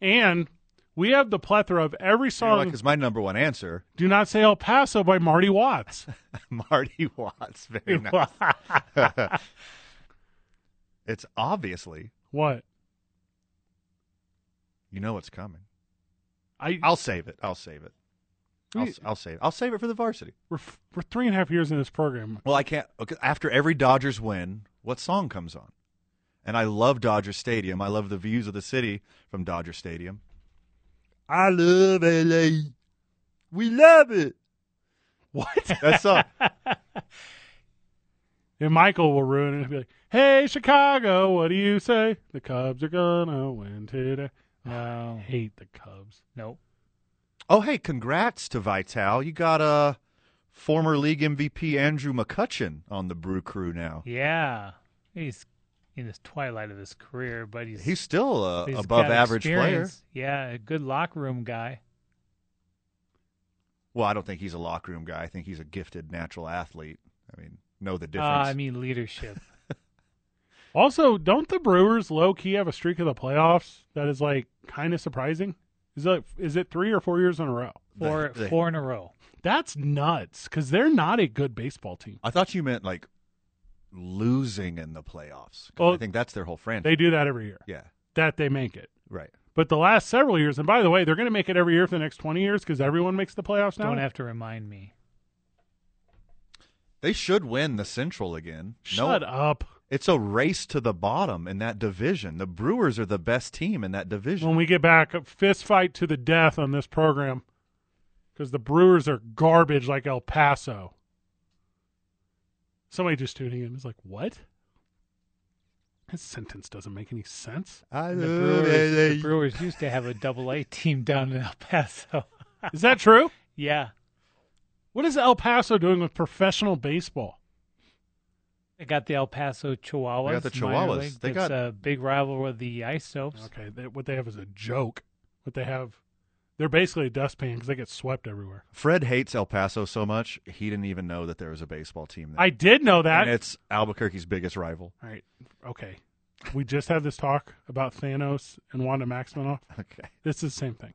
Speaker 1: And we have the plethora of every
Speaker 3: Because
Speaker 1: song.
Speaker 3: my number one answer,
Speaker 1: Do not say El Paso by Marty
Speaker 3: *laughs*
Speaker 1: Watts.
Speaker 3: *laughs* Marty Watts.
Speaker 1: *laughs*
Speaker 3: Very nice. *laughs* it's obviously,
Speaker 1: what?
Speaker 3: you know what's coming.
Speaker 1: I,
Speaker 3: I'll save it. I'll save it. I'll,
Speaker 1: We-
Speaker 3: I'll save it. I'll save it for the varsity.
Speaker 1: We're, f- we're three and a half years in this program.
Speaker 3: Well, I can't. Okay, after every Dodgers win, what song comes on? And I love Dodger Stadium. I love the views of the city from Dodger Stadium. I love LA. We love it.
Speaker 1: What?
Speaker 3: That's all.
Speaker 1: *laughs* And Michael will ruin it and be like, hey, Chicago, what do you say? The Cubs are going to win today. Um, I hate the Cubs.
Speaker 4: Nope.
Speaker 3: Oh, hey, congrats to Vital. You got uh, former league MVP Andrew McCutcheon on the Brew Crew now.
Speaker 4: Yeah. He's in his twilight of his career, but he's
Speaker 3: He's still a
Speaker 4: he's
Speaker 3: above
Speaker 4: got
Speaker 3: average
Speaker 4: experience. Yeah, a good locker room guy.
Speaker 3: player. Well, I don't think he's a locker room guy. I think he's a gifted natural athlete. I mean, know the
Speaker 4: Uh,
Speaker 3: difference.
Speaker 4: I mean leadership.
Speaker 1: Also, don't the Brewers low key have a streak of the playoffs that is like kind of surprising? Is it is it three or four years in a row?
Speaker 4: Four- They- they- four in a row.
Speaker 1: That's nuts because they're not a good baseball team.
Speaker 3: I thought you meant like losing in the playoffs. 'Cause I think that's their whole franchise.
Speaker 1: They do that every year.
Speaker 3: Yeah.
Speaker 1: That they make it.
Speaker 3: Right.
Speaker 1: But the last several years, and by the way, they're going to make it every year for the next twenty years because everyone makes the playoffs now.
Speaker 4: Don't have to remind me.
Speaker 3: They should win the Central again.
Speaker 1: Shut up.
Speaker 3: It's a race to the bottom in that division. The Brewers are the best team in that division.
Speaker 1: when we get back, a fist fight to the death on this program because the Brewers are garbage like El Paso. Somebody just tuning in is like, what? This sentence doesn't make any sense.
Speaker 3: I
Speaker 4: The Brewers, the Brewers used to have a double A team down in El Paso. *laughs*
Speaker 1: Is that true?
Speaker 4: yeah.
Speaker 1: What is El Paso doing with professional baseball?
Speaker 4: They got the El Paso Chihuahuas.
Speaker 1: They got the
Speaker 4: minor
Speaker 1: Chihuahuas.
Speaker 4: league.
Speaker 1: They
Speaker 4: That's
Speaker 1: got-
Speaker 4: a big rival with the Ice Soaps.
Speaker 1: Okay, they, what they have is a joke. What they have, they're basically a dustpan because they get swept everywhere.
Speaker 3: Fred hates El Paso so much, he didn't even know that there was a baseball team there.
Speaker 1: I did know that.
Speaker 3: And it's Albuquerque's biggest rival.
Speaker 1: All right, okay. We just had this talk about Thanos and Wanda Maximoff.
Speaker 3: Okay.
Speaker 1: This is the same thing.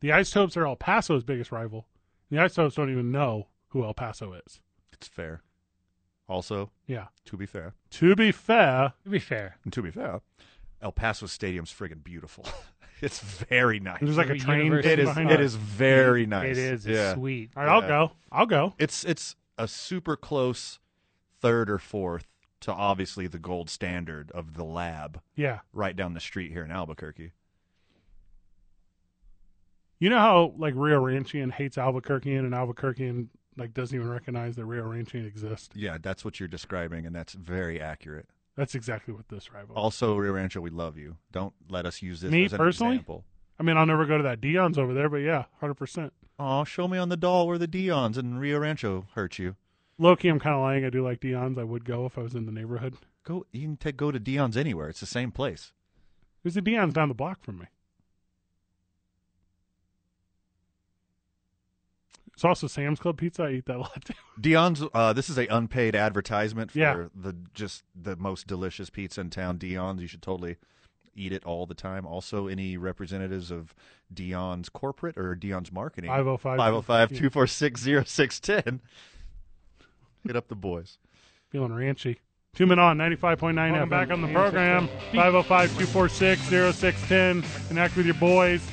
Speaker 1: The Isotopes are El Paso's biggest rival. The Isotopes don't even know who El Paso is.
Speaker 3: It's fair.
Speaker 23: Also,
Speaker 1: Yeah.
Speaker 23: to be fair,
Speaker 1: To be fair,
Speaker 4: to be fair,
Speaker 3: And to be fair, El Paso Stadium's friggin' beautiful. *laughs* it's very nice.
Speaker 1: There's like a There's a train
Speaker 3: It
Speaker 1: university
Speaker 3: is.
Speaker 1: behind
Speaker 3: It
Speaker 1: it.
Speaker 3: is very
Speaker 1: It
Speaker 3: nice.
Speaker 1: is. It's sweet. All right,
Speaker 3: Yeah.
Speaker 1: I'll go. I'll go.
Speaker 3: It's it's a super close third or fourth to obviously the gold standard of the lab.
Speaker 1: Yeah.
Speaker 3: Right down the street here in Albuquerque.
Speaker 1: you know how like Rio Ranchian hates Albuquerque and Albuquerquean like doesn't even recognize that Rio Ranchian exists.
Speaker 3: Yeah, that's what you're describing, and that's very accurate.
Speaker 1: That's exactly what this rival.
Speaker 3: Also, Rio Rancho, we love you. Don't let us use this
Speaker 1: Me
Speaker 3: as an
Speaker 1: personally?
Speaker 3: example.
Speaker 1: I mean, I'll never go to that Dion's over there, but yeah, hundred percent.
Speaker 3: Oh, show me on the doll where the Dion's and Rio Rancho hurt you.
Speaker 1: Loki, I'm kind of lying. I do like Dion's. I would go if I was in the neighborhood.
Speaker 3: Go. You can take, go to Dion's anywhere. It's the same place.
Speaker 1: There's a Dion's down the block from me. It's also Sam's Club pizza. I eat that a lot *laughs* too.
Speaker 3: Dion's. Uh, this is a unpaid advertisement for
Speaker 1: Yeah.
Speaker 3: the just the most delicious pizza in town. Dion's. You should totally eat it all the time. Also, any representatives of Dion's corporate or Dion's marketing
Speaker 1: 505
Speaker 3: 505-246-0610. Hit up the boys.
Speaker 1: Feeling ranchy. Two men on 95.9 FM. back on the program. 505 246 0610. Connect with your boys.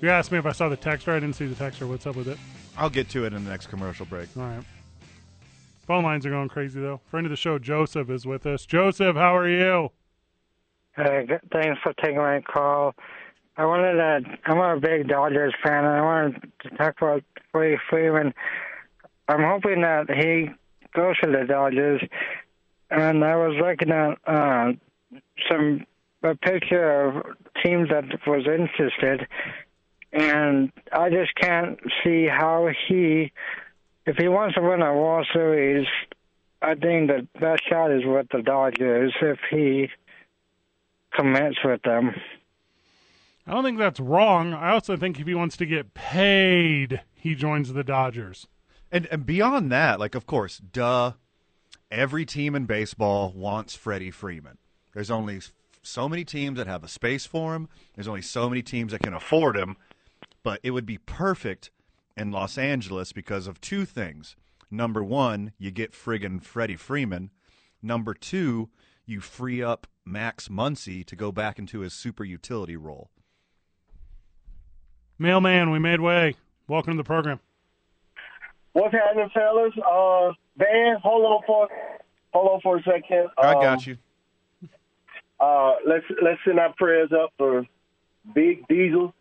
Speaker 1: You asked me if I saw the texter. I didn't see the texter. What's up with it?
Speaker 3: I'll get to it in the next commercial break.
Speaker 1: All right. Phone lines are going crazy, though. Friend of the show, Joseph, is with us. Joseph, how are you?
Speaker 24: Uh, g- thanks for taking my call. I wanted to. I'm a big Dodgers fan, and I wanted to talk about Roy Freeman. I'm hoping that he goes to the Dodgers. And I was looking at uh, some a picture of teams that was interested, and I just can't see how he, if he wants to win a World Series, I think the best shot is with the Dodgers if he commits with them.
Speaker 1: I don't think that's wrong. I also think if he wants to get paid, he joins the Dodgers.
Speaker 3: And and beyond that, like of course, duh, every team in baseball wants Freddie Freeman. There's only s- so many teams that have a space for him. There's only so many teams that can afford him. But it would be perfect in Los Angeles because of two things. Number one, you get friggin' Freddie Freeman. Number two, you free up Max Muncy to go back into his super utility role.
Speaker 1: Mailman, we made way. Welcome to the program.
Speaker 11: What's happening, fellas? Uh, Van, hold on for hold on for a second.
Speaker 3: I
Speaker 11: Um,
Speaker 3: got you.
Speaker 11: Uh, let's let's send our prayers up for Big Diesel,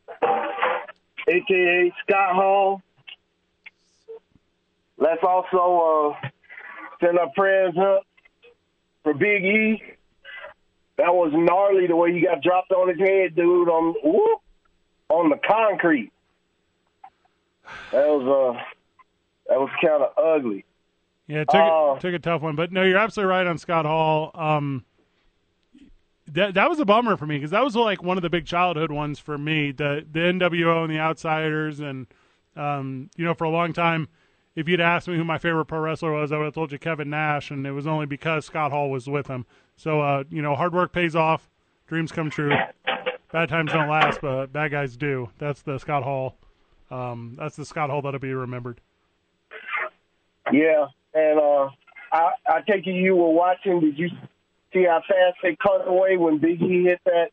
Speaker 11: aka Scott Hall. Let's also uh, send our prayers up for Big E. That was gnarly the way he got dropped on his head, dude. On whoop, on the concrete. That was uh, that was kind of ugly.
Speaker 1: Yeah, it took, it took a tough one, but no, you're absolutely right on Scott Hall. Um, that that was a bummer for me because that was like one of the big childhood ones for me. The the NWO and the Outsiders, and um, you know, for a long time, if you'd asked me who my favorite pro wrestler was, I would have told you Kevin Nash, and it was only because Scott Hall was with him. So uh, you know, hard work pays off, dreams come true. Bad times don't last, but bad guys do. That's the Scott Hall. Um, that's the Scott Hall that'll be remembered.
Speaker 11: Yeah, and uh, I I take it you were watching. Did you see how fast they cut away when Biggie hit that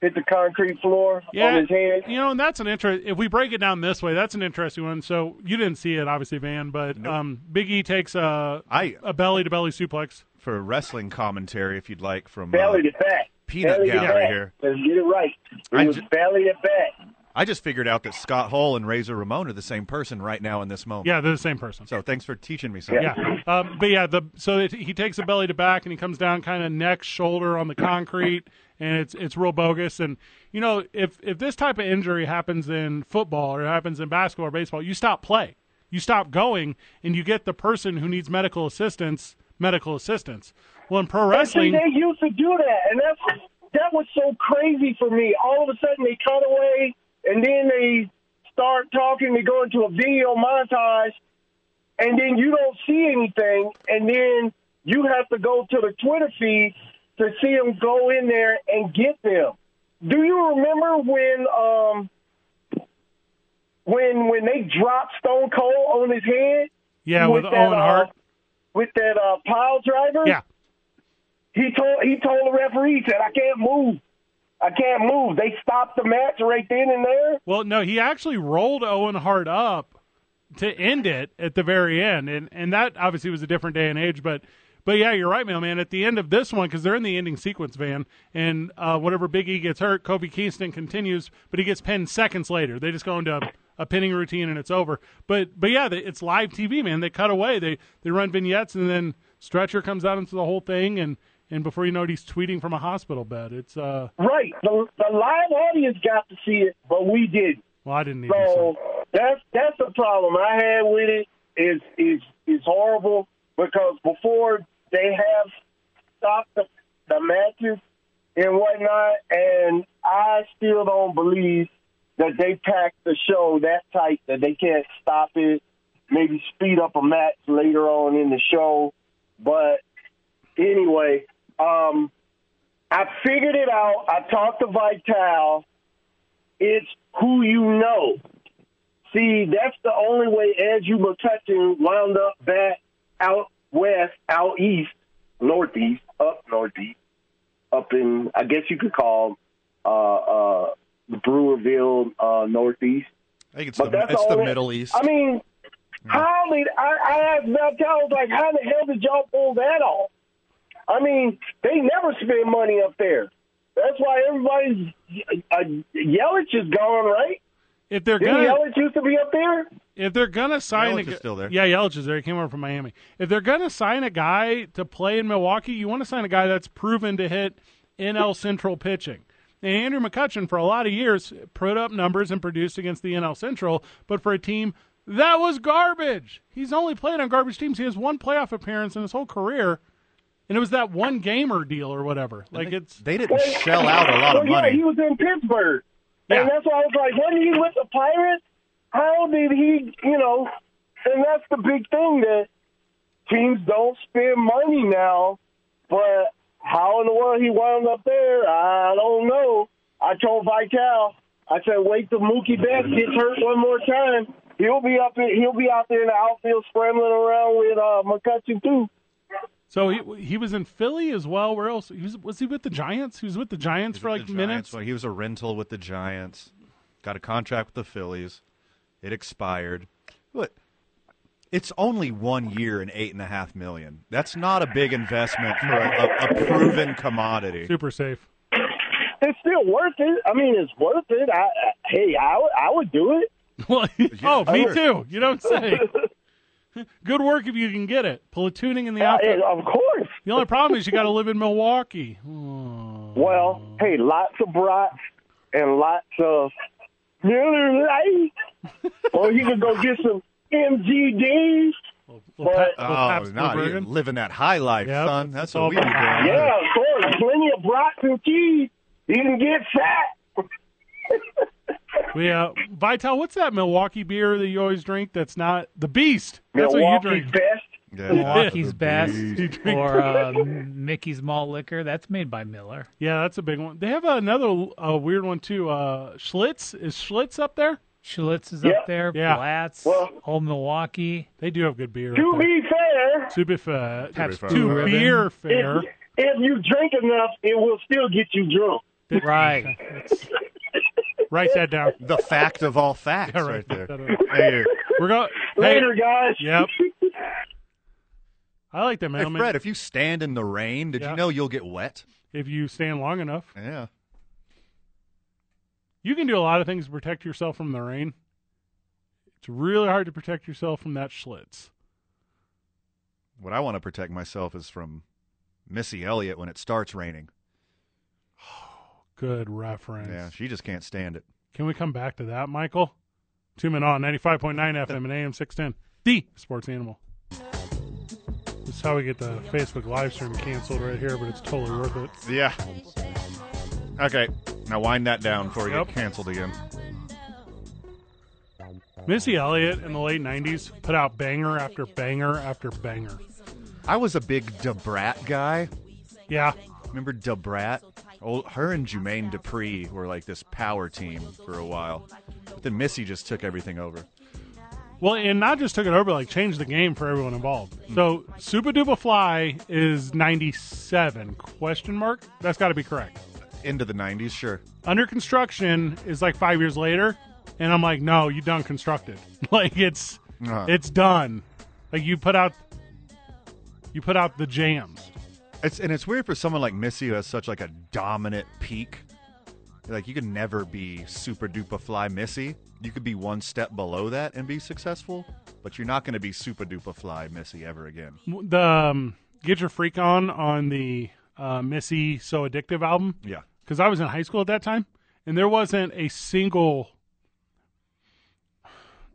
Speaker 11: hit the concrete floor on his head?
Speaker 1: You know, and that's an interest. If we break it down this way, that's an interesting one. So you didn't see it, obviously, Van, but um, Big E takes a
Speaker 3: I,
Speaker 1: a belly to belly suplex.
Speaker 3: For wrestling commentary, if you'd like, from uh,
Speaker 11: Belly to back.
Speaker 3: Peanut
Speaker 11: belly to
Speaker 3: gallery
Speaker 11: back.
Speaker 3: here.
Speaker 11: Let's get it right. It
Speaker 3: I
Speaker 11: was
Speaker 3: ju-
Speaker 11: belly to back.
Speaker 3: I just figured out that Scott Hall and Razor Ramon are the same person right now in this moment.
Speaker 1: Yeah, they're the same person.
Speaker 3: So thanks for teaching me something.
Speaker 1: Yeah, um, but yeah, the so it, he takes a belly to back and he comes down kind of neck shoulder on the concrete, and it's it's real bogus. And you know, if if this type of injury happens in football or happens in basketball or baseball, you stop play, you stop going, and you get the person who needs medical assistance medical assistance. Well, in pro wrestling,
Speaker 11: Actually, they used to do that, and that's that was so crazy for me. All of a sudden, they cut away, and then they start talking. They go into a video montage, and then you don't see anything, and then You have to go to the Twitter feed to see them go in there and get them. Do you remember when um when when they dropped Stone Cold on his head?
Speaker 1: Yeah, with Owen
Speaker 11: uh,
Speaker 1: Hart.
Speaker 11: with that uh, pile driver.
Speaker 1: Yeah.
Speaker 11: He told he told the referee he said I can't move, I can't move. They stopped the match right then and there.
Speaker 1: Well, no, he actually rolled Owen Hart up to end it at the very end, and and that obviously was a different day and age, but. But yeah, you're right, mailman. At the end of this one, because they're in the ending sequence, van, and uh, whatever Big E gets hurt, Kobe Kingston continues, but he gets pinned seconds later. They just go into a, a pinning routine and it's over. But but yeah, they, it's live TV, man. They cut away. They they run vignettes, and then Stretcher comes out into the whole thing, and and before you know it, he's tweeting from a hospital bed. It's uh
Speaker 11: Right. The, the live audience got to see it, but we didn't.
Speaker 1: well, I didn't even.
Speaker 11: So that's that's the problem I had with it is is is horrible because before they have stopped the, the matches and whatnot, and I still don't believe that they packed the show that tight that they can't stop it. Maybe speed up a match later on in the show, but anyway, um, I figured it out. I talked to Vital. It's who you know. See, that's the only way Andrew McCutcheon wound up back out west, out east, northeast, up northeast, up in, I guess you could call uh, uh, Brewerville, uh, northeast.
Speaker 3: I think it's
Speaker 11: But
Speaker 3: the,
Speaker 11: that's
Speaker 3: it's the
Speaker 11: all it-
Speaker 3: Middle East. Mm.
Speaker 11: I mean, how did I, I asked Valtel, I was like, how the hell did y'all pull that off? I mean, they never spend money up there. That's why everybody's uh, Yelich is gone, right?
Speaker 1: If they're
Speaker 11: Didn't
Speaker 1: gonna-
Speaker 11: Yelich used to be up there.
Speaker 1: If they're gonna sign,
Speaker 11: Yelich
Speaker 1: a,
Speaker 11: is still there.
Speaker 1: Yeah, Yelich is there. He came over from Miami. If they're gonna sign a guy to play in Milwaukee, you want to sign a guy that's proven to hit NL Central pitching. And Andrew McCutcheon, for a lot of years, put up numbers and produced against the NL Central, but for a team that was garbage. He's only played on garbage teams. He has one playoff appearance in his whole career, and it was that one gamer deal or whatever. Like it's
Speaker 3: they
Speaker 11: Well,
Speaker 3: didn't shell out a lot of
Speaker 11: well, Yeah,
Speaker 3: money.
Speaker 11: he was in Pittsburgh,
Speaker 1: Yeah.
Speaker 11: and that's why I was like, wasn't he with the Pirates? How did he, you know? And that's the big thing that teams don't spend money now, but how in the world he wound up there, I don't know. I told Vital, I said, wait till Mookie Betts gets hurt one more time. He'll be up. In, he'll be out there in the outfield scrambling around with uh, McCutcheon too.
Speaker 1: So he he was in Philly as well. Where else? He was was he with the Giants? He was with the Giants for like minutes.
Speaker 3: Giants, when he was a rental with the Giants, got a contract with the Phillies. It expired. Look, it's only one year and eight and a half million. That's not a big investment for a, a, a proven commodity.
Speaker 1: Super safe.
Speaker 11: It's still worth it. I mean, it's worth it. I, I hey, I would- I would do it.
Speaker 1: Well, *laughs* oh, me
Speaker 11: Sure.
Speaker 1: too. You don't say.
Speaker 11: *laughs*
Speaker 1: Good work if you can get it. Platooning in the
Speaker 11: Yeah,
Speaker 1: outfield.
Speaker 11: Uh, yeah, of course.
Speaker 1: The only problem is you got to live in Milwaukee.
Speaker 11: Well, hey, lots of brats and lots of Miller Lite. *laughs* or you can go get some MGD. But,
Speaker 3: Oh, no, you're living that high life, son. That's what we be doing.
Speaker 11: yeah, of course. Plenty of brats and cheese. You can get fat.
Speaker 1: We, uh, Vital, what's that Milwaukee beer that you always drink that's not the Beast? That's
Speaker 11: Milwaukee's
Speaker 1: what you drink.
Speaker 11: Best.
Speaker 4: Milwaukee's
Speaker 1: *laughs* The
Speaker 4: Best
Speaker 1: Beast.
Speaker 4: or uh, Mickey's Malt Liquor. That's made by Miller.
Speaker 1: Yeah, that's a big one. They have another uh, weird one too. Uh, Schlitz is Schlitz up there?
Speaker 4: Schlitz is
Speaker 1: Yeah.
Speaker 4: up there.
Speaker 1: Yeah.
Speaker 4: Blatz, Old Milwaukee.
Speaker 1: They do have good beer.
Speaker 11: To be fair,
Speaker 1: To be fair,
Speaker 4: Pabst
Speaker 1: to
Speaker 4: Blue Ribbon.
Speaker 1: beer fair.
Speaker 11: if, if you drink enough, it will still get you drunk.
Speaker 4: Right.
Speaker 1: Write that down.
Speaker 3: The fact of all facts,
Speaker 1: Yeah,
Speaker 3: right,
Speaker 1: *laughs*
Speaker 3: there.
Speaker 1: right. Hey. We're going
Speaker 11: Later, guys.
Speaker 1: Yep. I like that, man.
Speaker 3: Hey, Fred, if you stand in the rain, did you know you'll get wet?
Speaker 1: If you stand long enough.
Speaker 3: Yeah.
Speaker 1: You can do a lot of things to protect yourself from the rain. It's really hard to protect yourself from that Schlitz.
Speaker 3: What I want to protect myself is from Missy Elliott when it starts raining.
Speaker 1: Good reference.
Speaker 3: Yeah, she just can't stand it.
Speaker 1: Can we come back to that, Michael? Two men on
Speaker 3: *laughs*
Speaker 1: 95.9 FM and AM 610. The sports animal. This is how we get the Facebook live stream canceled right here, but it's totally worth it.
Speaker 3: Yeah. Okay, now wind that down before you get canceled again.
Speaker 1: Missy Elliott in the late 90s put out banger after banger after banger.
Speaker 3: I was a big Debrat guy.
Speaker 1: Yeah.
Speaker 3: Remember Debrat? Oh, her and Jumaine Dupree were like this power team for a while. But then Missy just took everything over.
Speaker 1: Well, and not just took it over, like changed the game for everyone involved. So Super Duper Fly is ninety seven question mark. That's got to be correct.
Speaker 3: Into the nineties, sure.
Speaker 1: Under construction is like five years later, and I'm like, no, you done constructed. *laughs* like it's
Speaker 3: Uh-huh.
Speaker 1: it's done. Like you put out you put out the jams.
Speaker 3: It's and it's weird for someone like Missy who has such like a dominant peak. Like you can never be super duper fly Missy. You could be one step below that and be successful, but you're not going to be super duper fly Missy ever again.
Speaker 1: the um, Get Your Freak On on the uh, Missy So Addictive album.
Speaker 3: Yeah.
Speaker 1: Because I was in high school at that time, and there wasn't a single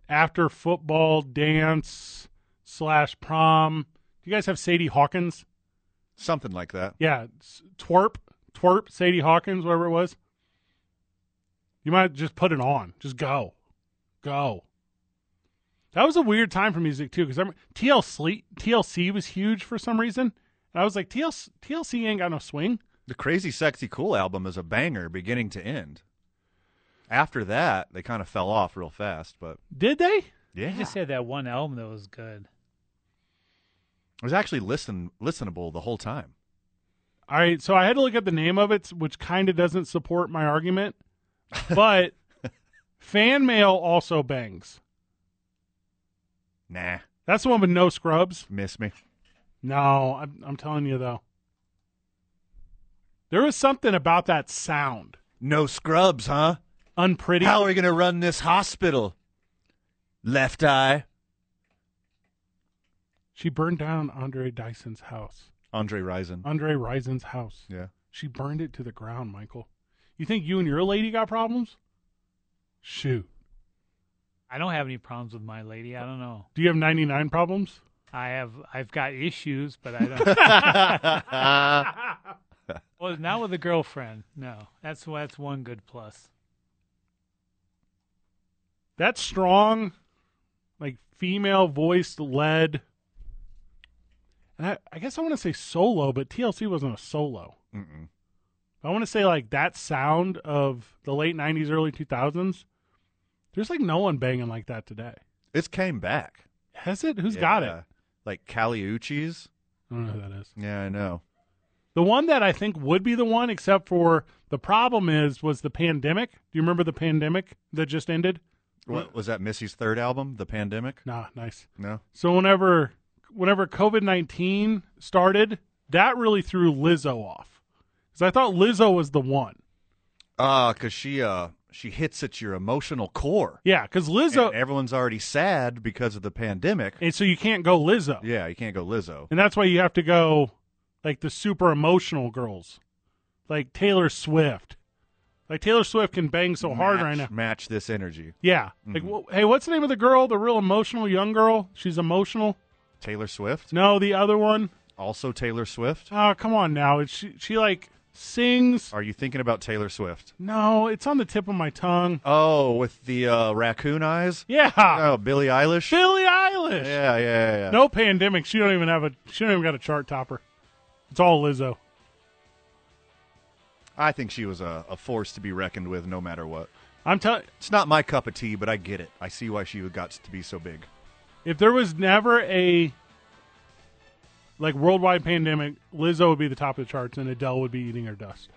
Speaker 1: after football dance slash prom. Do you guys have Sadie Hawkins?
Speaker 3: Something like that.
Speaker 1: Yeah, s- twerp, twerp, Sadie Hawkins, whatever it was. You might just put it on. Just go, go. That was a weird time for music too, because TLC TLC was huge for some reason, and I was like, TLC, TLC ain't got no swing.
Speaker 3: The Crazy Sexy Cool album is a banger beginning to end. After that, they kind of fell off real fast, but
Speaker 1: Did they?
Speaker 3: yeah.
Speaker 4: They just had that one album that was good.
Speaker 3: It was actually listen listenable the whole time.
Speaker 1: All right, so I had to look at the name of it, which kind of doesn't support
Speaker 3: *laughs*
Speaker 1: my argument, but fan mail also bangs.
Speaker 3: Nah,
Speaker 1: That's the one with no scrubs.
Speaker 3: miss me.
Speaker 1: No, I'm, I'm telling you though. There was something about that sound.
Speaker 3: No scrubs, huh?
Speaker 1: Unpretty.
Speaker 3: How are we going to run this hospital? Left eye.
Speaker 1: She burned down Andre Dyson's house.
Speaker 3: Andre Rison.
Speaker 1: Andre Risen's house.
Speaker 3: Yeah.
Speaker 1: She burned it to the ground, Michael. You think you and your lady got problems? Shoot.
Speaker 4: I don't have any problems with my lady. I don't know.
Speaker 1: Do you have 99 problems?
Speaker 4: I have I've got issues, but I
Speaker 3: *laughs*
Speaker 4: don't. well, not with a girlfriend. No, that's that's one good plus.
Speaker 1: That strong, like female voiced led. And I, I guess I want to say solo, but TLC wasn't a solo.
Speaker 3: Mm-mm.
Speaker 1: I want to say like that sound of the late '90s, early 2000s. There's like no one banging like that today.
Speaker 3: It's came back.
Speaker 1: Has it? Who's
Speaker 3: Who's
Speaker 1: got it?
Speaker 3: Like Caliuchis.
Speaker 1: I don't know who that is.
Speaker 3: Yeah, I know.
Speaker 1: The one that I think would be the one, except for the problem is was the pandemic. Do you remember the pandemic that just ended?
Speaker 3: What was that Missy's third album, The Pandemic?
Speaker 1: Nah, nice.
Speaker 3: No.
Speaker 1: So whenever whenever COVID nineteen started, that really threw Lizzo off because I thought Lizzo was the one.
Speaker 3: Ah, cause she uh she hits at your emotional core.
Speaker 1: Yeah, because Lizzo
Speaker 3: and everyone's already sad because of the pandemic.
Speaker 1: And so you can't go Lizzo.
Speaker 3: Yeah, you can't go Lizzo.
Speaker 1: And that's why you have to go like the super emotional girls, like Taylor Swift. Like Taylor Swift can bang so hard
Speaker 3: Match-
Speaker 1: right now.
Speaker 3: Match this energy.
Speaker 1: Yeah. Like,
Speaker 3: Mm-hmm.
Speaker 1: wh- hey, what's the name of the girl? The real emotional young girl. She's emotional.
Speaker 3: Taylor Swift?
Speaker 1: No, the other one.
Speaker 3: Also Taylor Swift?
Speaker 1: Oh, come on now. It's, she she like sings.
Speaker 3: Are you thinking about Taylor Swift?
Speaker 1: No, it's on the tip of my tongue.
Speaker 3: Oh, with the uh, raccoon eyes?
Speaker 1: Yeah.
Speaker 3: Oh, Billie Eilish?
Speaker 1: Billie Eilish.
Speaker 3: Yeah, yeah, yeah. yeah.
Speaker 1: No pandemic. She don't even have a. She don't even got a chart topper. It's all Lizzo.
Speaker 3: I think she was a, a force to be reckoned with no matter what.
Speaker 1: I'm telling.
Speaker 3: It's not my cup of tea, but I get it. I see why she got to be so big.
Speaker 1: If there was never a like worldwide pandemic, Lizzo would be the top of the charts, and Adele would be eating her dust.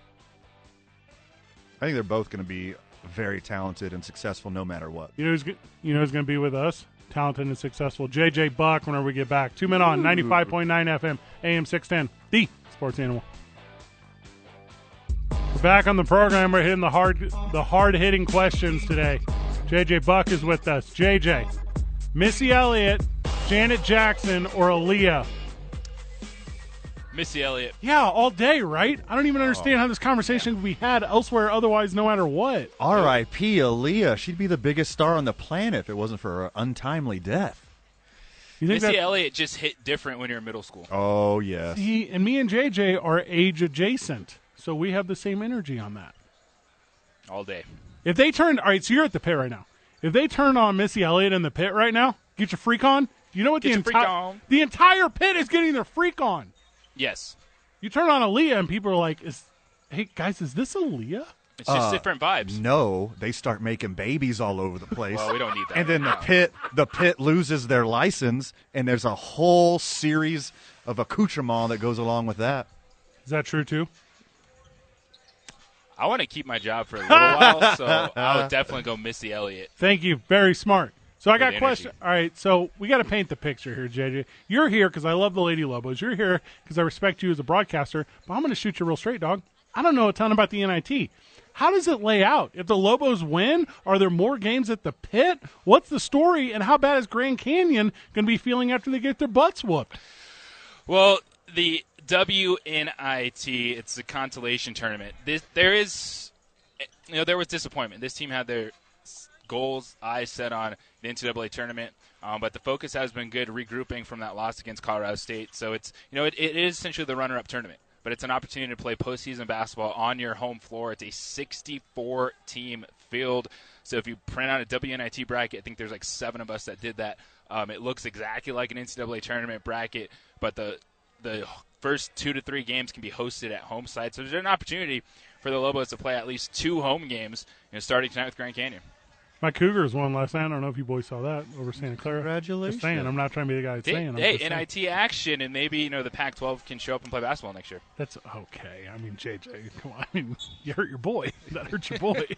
Speaker 3: I think they're both going to be very talented and successful no matter what.
Speaker 1: You know who's go- you know who's going to be with us, talented and successful. JJ Buck. Whenever we get back, two men on
Speaker 3: Ooh.
Speaker 1: ninety five point nine FM, AM six ten, the Sports Animal. We're back on the program. We're hitting the hard the hard hitting questions today. JJ Buck is with us. JJ, Missy Elliott, Janet Jackson, or Aaliyah.
Speaker 2: Missy Elliott.
Speaker 1: Yeah, all day, right? I don't even understand how this conversation could be had elsewhere otherwise, no matter what.
Speaker 3: R.I.P. Aaliyah. She'd be the biggest star on the planet if it wasn't for her untimely death.
Speaker 1: You
Speaker 2: Missy Elliott just hit different when you're in middle school.
Speaker 3: Oh, yes.
Speaker 1: He and me and JJ are age adjacent, so we have the same energy on that.
Speaker 2: All day.
Speaker 1: If they turned, all right, so you're at the pit right now. If they turn on Missy Elliott in the pit right now, get your freak on, You know what
Speaker 25: Get
Speaker 1: the
Speaker 25: your freak
Speaker 1: entire
Speaker 25: on.
Speaker 1: the entire pit is getting their freak on.
Speaker 25: Yes.
Speaker 1: You turn on Aaliyah and people are like, "Is hey guys, is this Aaliyah?" Uh,
Speaker 25: It's just different vibes.
Speaker 3: Uh, No, they start making babies all over the place.
Speaker 25: Well, we don't need that
Speaker 3: And then the
Speaker 25: right now.
Speaker 3: pit, the pit loses their license, and there's a whole series of accoutrement that goes along with that.
Speaker 1: Is that true too?
Speaker 25: I want to keep my job for a little while, so I'll definitely go Missy Elliott.
Speaker 1: Thank you. Very smart. So I
Speaker 25: Good
Speaker 1: got a
Speaker 25: energy.
Speaker 1: question. All right, so we got to paint the picture here, JJ. You're here because I love the Lady Lobos. You're here because I respect you as a broadcaster. But I'm going to shoot you real straight, dog. I don't know a ton about the NIT. How does it lay out? If the Lobos win, are there more games at the pit? What's the story, and how bad is Grand Canyon going to be feeling after they get their butts whooped?
Speaker 25: Well, the WNIT, it's the consolation tournament. This, there is, you know, there was disappointment. This team had their s- goals eyes set on the NCAA tournament, um, but the focus has been good regrouping from that loss against Colorado State. So it's, you know, it, it is essentially the runner-up tournament. But it's an opportunity to play postseason basketball on your home floor. It's a 64 team field. So if you print out a WNIT bracket, I think there's like seven of us that did that. Um, it looks exactly like an NCAA tournament bracket, but the the first two to three games can be hosted at home sites. So there's an opportunity for the Lobos to play at least two home games, you know, starting tonight with Grand Canyon.
Speaker 1: My Cougars won last night. I don't know if you boys saw that over Santa Clara. Congratulations. Just saying. I'm not trying to be the guy that's saying. I'm
Speaker 25: hey,
Speaker 1: just saying.
Speaker 25: NIT action, and maybe you know the Pac-12 can show up and play basketball next year.
Speaker 1: That's okay. I mean, JJ, come on. *laughs* I mean, you hurt your boy. That hurt your boy.
Speaker 25: *laughs*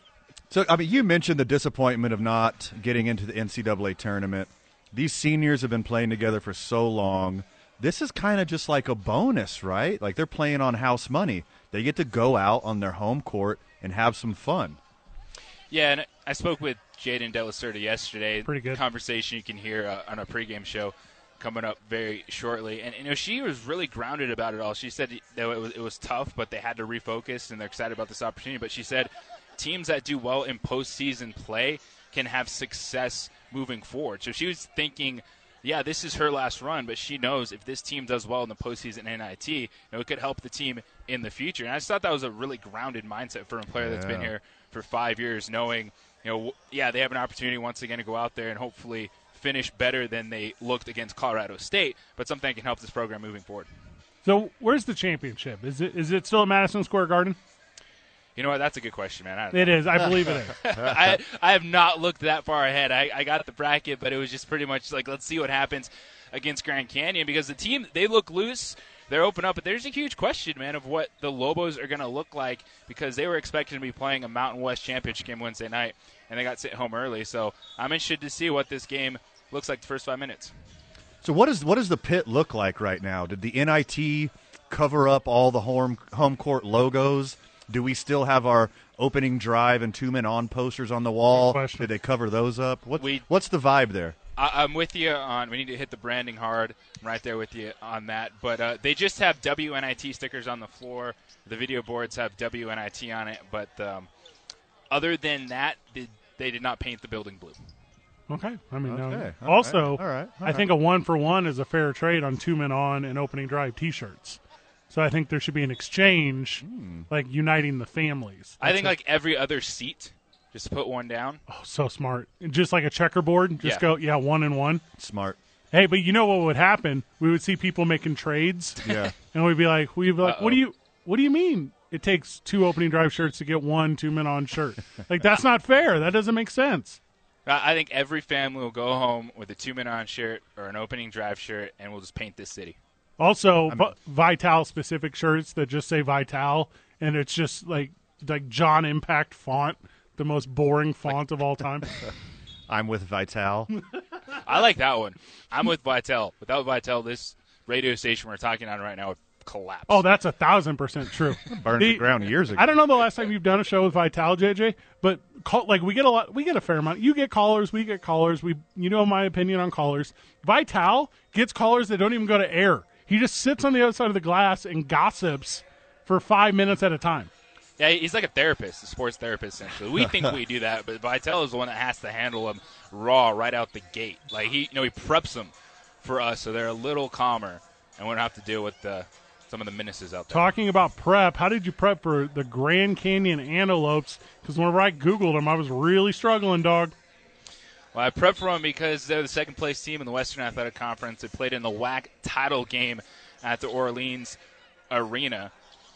Speaker 3: So, I mean, you mentioned the disappointment of not getting into the NCAA tournament. These seniors have been playing together for so long. This is kind of just like a bonus, right? Like they're playing on house money. They get to go out on their home court and have some fun.
Speaker 25: Yeah, and I spoke with Jaden Delacerta yesterday.
Speaker 3: Pretty good.
Speaker 25: conversation you can hear uh, on our pregame show coming up very shortly. And you know she was really grounded about it all. She said that it was, it was tough, but they had to refocus, and they're excited about this opportunity. But she said teams that do well in postseason play can have success moving forward. So she was thinking. Yeah, this is her last run, but she knows if this team does well in the postseason NIT, you know, it could help the team in the future. And I just thought that was a really grounded mindset for a player that's been
Speaker 3: Yeah.
Speaker 25: here for five years, knowing, you know, w- yeah, they have an opportunity once again to go out there and hopefully finish better than they looked against Colorado State, but something that can help this program moving forward.
Speaker 1: So where's the championship? Is it is it still at Madison Square Garden?
Speaker 25: You know what? That's a good question, man. I don't
Speaker 1: It
Speaker 25: know.
Speaker 1: is. I believe it is.
Speaker 25: *laughs* I, I have not looked that far ahead. I, I got the bracket, but it was just pretty much like, let's see what happens against Grand Canyon because the team, they look loose. They're open up, but there's a huge question, man, of what the Lobos are going to look like because they were expected to be playing a Mountain West championship game Wednesday night, and they got sent home early. So I'm interested to see what this game looks like the first five minutes.
Speaker 3: So what is what does the pit look like right now? Did the NIT cover up all the home home court logos? Do we still have our opening drive and two men on posters on the wall? Did they cover those up? What, what's the vibe there?
Speaker 25: I, I'm with you on. We need to hit the branding hard. I'm right there with you on that. But uh, they just have WNIT stickers on the floor. The video boards have WNIT on it. But um, other than that, they, they did not paint the building blue.
Speaker 1: Okay. I mean, no.
Speaker 25: Okay. All
Speaker 1: also,
Speaker 25: right. All right. All
Speaker 1: I think
Speaker 25: right.
Speaker 1: a one for one is a fair trade on two men on and opening drive T-shirts. So I think there should be an exchange,
Speaker 25: Hmm.
Speaker 1: like uniting the families.
Speaker 25: I think
Speaker 1: That's
Speaker 25: like every other seat, just put one down.
Speaker 1: it. so smart, just like a checkerboard. Just
Speaker 25: Yeah.
Speaker 1: go, yeah, one and one.
Speaker 3: Smart.
Speaker 1: Hey, but you know what would happen? We would see people making trades.
Speaker 3: Yeah.
Speaker 1: *laughs* and we'd be like, we'd be like, what do you, what do you mean? It takes two opening drive shirts to get one two men on shirt. like that's not fair. That doesn't make sense.
Speaker 25: I I think every family will go home with a two minute on shirt or an opening drive shirt, and we'll just paint this city.
Speaker 1: Also, Vi- Vital specific shirts that just say Vital, and it's just like like John Impact font, the most boring font of all time.
Speaker 3: I'm with Vital.
Speaker 25: I like that one. I'm with Vitel. Without Vitel, this radio station we're talking on right now would collapse.
Speaker 1: Oh, that's a thousand percent true.
Speaker 3: Burned to the ground years ago.
Speaker 1: I don't know the last time you've done a show with Vital JJ, but call, like we get a lot, we get a fair amount. You get callers, we get callers. We, you know, my opinion on callers. Vital gets callers that don't even go to air. He just sits on the other side of the glass and gossips for five minutes at a time.
Speaker 25: Yeah, he's like a therapist, a sports therapist essentially. We think we do that, but Vitel is the one that has to handle him raw right out the gate. Like he, you know, he preps them for us, so they're a little calmer, and we don't have to deal with uh, some of the menaces out there.
Speaker 1: Talking about prep, how did you prep for the Grand Canyon antelopes? Because whenever I googled them, I was really struggling, dog.
Speaker 25: Well, I prepped for them because they're the second place team in the Western Athletic Conference. They played in the WAC title game at the Orleans Arena.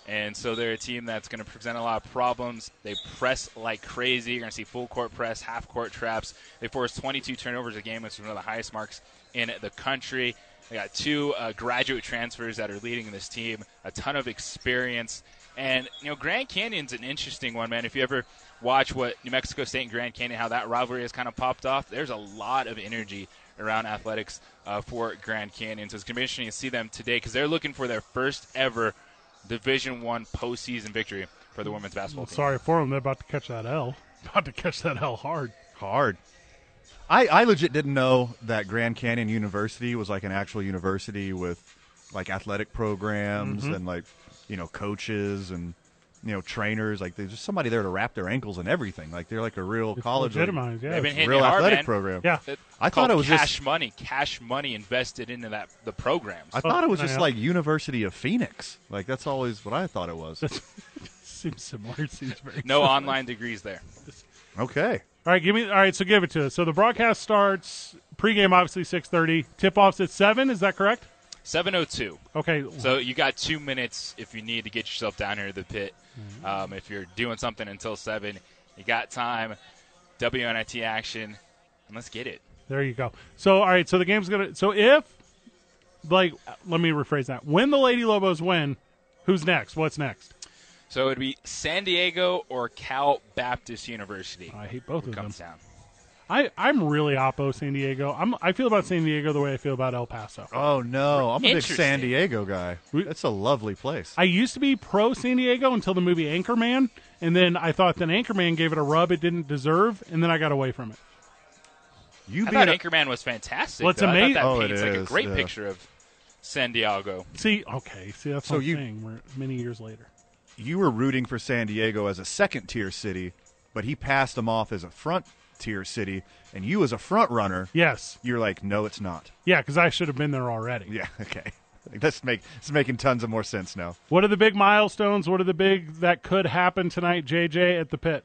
Speaker 25: And so they're a team that's going to present a lot of problems. They press like crazy. You're going to see full court press, half court traps. They force 22 turnovers a game, which is one of the highest marks in the country. They got two uh, graduate transfers that are leading this team, a ton of experience. And, you know, Grand Canyon's an interesting one, man. If you ever watch what New Mexico State and Grand Canyon, how that rivalry has kind of popped off, there's a lot of energy around athletics uh, for Grand Canyon. So it's going to be interesting to see them today because they're looking for their first ever Division One postseason victory for the women's basketball
Speaker 1: Well,
Speaker 25: team.
Speaker 1: sorry for them. They're about to catch that L. *laughs* About to catch that L hard. *laughs*
Speaker 3: Hard. I, I legit didn't know that Grand Canyon University was like an actual university with like athletic programs
Speaker 1: Mhm.
Speaker 3: and like you know coaches and you know trainers. Like there's just somebody there to wrap their ankles and everything. Like they're like a real college, like,
Speaker 1: legitimized, yeah.
Speaker 25: They've been
Speaker 3: it's a
Speaker 25: hitting
Speaker 3: real
Speaker 25: it hard,
Speaker 3: athletic
Speaker 25: man.
Speaker 3: program.
Speaker 25: It's
Speaker 3: I thought
Speaker 25: called
Speaker 3: it was
Speaker 25: cash
Speaker 3: just
Speaker 25: money, cash money invested into that the program.
Speaker 3: Oh, I thought it
Speaker 1: Oh,
Speaker 3: was just like University of Phoenix. Like that's always what I thought it was.
Speaker 1: *laughs* Seems similar. It Seems very
Speaker 25: no
Speaker 1: similar.
Speaker 25: online degrees there.
Speaker 3: okay.
Speaker 1: All right, give me. All right, so give it to us. So the broadcast starts pregame, obviously six thirty. Tip offs at seven. Is that correct?
Speaker 25: Seven oh two.
Speaker 1: Okay.
Speaker 25: So you got two minutes if you need to get yourself down here to the pit.
Speaker 1: Mm-hmm.
Speaker 25: Um, if you're doing something until seven, you got time. WNIT action, and let's get it.
Speaker 1: There you go. So all right, so the game's gonna. So if like, let me rephrase that. When the Lady Lobos win, who's next? What's next?
Speaker 25: So it'd be San Diego or Cal Baptist University.
Speaker 1: I hate both
Speaker 25: who
Speaker 1: of them.
Speaker 25: comes down.
Speaker 1: I I'm really oppo San Diego. I'm I feel about San Diego the way I feel about El Paso.
Speaker 3: Oh no, I'm a big San
Speaker 1: Interesting.
Speaker 3: Diego guy. That's a lovely place.
Speaker 1: I used to be pro San Diego until the movie Anchorman, and then I thought that Anchorman gave it a rub it didn't deserve, and then I got away from it.
Speaker 3: You
Speaker 25: I thought Anchorman was fantastic.
Speaker 1: Well, it's
Speaker 25: though. I thought
Speaker 1: amazing-
Speaker 25: that
Speaker 1: Oh, it
Speaker 25: paints like a
Speaker 1: is,
Speaker 25: great
Speaker 1: yeah.
Speaker 25: picture of San Diego.
Speaker 1: See, okay, see that's
Speaker 3: So
Speaker 1: what I'm
Speaker 3: you-
Speaker 1: saying. We're many years later.
Speaker 3: you were rooting for San Diego as a second tier city, but he passed them off as a front tier city, and you as a front runner.
Speaker 1: Yes.
Speaker 3: You're like, no, it's not. *laughs*
Speaker 1: Yeah, because I should have been there already.
Speaker 3: Yeah. *laughs* Okay. That's make it's making tons of more sense now.
Speaker 1: What are the big milestones? What are the big that could happen tonight, JJ, at the pit?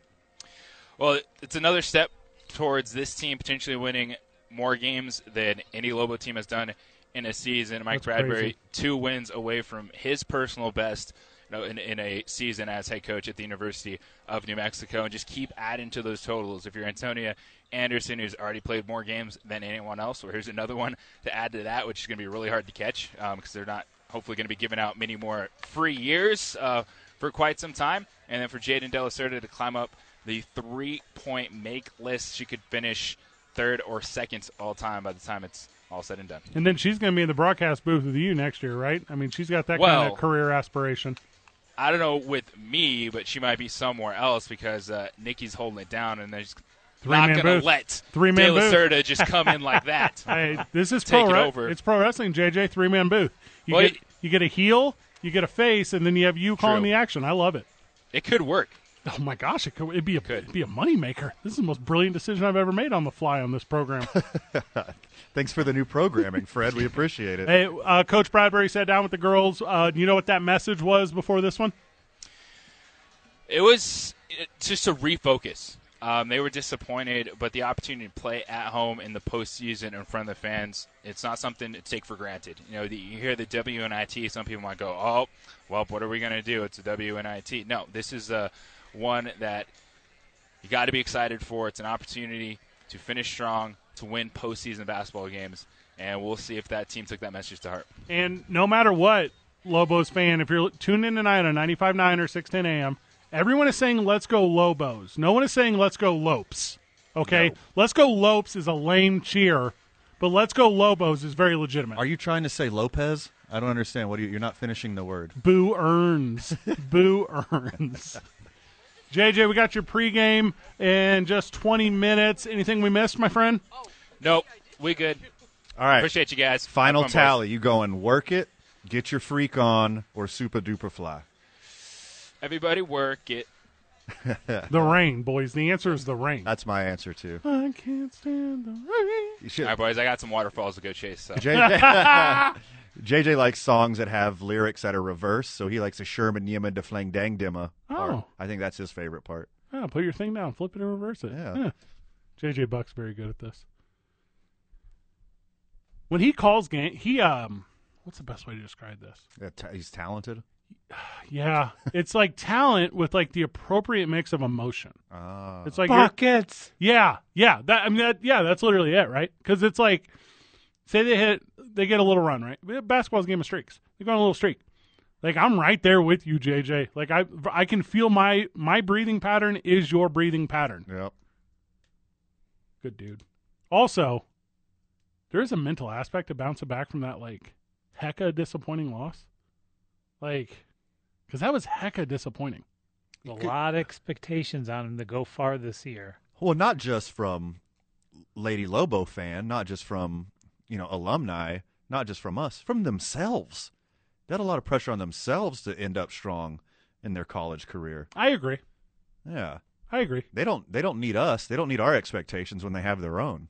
Speaker 25: Well, it's another step towards this team potentially winning more games than any Lobo team has done in a season. Mike
Speaker 4: That's
Speaker 25: Bradbury,
Speaker 4: crazy.
Speaker 25: two wins away from his personal best you know, in, in a season as head coach at the University of New Mexico. And just keep adding to those totals. If you're Antonia Anderson, who's already played more games than anyone else, well, here's another one to add to that, which is going to be really hard to catch because they're not hopefully going to be giving out many more free years uh, for quite some time. And then for Jaden Delacerta to climb up the three point make list, she could finish third or second all time by the time it's all said and done.
Speaker 1: And then she's going to be in the broadcast booth with you next year, right? I mean, she's got that kind
Speaker 25: Well-
Speaker 1: of career aspiration.
Speaker 25: I don't know with me, but she might be somewhere else because uh, Nikki's holding it down, and there's not
Speaker 1: Three-man
Speaker 25: going to
Speaker 1: booth.
Speaker 25: let
Speaker 1: Three-man
Speaker 25: De La
Speaker 1: booth.
Speaker 25: Serta just come
Speaker 1: *laughs*
Speaker 25: in like that.
Speaker 1: Hey, this is
Speaker 25: take
Speaker 1: pro.
Speaker 25: it
Speaker 1: wre-
Speaker 25: over.
Speaker 1: It's pro wrestling, JJ. Three man booth. You
Speaker 25: Well,
Speaker 1: get you get a heel, you get a face, and then you have you calling the action. I love it.
Speaker 25: It could work.
Speaker 1: Oh my gosh, it could. It'd be a it'd be a moneymaker. This is the most brilliant decision I've ever made on the fly on this
Speaker 25: *laughs*
Speaker 1: program.
Speaker 3: Thanks for the new programming, Fred. We appreciate it.
Speaker 1: hey, uh, Coach Bradbury sat down with the girls. Uh, you know what that message was before this one?
Speaker 25: It was uh, just a refocus. Um, they were disappointed, but the opportunity to play at home in the postseason in front of the fans, it's not something to take for granted. You know, the, you hear the WNIT, some people might go, oh, well, what are we going to do? It's a WNIT. No, this is uh, one that you got to be excited for. It's an opportunity to finish strong, to win postseason basketball games, and we'll see if that team took that message to heart.
Speaker 1: And no matter what, Lobos fan, if you're tuned in tonight on 95.9 or 610 a.m., everyone is saying, let's go Lobos. No one is saying, let's go Lopes. Okay? Let's go Lopes is a lame cheer, but let's go Lobos is very legitimate.
Speaker 3: Are you trying to say Lopez? I don't understand. What are you, you're not finishing the word.
Speaker 1: Boo earns. Boo earns. JJ, we got your pregame in just 20 minutes. Anything we missed, my friend?
Speaker 25: Nope, we good.
Speaker 3: All right.
Speaker 25: Appreciate you guys.
Speaker 3: Final
Speaker 25: Have fun, boys.
Speaker 3: tally. You go and work it, get your freak on, or super duper fly. *laughs*
Speaker 25: Everybody work it.
Speaker 1: The rain, boys. The answer is the rain.
Speaker 3: That's my answer too.
Speaker 1: I can't
Speaker 25: *laughs*
Speaker 1: stand the rain.
Speaker 3: You should-
Speaker 25: All right, boys, I got some waterfalls to go chase. So.
Speaker 3: JJ, JJ likes songs that have lyrics that are reverse, so he likes a Sherman Yema de Flang Dang Dimma. part.
Speaker 1: Oh.
Speaker 3: I think that's his favorite part.
Speaker 1: Ah, put your thing down, flip it and reverse it. Yeah. JJ Buck's very good at this. When he calls game, he um, what's the best way to describe this?
Speaker 3: Yeah, ta- he's talented.
Speaker 1: Yeah, it's like talent with like the appropriate mix of emotion.
Speaker 3: Ah.
Speaker 1: It's like you're- Yeah, yeah. That I mean, that yeah, that's literally it, right? Because it's like, say they hit, they get a little run, right? Basketball's a game of streaks. They go on a little streak. Like I'm right there with you, JJ. Like I, I can feel my my breathing pattern is your breathing pattern.
Speaker 3: Yep.
Speaker 1: Good dude. Also, there is a mental aspect to bouncing back from that like hecka disappointing loss, like because that was hecka disappointing.
Speaker 4: A lot of expectations on him to go far this year.
Speaker 3: Well, not just from Lady Lobo fan, not just from you know alumni, not just from us, from themselves. They had a lot of pressure on themselves to end up strong in their college career.
Speaker 1: I agree.
Speaker 3: Yeah,
Speaker 1: I agree.
Speaker 3: They don't. They don't need us. They don't need our expectations when they have their own.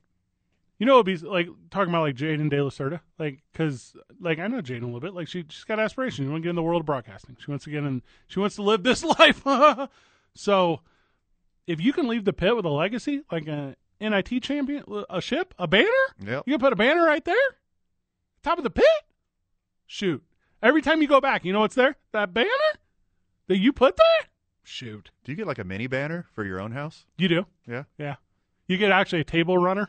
Speaker 1: You know, it'd be like talking about like Jaden De La Serta, like because like I know Jaden a little bit. Like she she's got aspirations. She wants to get in the world of broadcasting. She wants to get in. She wants to live this *laughs* life. so, if you can leave the pit with a legacy, like a NIT champion, a ship, a banner,
Speaker 3: Yep.
Speaker 1: you can put a banner right there, top of the pit. Shoot! Every time you go back, you know what's there? That banner that you put there. Shoot!
Speaker 3: Do you get like a mini banner for your own house?
Speaker 1: You do.
Speaker 3: Yeah.
Speaker 1: Yeah. You get actually a table runner.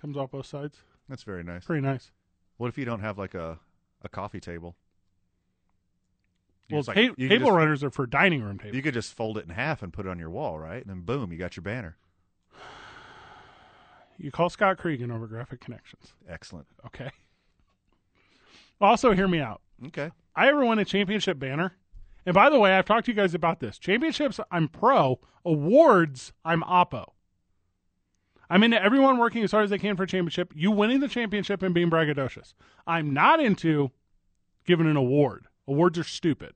Speaker 1: Comes off both sides.
Speaker 3: That's very nice.
Speaker 1: Pretty nice.
Speaker 3: What if you don't have like a, a coffee table? You
Speaker 1: Well,
Speaker 3: just, like-
Speaker 1: ta-
Speaker 3: you could
Speaker 1: table
Speaker 3: just-
Speaker 1: runners are for dining room tables.
Speaker 3: You could just fold it in half and put it on your wall, right? And then boom, you got your banner.
Speaker 1: You call Scott Cregan over Graphic Connections.
Speaker 3: Excellent.
Speaker 1: Okay. Also, hear me out.
Speaker 3: Okay.
Speaker 1: I ever win a championship banner, and by the way, I've talked to you guys about this. Championships, I'm pro. Awards, I'm oppo. I'm into everyone working as hard as they can for a championship. You winning the championship and being braggadocious. I'm not into giving an award. Awards are stupid.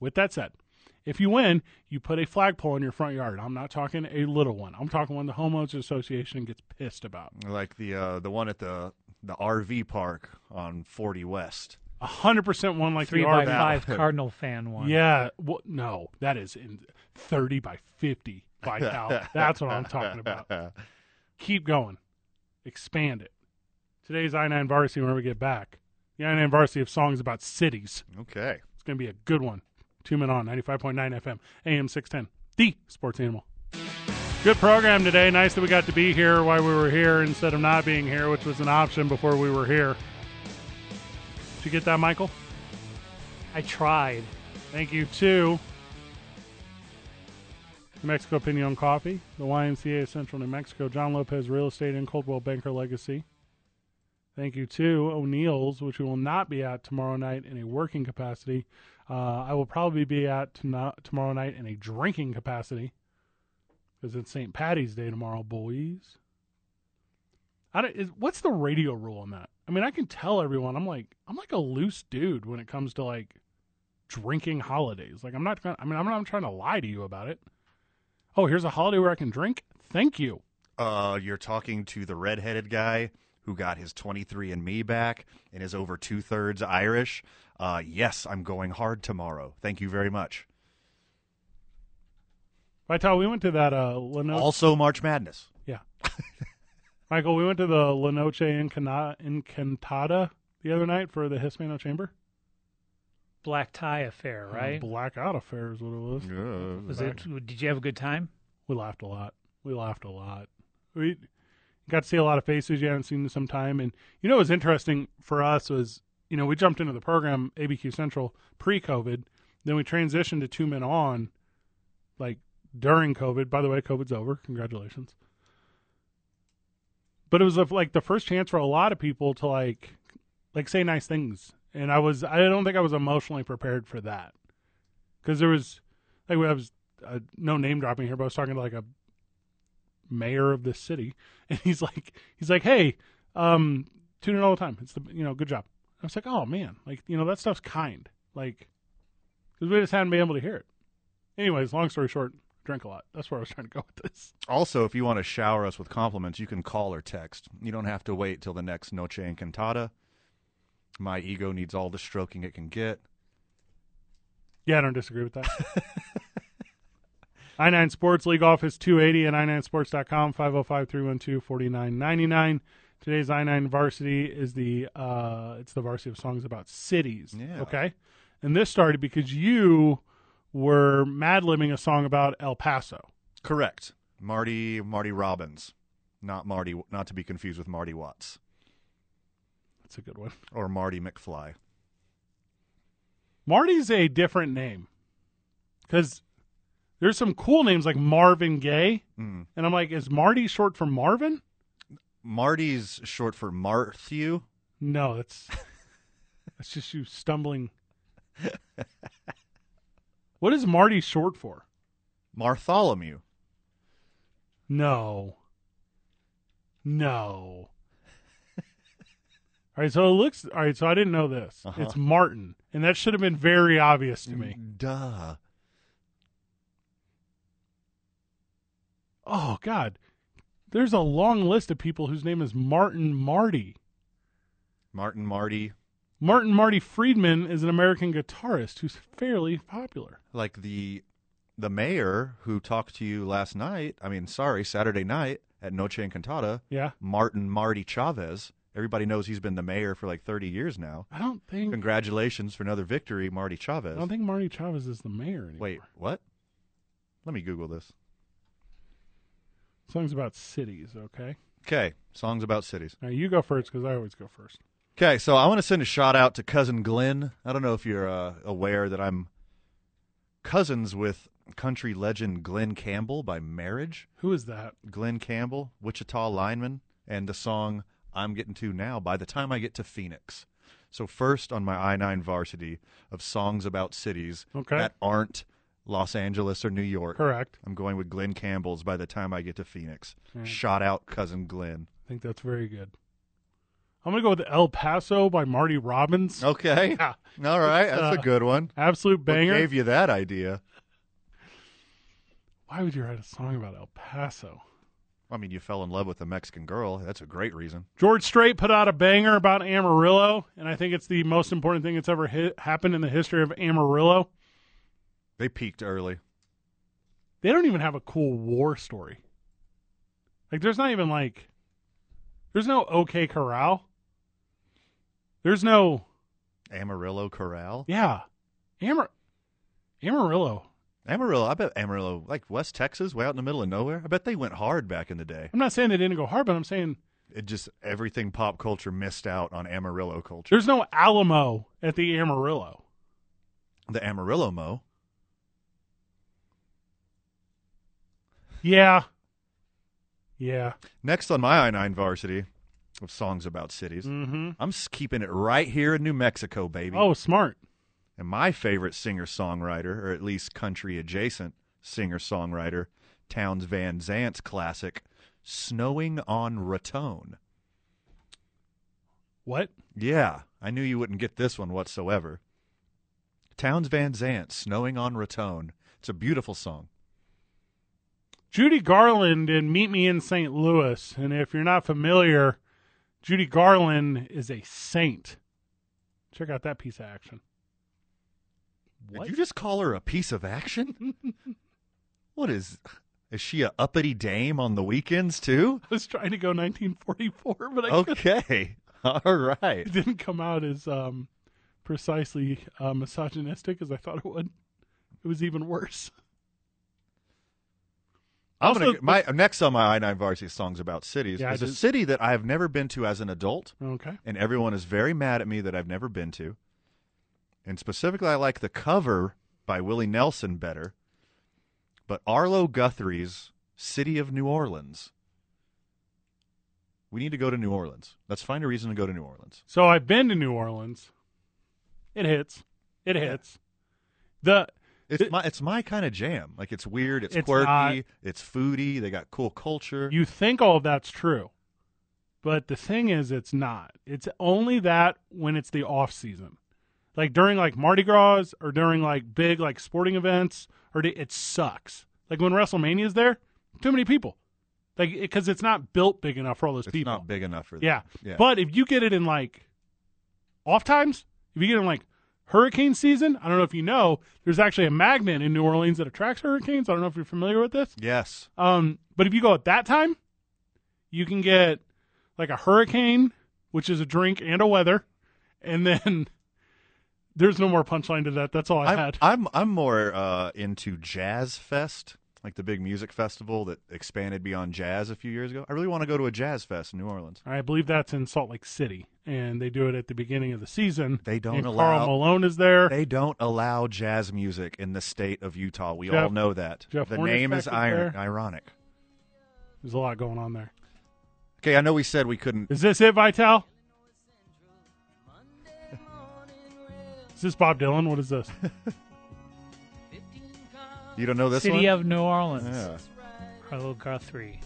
Speaker 1: With that said, if you win, you put a flagpole in your front yard. I'm not talking a little one. I'm talking one the homeowners association gets pissed about.
Speaker 3: Like the uh, the one at the the RV park on 40 West.
Speaker 1: A hundred percent one like
Speaker 3: Three
Speaker 1: the
Speaker 3: by
Speaker 1: RV.
Speaker 3: five Cardinal fan one.
Speaker 1: Yeah. Well, no, that is in thirty by fifty by Cal. That's what I'm talking about. Keep going. Expand it. Today's I nine varsity when we get back. The I nine varsity of songs about cities.
Speaker 3: Okay.
Speaker 1: It's gonna be a good one. Two men on ninety five point nine FM, AM six ten. The sports animal. Good program today. Nice that we got to be here while we were here instead of not being here, which was an option before we were here. Did you get that, Michael? I tried. Thank you to New Mexico Pinion Coffee, the YMCA of Central New Mexico, John Lopez Real Estate and Coldwell Banker Legacy. Thank you to O'Neill's, which we will not be at tomorrow night in a working capacity. Uh, I will probably be at tono- tomorrow night in a drinking capacity because it's St. Patty's Day tomorrow, boys. I don't, is, what's the radio rule on that? I mean, I can tell everyone I'm like I'm like a loose dude when it comes to like drinking holidays. Like I'm not gonna, I mean I'm not trying to lie to you about it. Oh, here's a holiday where I can drink. Thank you.
Speaker 3: Uh, you're talking to the redheaded guy who got his 23andMe back and is over two thirds Irish. Uh, yes, I'm going hard tomorrow. Thank you very much.
Speaker 1: Vital, we went to that uh Leno-
Speaker 3: Also, March Madness.
Speaker 1: Yeah. *laughs* Michael, we went to the La Noche Encana- Encantada the other night for the Hispano Chamber.
Speaker 4: Black tie affair,
Speaker 1: Mm,
Speaker 4: right?
Speaker 1: Blackout affair is what it was.
Speaker 4: Was it? Did you have a good time?
Speaker 1: We laughed a lot. We laughed a lot. We got to see a lot of faces you haven't seen in some time. And you know what was interesting for us was, you know, we jumped into the program, ABQ Central, pre COVID. Then we transitioned to two men on, like during COVID. By the way, COVID's over. Congratulations. But it was like the first chance for a lot of people to like, like say nice things. And I was, I don't think I was emotionally prepared for that because there was like I was uh, no name dropping here, but I was talking to like a mayor of this city, *laughs* and he's like he's like, hey, um, tune in all the time. It's the you know good job. I was like, oh man, like you know that stuff's kind, like because we just hadn't been able to hear it. Anyways, long story short, drank a lot. That's where I was trying to go with this.
Speaker 3: Also, if you want to shower us with compliments, you can call or text. You don't have to wait till the next Noche Encantata. My ego needs all the stroking it can get.
Speaker 1: Yeah, I don't disagree with that. *laughs* I 9 Sports League Office 280 at i9sports.com, 505 312 4999. Today's I 9 varsity is the uh, it's the varsity of songs about cities. Yeah. Okay. And this started because you were mad libbing a song about El Paso.
Speaker 3: Correct. Marty Marty Robbins, not Marty, not to be confused with Marty Watts.
Speaker 1: That's a good one.
Speaker 3: Or Marty McFly.
Speaker 1: Marty's a different name because there's some cool names like Marvin Gaye,
Speaker 3: Mm.
Speaker 1: and I'm like, is Marty short for Marvin?
Speaker 3: Marty's short for Marthew. *laughs*
Speaker 1: No, that's that's just you stumbling. what is Marty short for?
Speaker 3: Martholomew.
Speaker 1: No.
Speaker 3: *laughs*
Speaker 1: No. all right, so it looks all right, so I didn't know this.
Speaker 3: Uh-huh. Mm,
Speaker 1: It's Martin. And that should have been very obvious to me.
Speaker 3: Duh.
Speaker 1: Oh God. There's a long list of people whose name is Martin Marty.
Speaker 3: Martin Marty,
Speaker 1: Martin Marty Friedman is an American guitarist who's fairly popular.
Speaker 3: like the the mayor who talked to you last night. I mean, sorry, Saturday night at Noche Encantata.
Speaker 1: Yeah.
Speaker 3: Martin Marty Chavez. Everybody knows he's been the mayor for like 30 years now.
Speaker 1: I don't think
Speaker 3: Congratulations for another victory, Marty
Speaker 1: I
Speaker 3: Chavez.
Speaker 1: don't think Marty Chavez is the mayor anymore.
Speaker 3: Wait, what? Let me Google this.
Speaker 1: Song's about cities, okay?
Speaker 3: Okay, songs about cities.
Speaker 1: Now you go first because I always go first.
Speaker 3: Okay, so I want to send a shout out to cousin Glenn. I don't know if you're uh, aware that I'm cousins with country legend Glenn Campbell by marriage.
Speaker 1: Who is that?
Speaker 3: Glenn Campbell, Wichita lineman, and the song I'm getting to now by the time I get to Phoenix. So first on my I9 varsity of songs about cities
Speaker 1: Okay.
Speaker 3: that aren't Los Angeles or New York.
Speaker 1: Correct.
Speaker 3: I'm going with Glenn Campbell's by the time I get to Phoenix.
Speaker 1: Mm.
Speaker 3: Shout out cousin Glenn.
Speaker 1: I think that's very good. I'm gonna go with El Paso by Marty Robbins.
Speaker 3: Okay.
Speaker 1: *laughs* Yeah.
Speaker 3: All right,
Speaker 1: It's,
Speaker 3: that's
Speaker 1: uh,
Speaker 3: a good one.
Speaker 1: Absolute banger.
Speaker 3: What gave you that idea?
Speaker 1: Why would you write a song about El Paso?
Speaker 3: I mean, you fell in love with a Mexican girl. That's a great reason.
Speaker 1: George Strait put out a banger about Amarillo, and I think it's the most important thing that's ever hit, happened in the history of Amarillo.
Speaker 3: They peaked early.
Speaker 1: They don't even have a cool war story. Like, there's not even like, there's no OK Corral. There's no
Speaker 3: Amarillo Corral.
Speaker 1: yeah, Amar, Amarillo.
Speaker 3: Amarillo. I bet Amarillo, like West Texas, way out in the middle of nowhere. I bet they went hard back in the day.
Speaker 1: I'm not saying they didn't go hard, but I'm saying
Speaker 3: It just everything pop culture missed out on Amarillo culture.
Speaker 1: there's no Alamo at the Amarillo.
Speaker 3: The Amarillo Mo.
Speaker 1: Yeah. Yeah.
Speaker 3: Next on my I nine varsity of songs about cities.
Speaker 1: Mm-hmm.
Speaker 3: I'm s- keeping it right here in New Mexico, baby.
Speaker 1: Oh, smart.
Speaker 3: And my favorite singer songwriter, or at least country adjacent singer songwriter, Towns Van Zandt's classic, Snowing on Raton.
Speaker 1: What?
Speaker 3: Yeah, I knew you wouldn't get this one whatsoever. Towns Van Zandt, Snowing on Raton. It's a beautiful song.
Speaker 1: Judy Garland in Meet Me in St. Louis. And if you're not familiar, Judy Garland is a saint. Check out that piece of action. What?
Speaker 3: Did you just call her a piece of
Speaker 1: *laughs*
Speaker 3: action? what is. Is she a uppity dame on the weekends, too?
Speaker 1: I was trying to go 1944, but I couldn't.
Speaker 3: Okay. *laughs* All
Speaker 1: *laughs*
Speaker 3: right.
Speaker 1: it didn't come out as um, precisely uh, misogynistic as I thought it would. It was even worse.
Speaker 3: I'm
Speaker 1: Also-
Speaker 3: gonna, my next on my I nine varsity songs about cities
Speaker 1: Yeah, I
Speaker 3: is a
Speaker 1: just-
Speaker 3: city that I have never been to as an adult,
Speaker 1: Okay.
Speaker 3: and everyone is very mad at me that I've never been to. And specifically, I like the cover by Willie Nelson better, but Arlo Guthrie's "City of New Orleans." We need to go to New Orleans. Let's find a reason to go to New Orleans.
Speaker 1: So I've been to New Orleans. It hits. It hits. The
Speaker 3: It's my it's my kind of jam. Like it's weird, it's,
Speaker 1: It's
Speaker 3: quirky,
Speaker 1: not-
Speaker 3: it's foodie. They got cool culture.
Speaker 1: you think all of that's true, but the thing is, it's not. It's only that when it's the off season, like during like Mardi Gras or during like big like sporting events, or di- it sucks. Like when WrestleMania is there, too many people, like because it's not built big enough for all those
Speaker 3: it's
Speaker 1: people.
Speaker 3: not big enough for that.
Speaker 1: Yeah. But if you get it in like off times, if you get it in like hurricane season, I don't know if you know, there's actually a magnet in New Orleans that attracts hurricanes. I don't know if you're familiar with this.
Speaker 3: Yes.
Speaker 1: Um, but if you go at that time, you can get like a hurricane, which is a drink and a weather, and then *laughs* there's no more punchline to that. That's all I
Speaker 3: I'm,
Speaker 1: had.
Speaker 3: I'm I'm more uh, into Jazz Fest, like the big music festival that expanded beyond jazz a few years ago. I really want to go to a jazz fest in New Orleans.
Speaker 1: I believe that's in Salt Lake City, and they do it at the beginning of the season.
Speaker 3: They don't
Speaker 1: and
Speaker 3: allow
Speaker 1: Carl Malone is there.
Speaker 3: They don't allow jazz music in the state of Utah. We
Speaker 1: Jeff-
Speaker 3: all know that.
Speaker 1: Jeff
Speaker 3: the
Speaker 1: Hornacek
Speaker 3: name is
Speaker 1: is
Speaker 3: iron,
Speaker 1: there.
Speaker 3: ironic.
Speaker 1: There's a lot going on there.
Speaker 3: Okay, I know we said we couldn't.
Speaker 1: Is this it, Vital? Is this Bob Dylan? What
Speaker 3: *laughs*
Speaker 1: is this?
Speaker 3: You don't know this
Speaker 4: City
Speaker 3: one?
Speaker 4: of New Orleans.
Speaker 3: Yeah.
Speaker 4: Carlo Guthrie.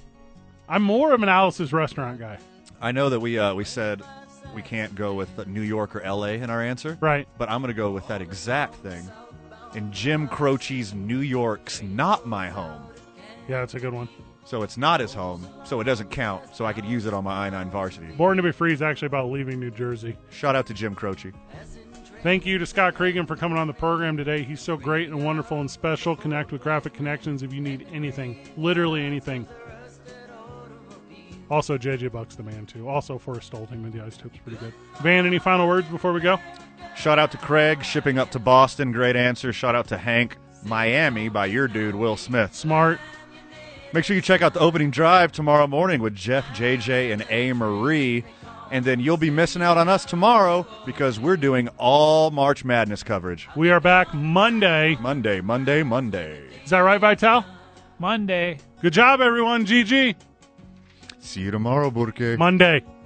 Speaker 1: I'm more of an Alice's restaurant guy.
Speaker 3: I know that we uh, we said we can't go with the New York or L.A. in our answer,
Speaker 1: right?
Speaker 3: But I'm going to go with that exact thing. And Jim Croce's New York's not my home.
Speaker 1: Yeah, that's a good one.
Speaker 3: So it's not his home, so it doesn't count. So I could use it on my I9 varsity.
Speaker 1: Born to be Free is actually about leaving New Jersey.
Speaker 3: Shout out to Jim Croce.
Speaker 1: Thank you to Scott Cregan for coming on the program today. He's so great and wonderful and special. Connect with Graphic Connections if you need anything, literally anything. Also, JJ Buck's the man, too. Also, Forrest Stolting with the Ice Tips, pretty good. Van, any final words before we go?
Speaker 3: Shout out to Craig shipping up to Boston. Great answer. Shout out to Hank. Miami by your dude Will Smith.
Speaker 1: Smart.
Speaker 3: Make sure you check out the opening drive tomorrow morning with Jeff, JJ, and A. Marie. And then you'll be missing out on us tomorrow because we're doing all March Madness coverage.
Speaker 1: We are back Monday.
Speaker 3: Monday, Monday, Monday.
Speaker 1: Is that right, Vital?
Speaker 4: Monday.
Speaker 1: Good job, everyone. GG.
Speaker 3: See you tomorrow, Burke.
Speaker 1: Monday.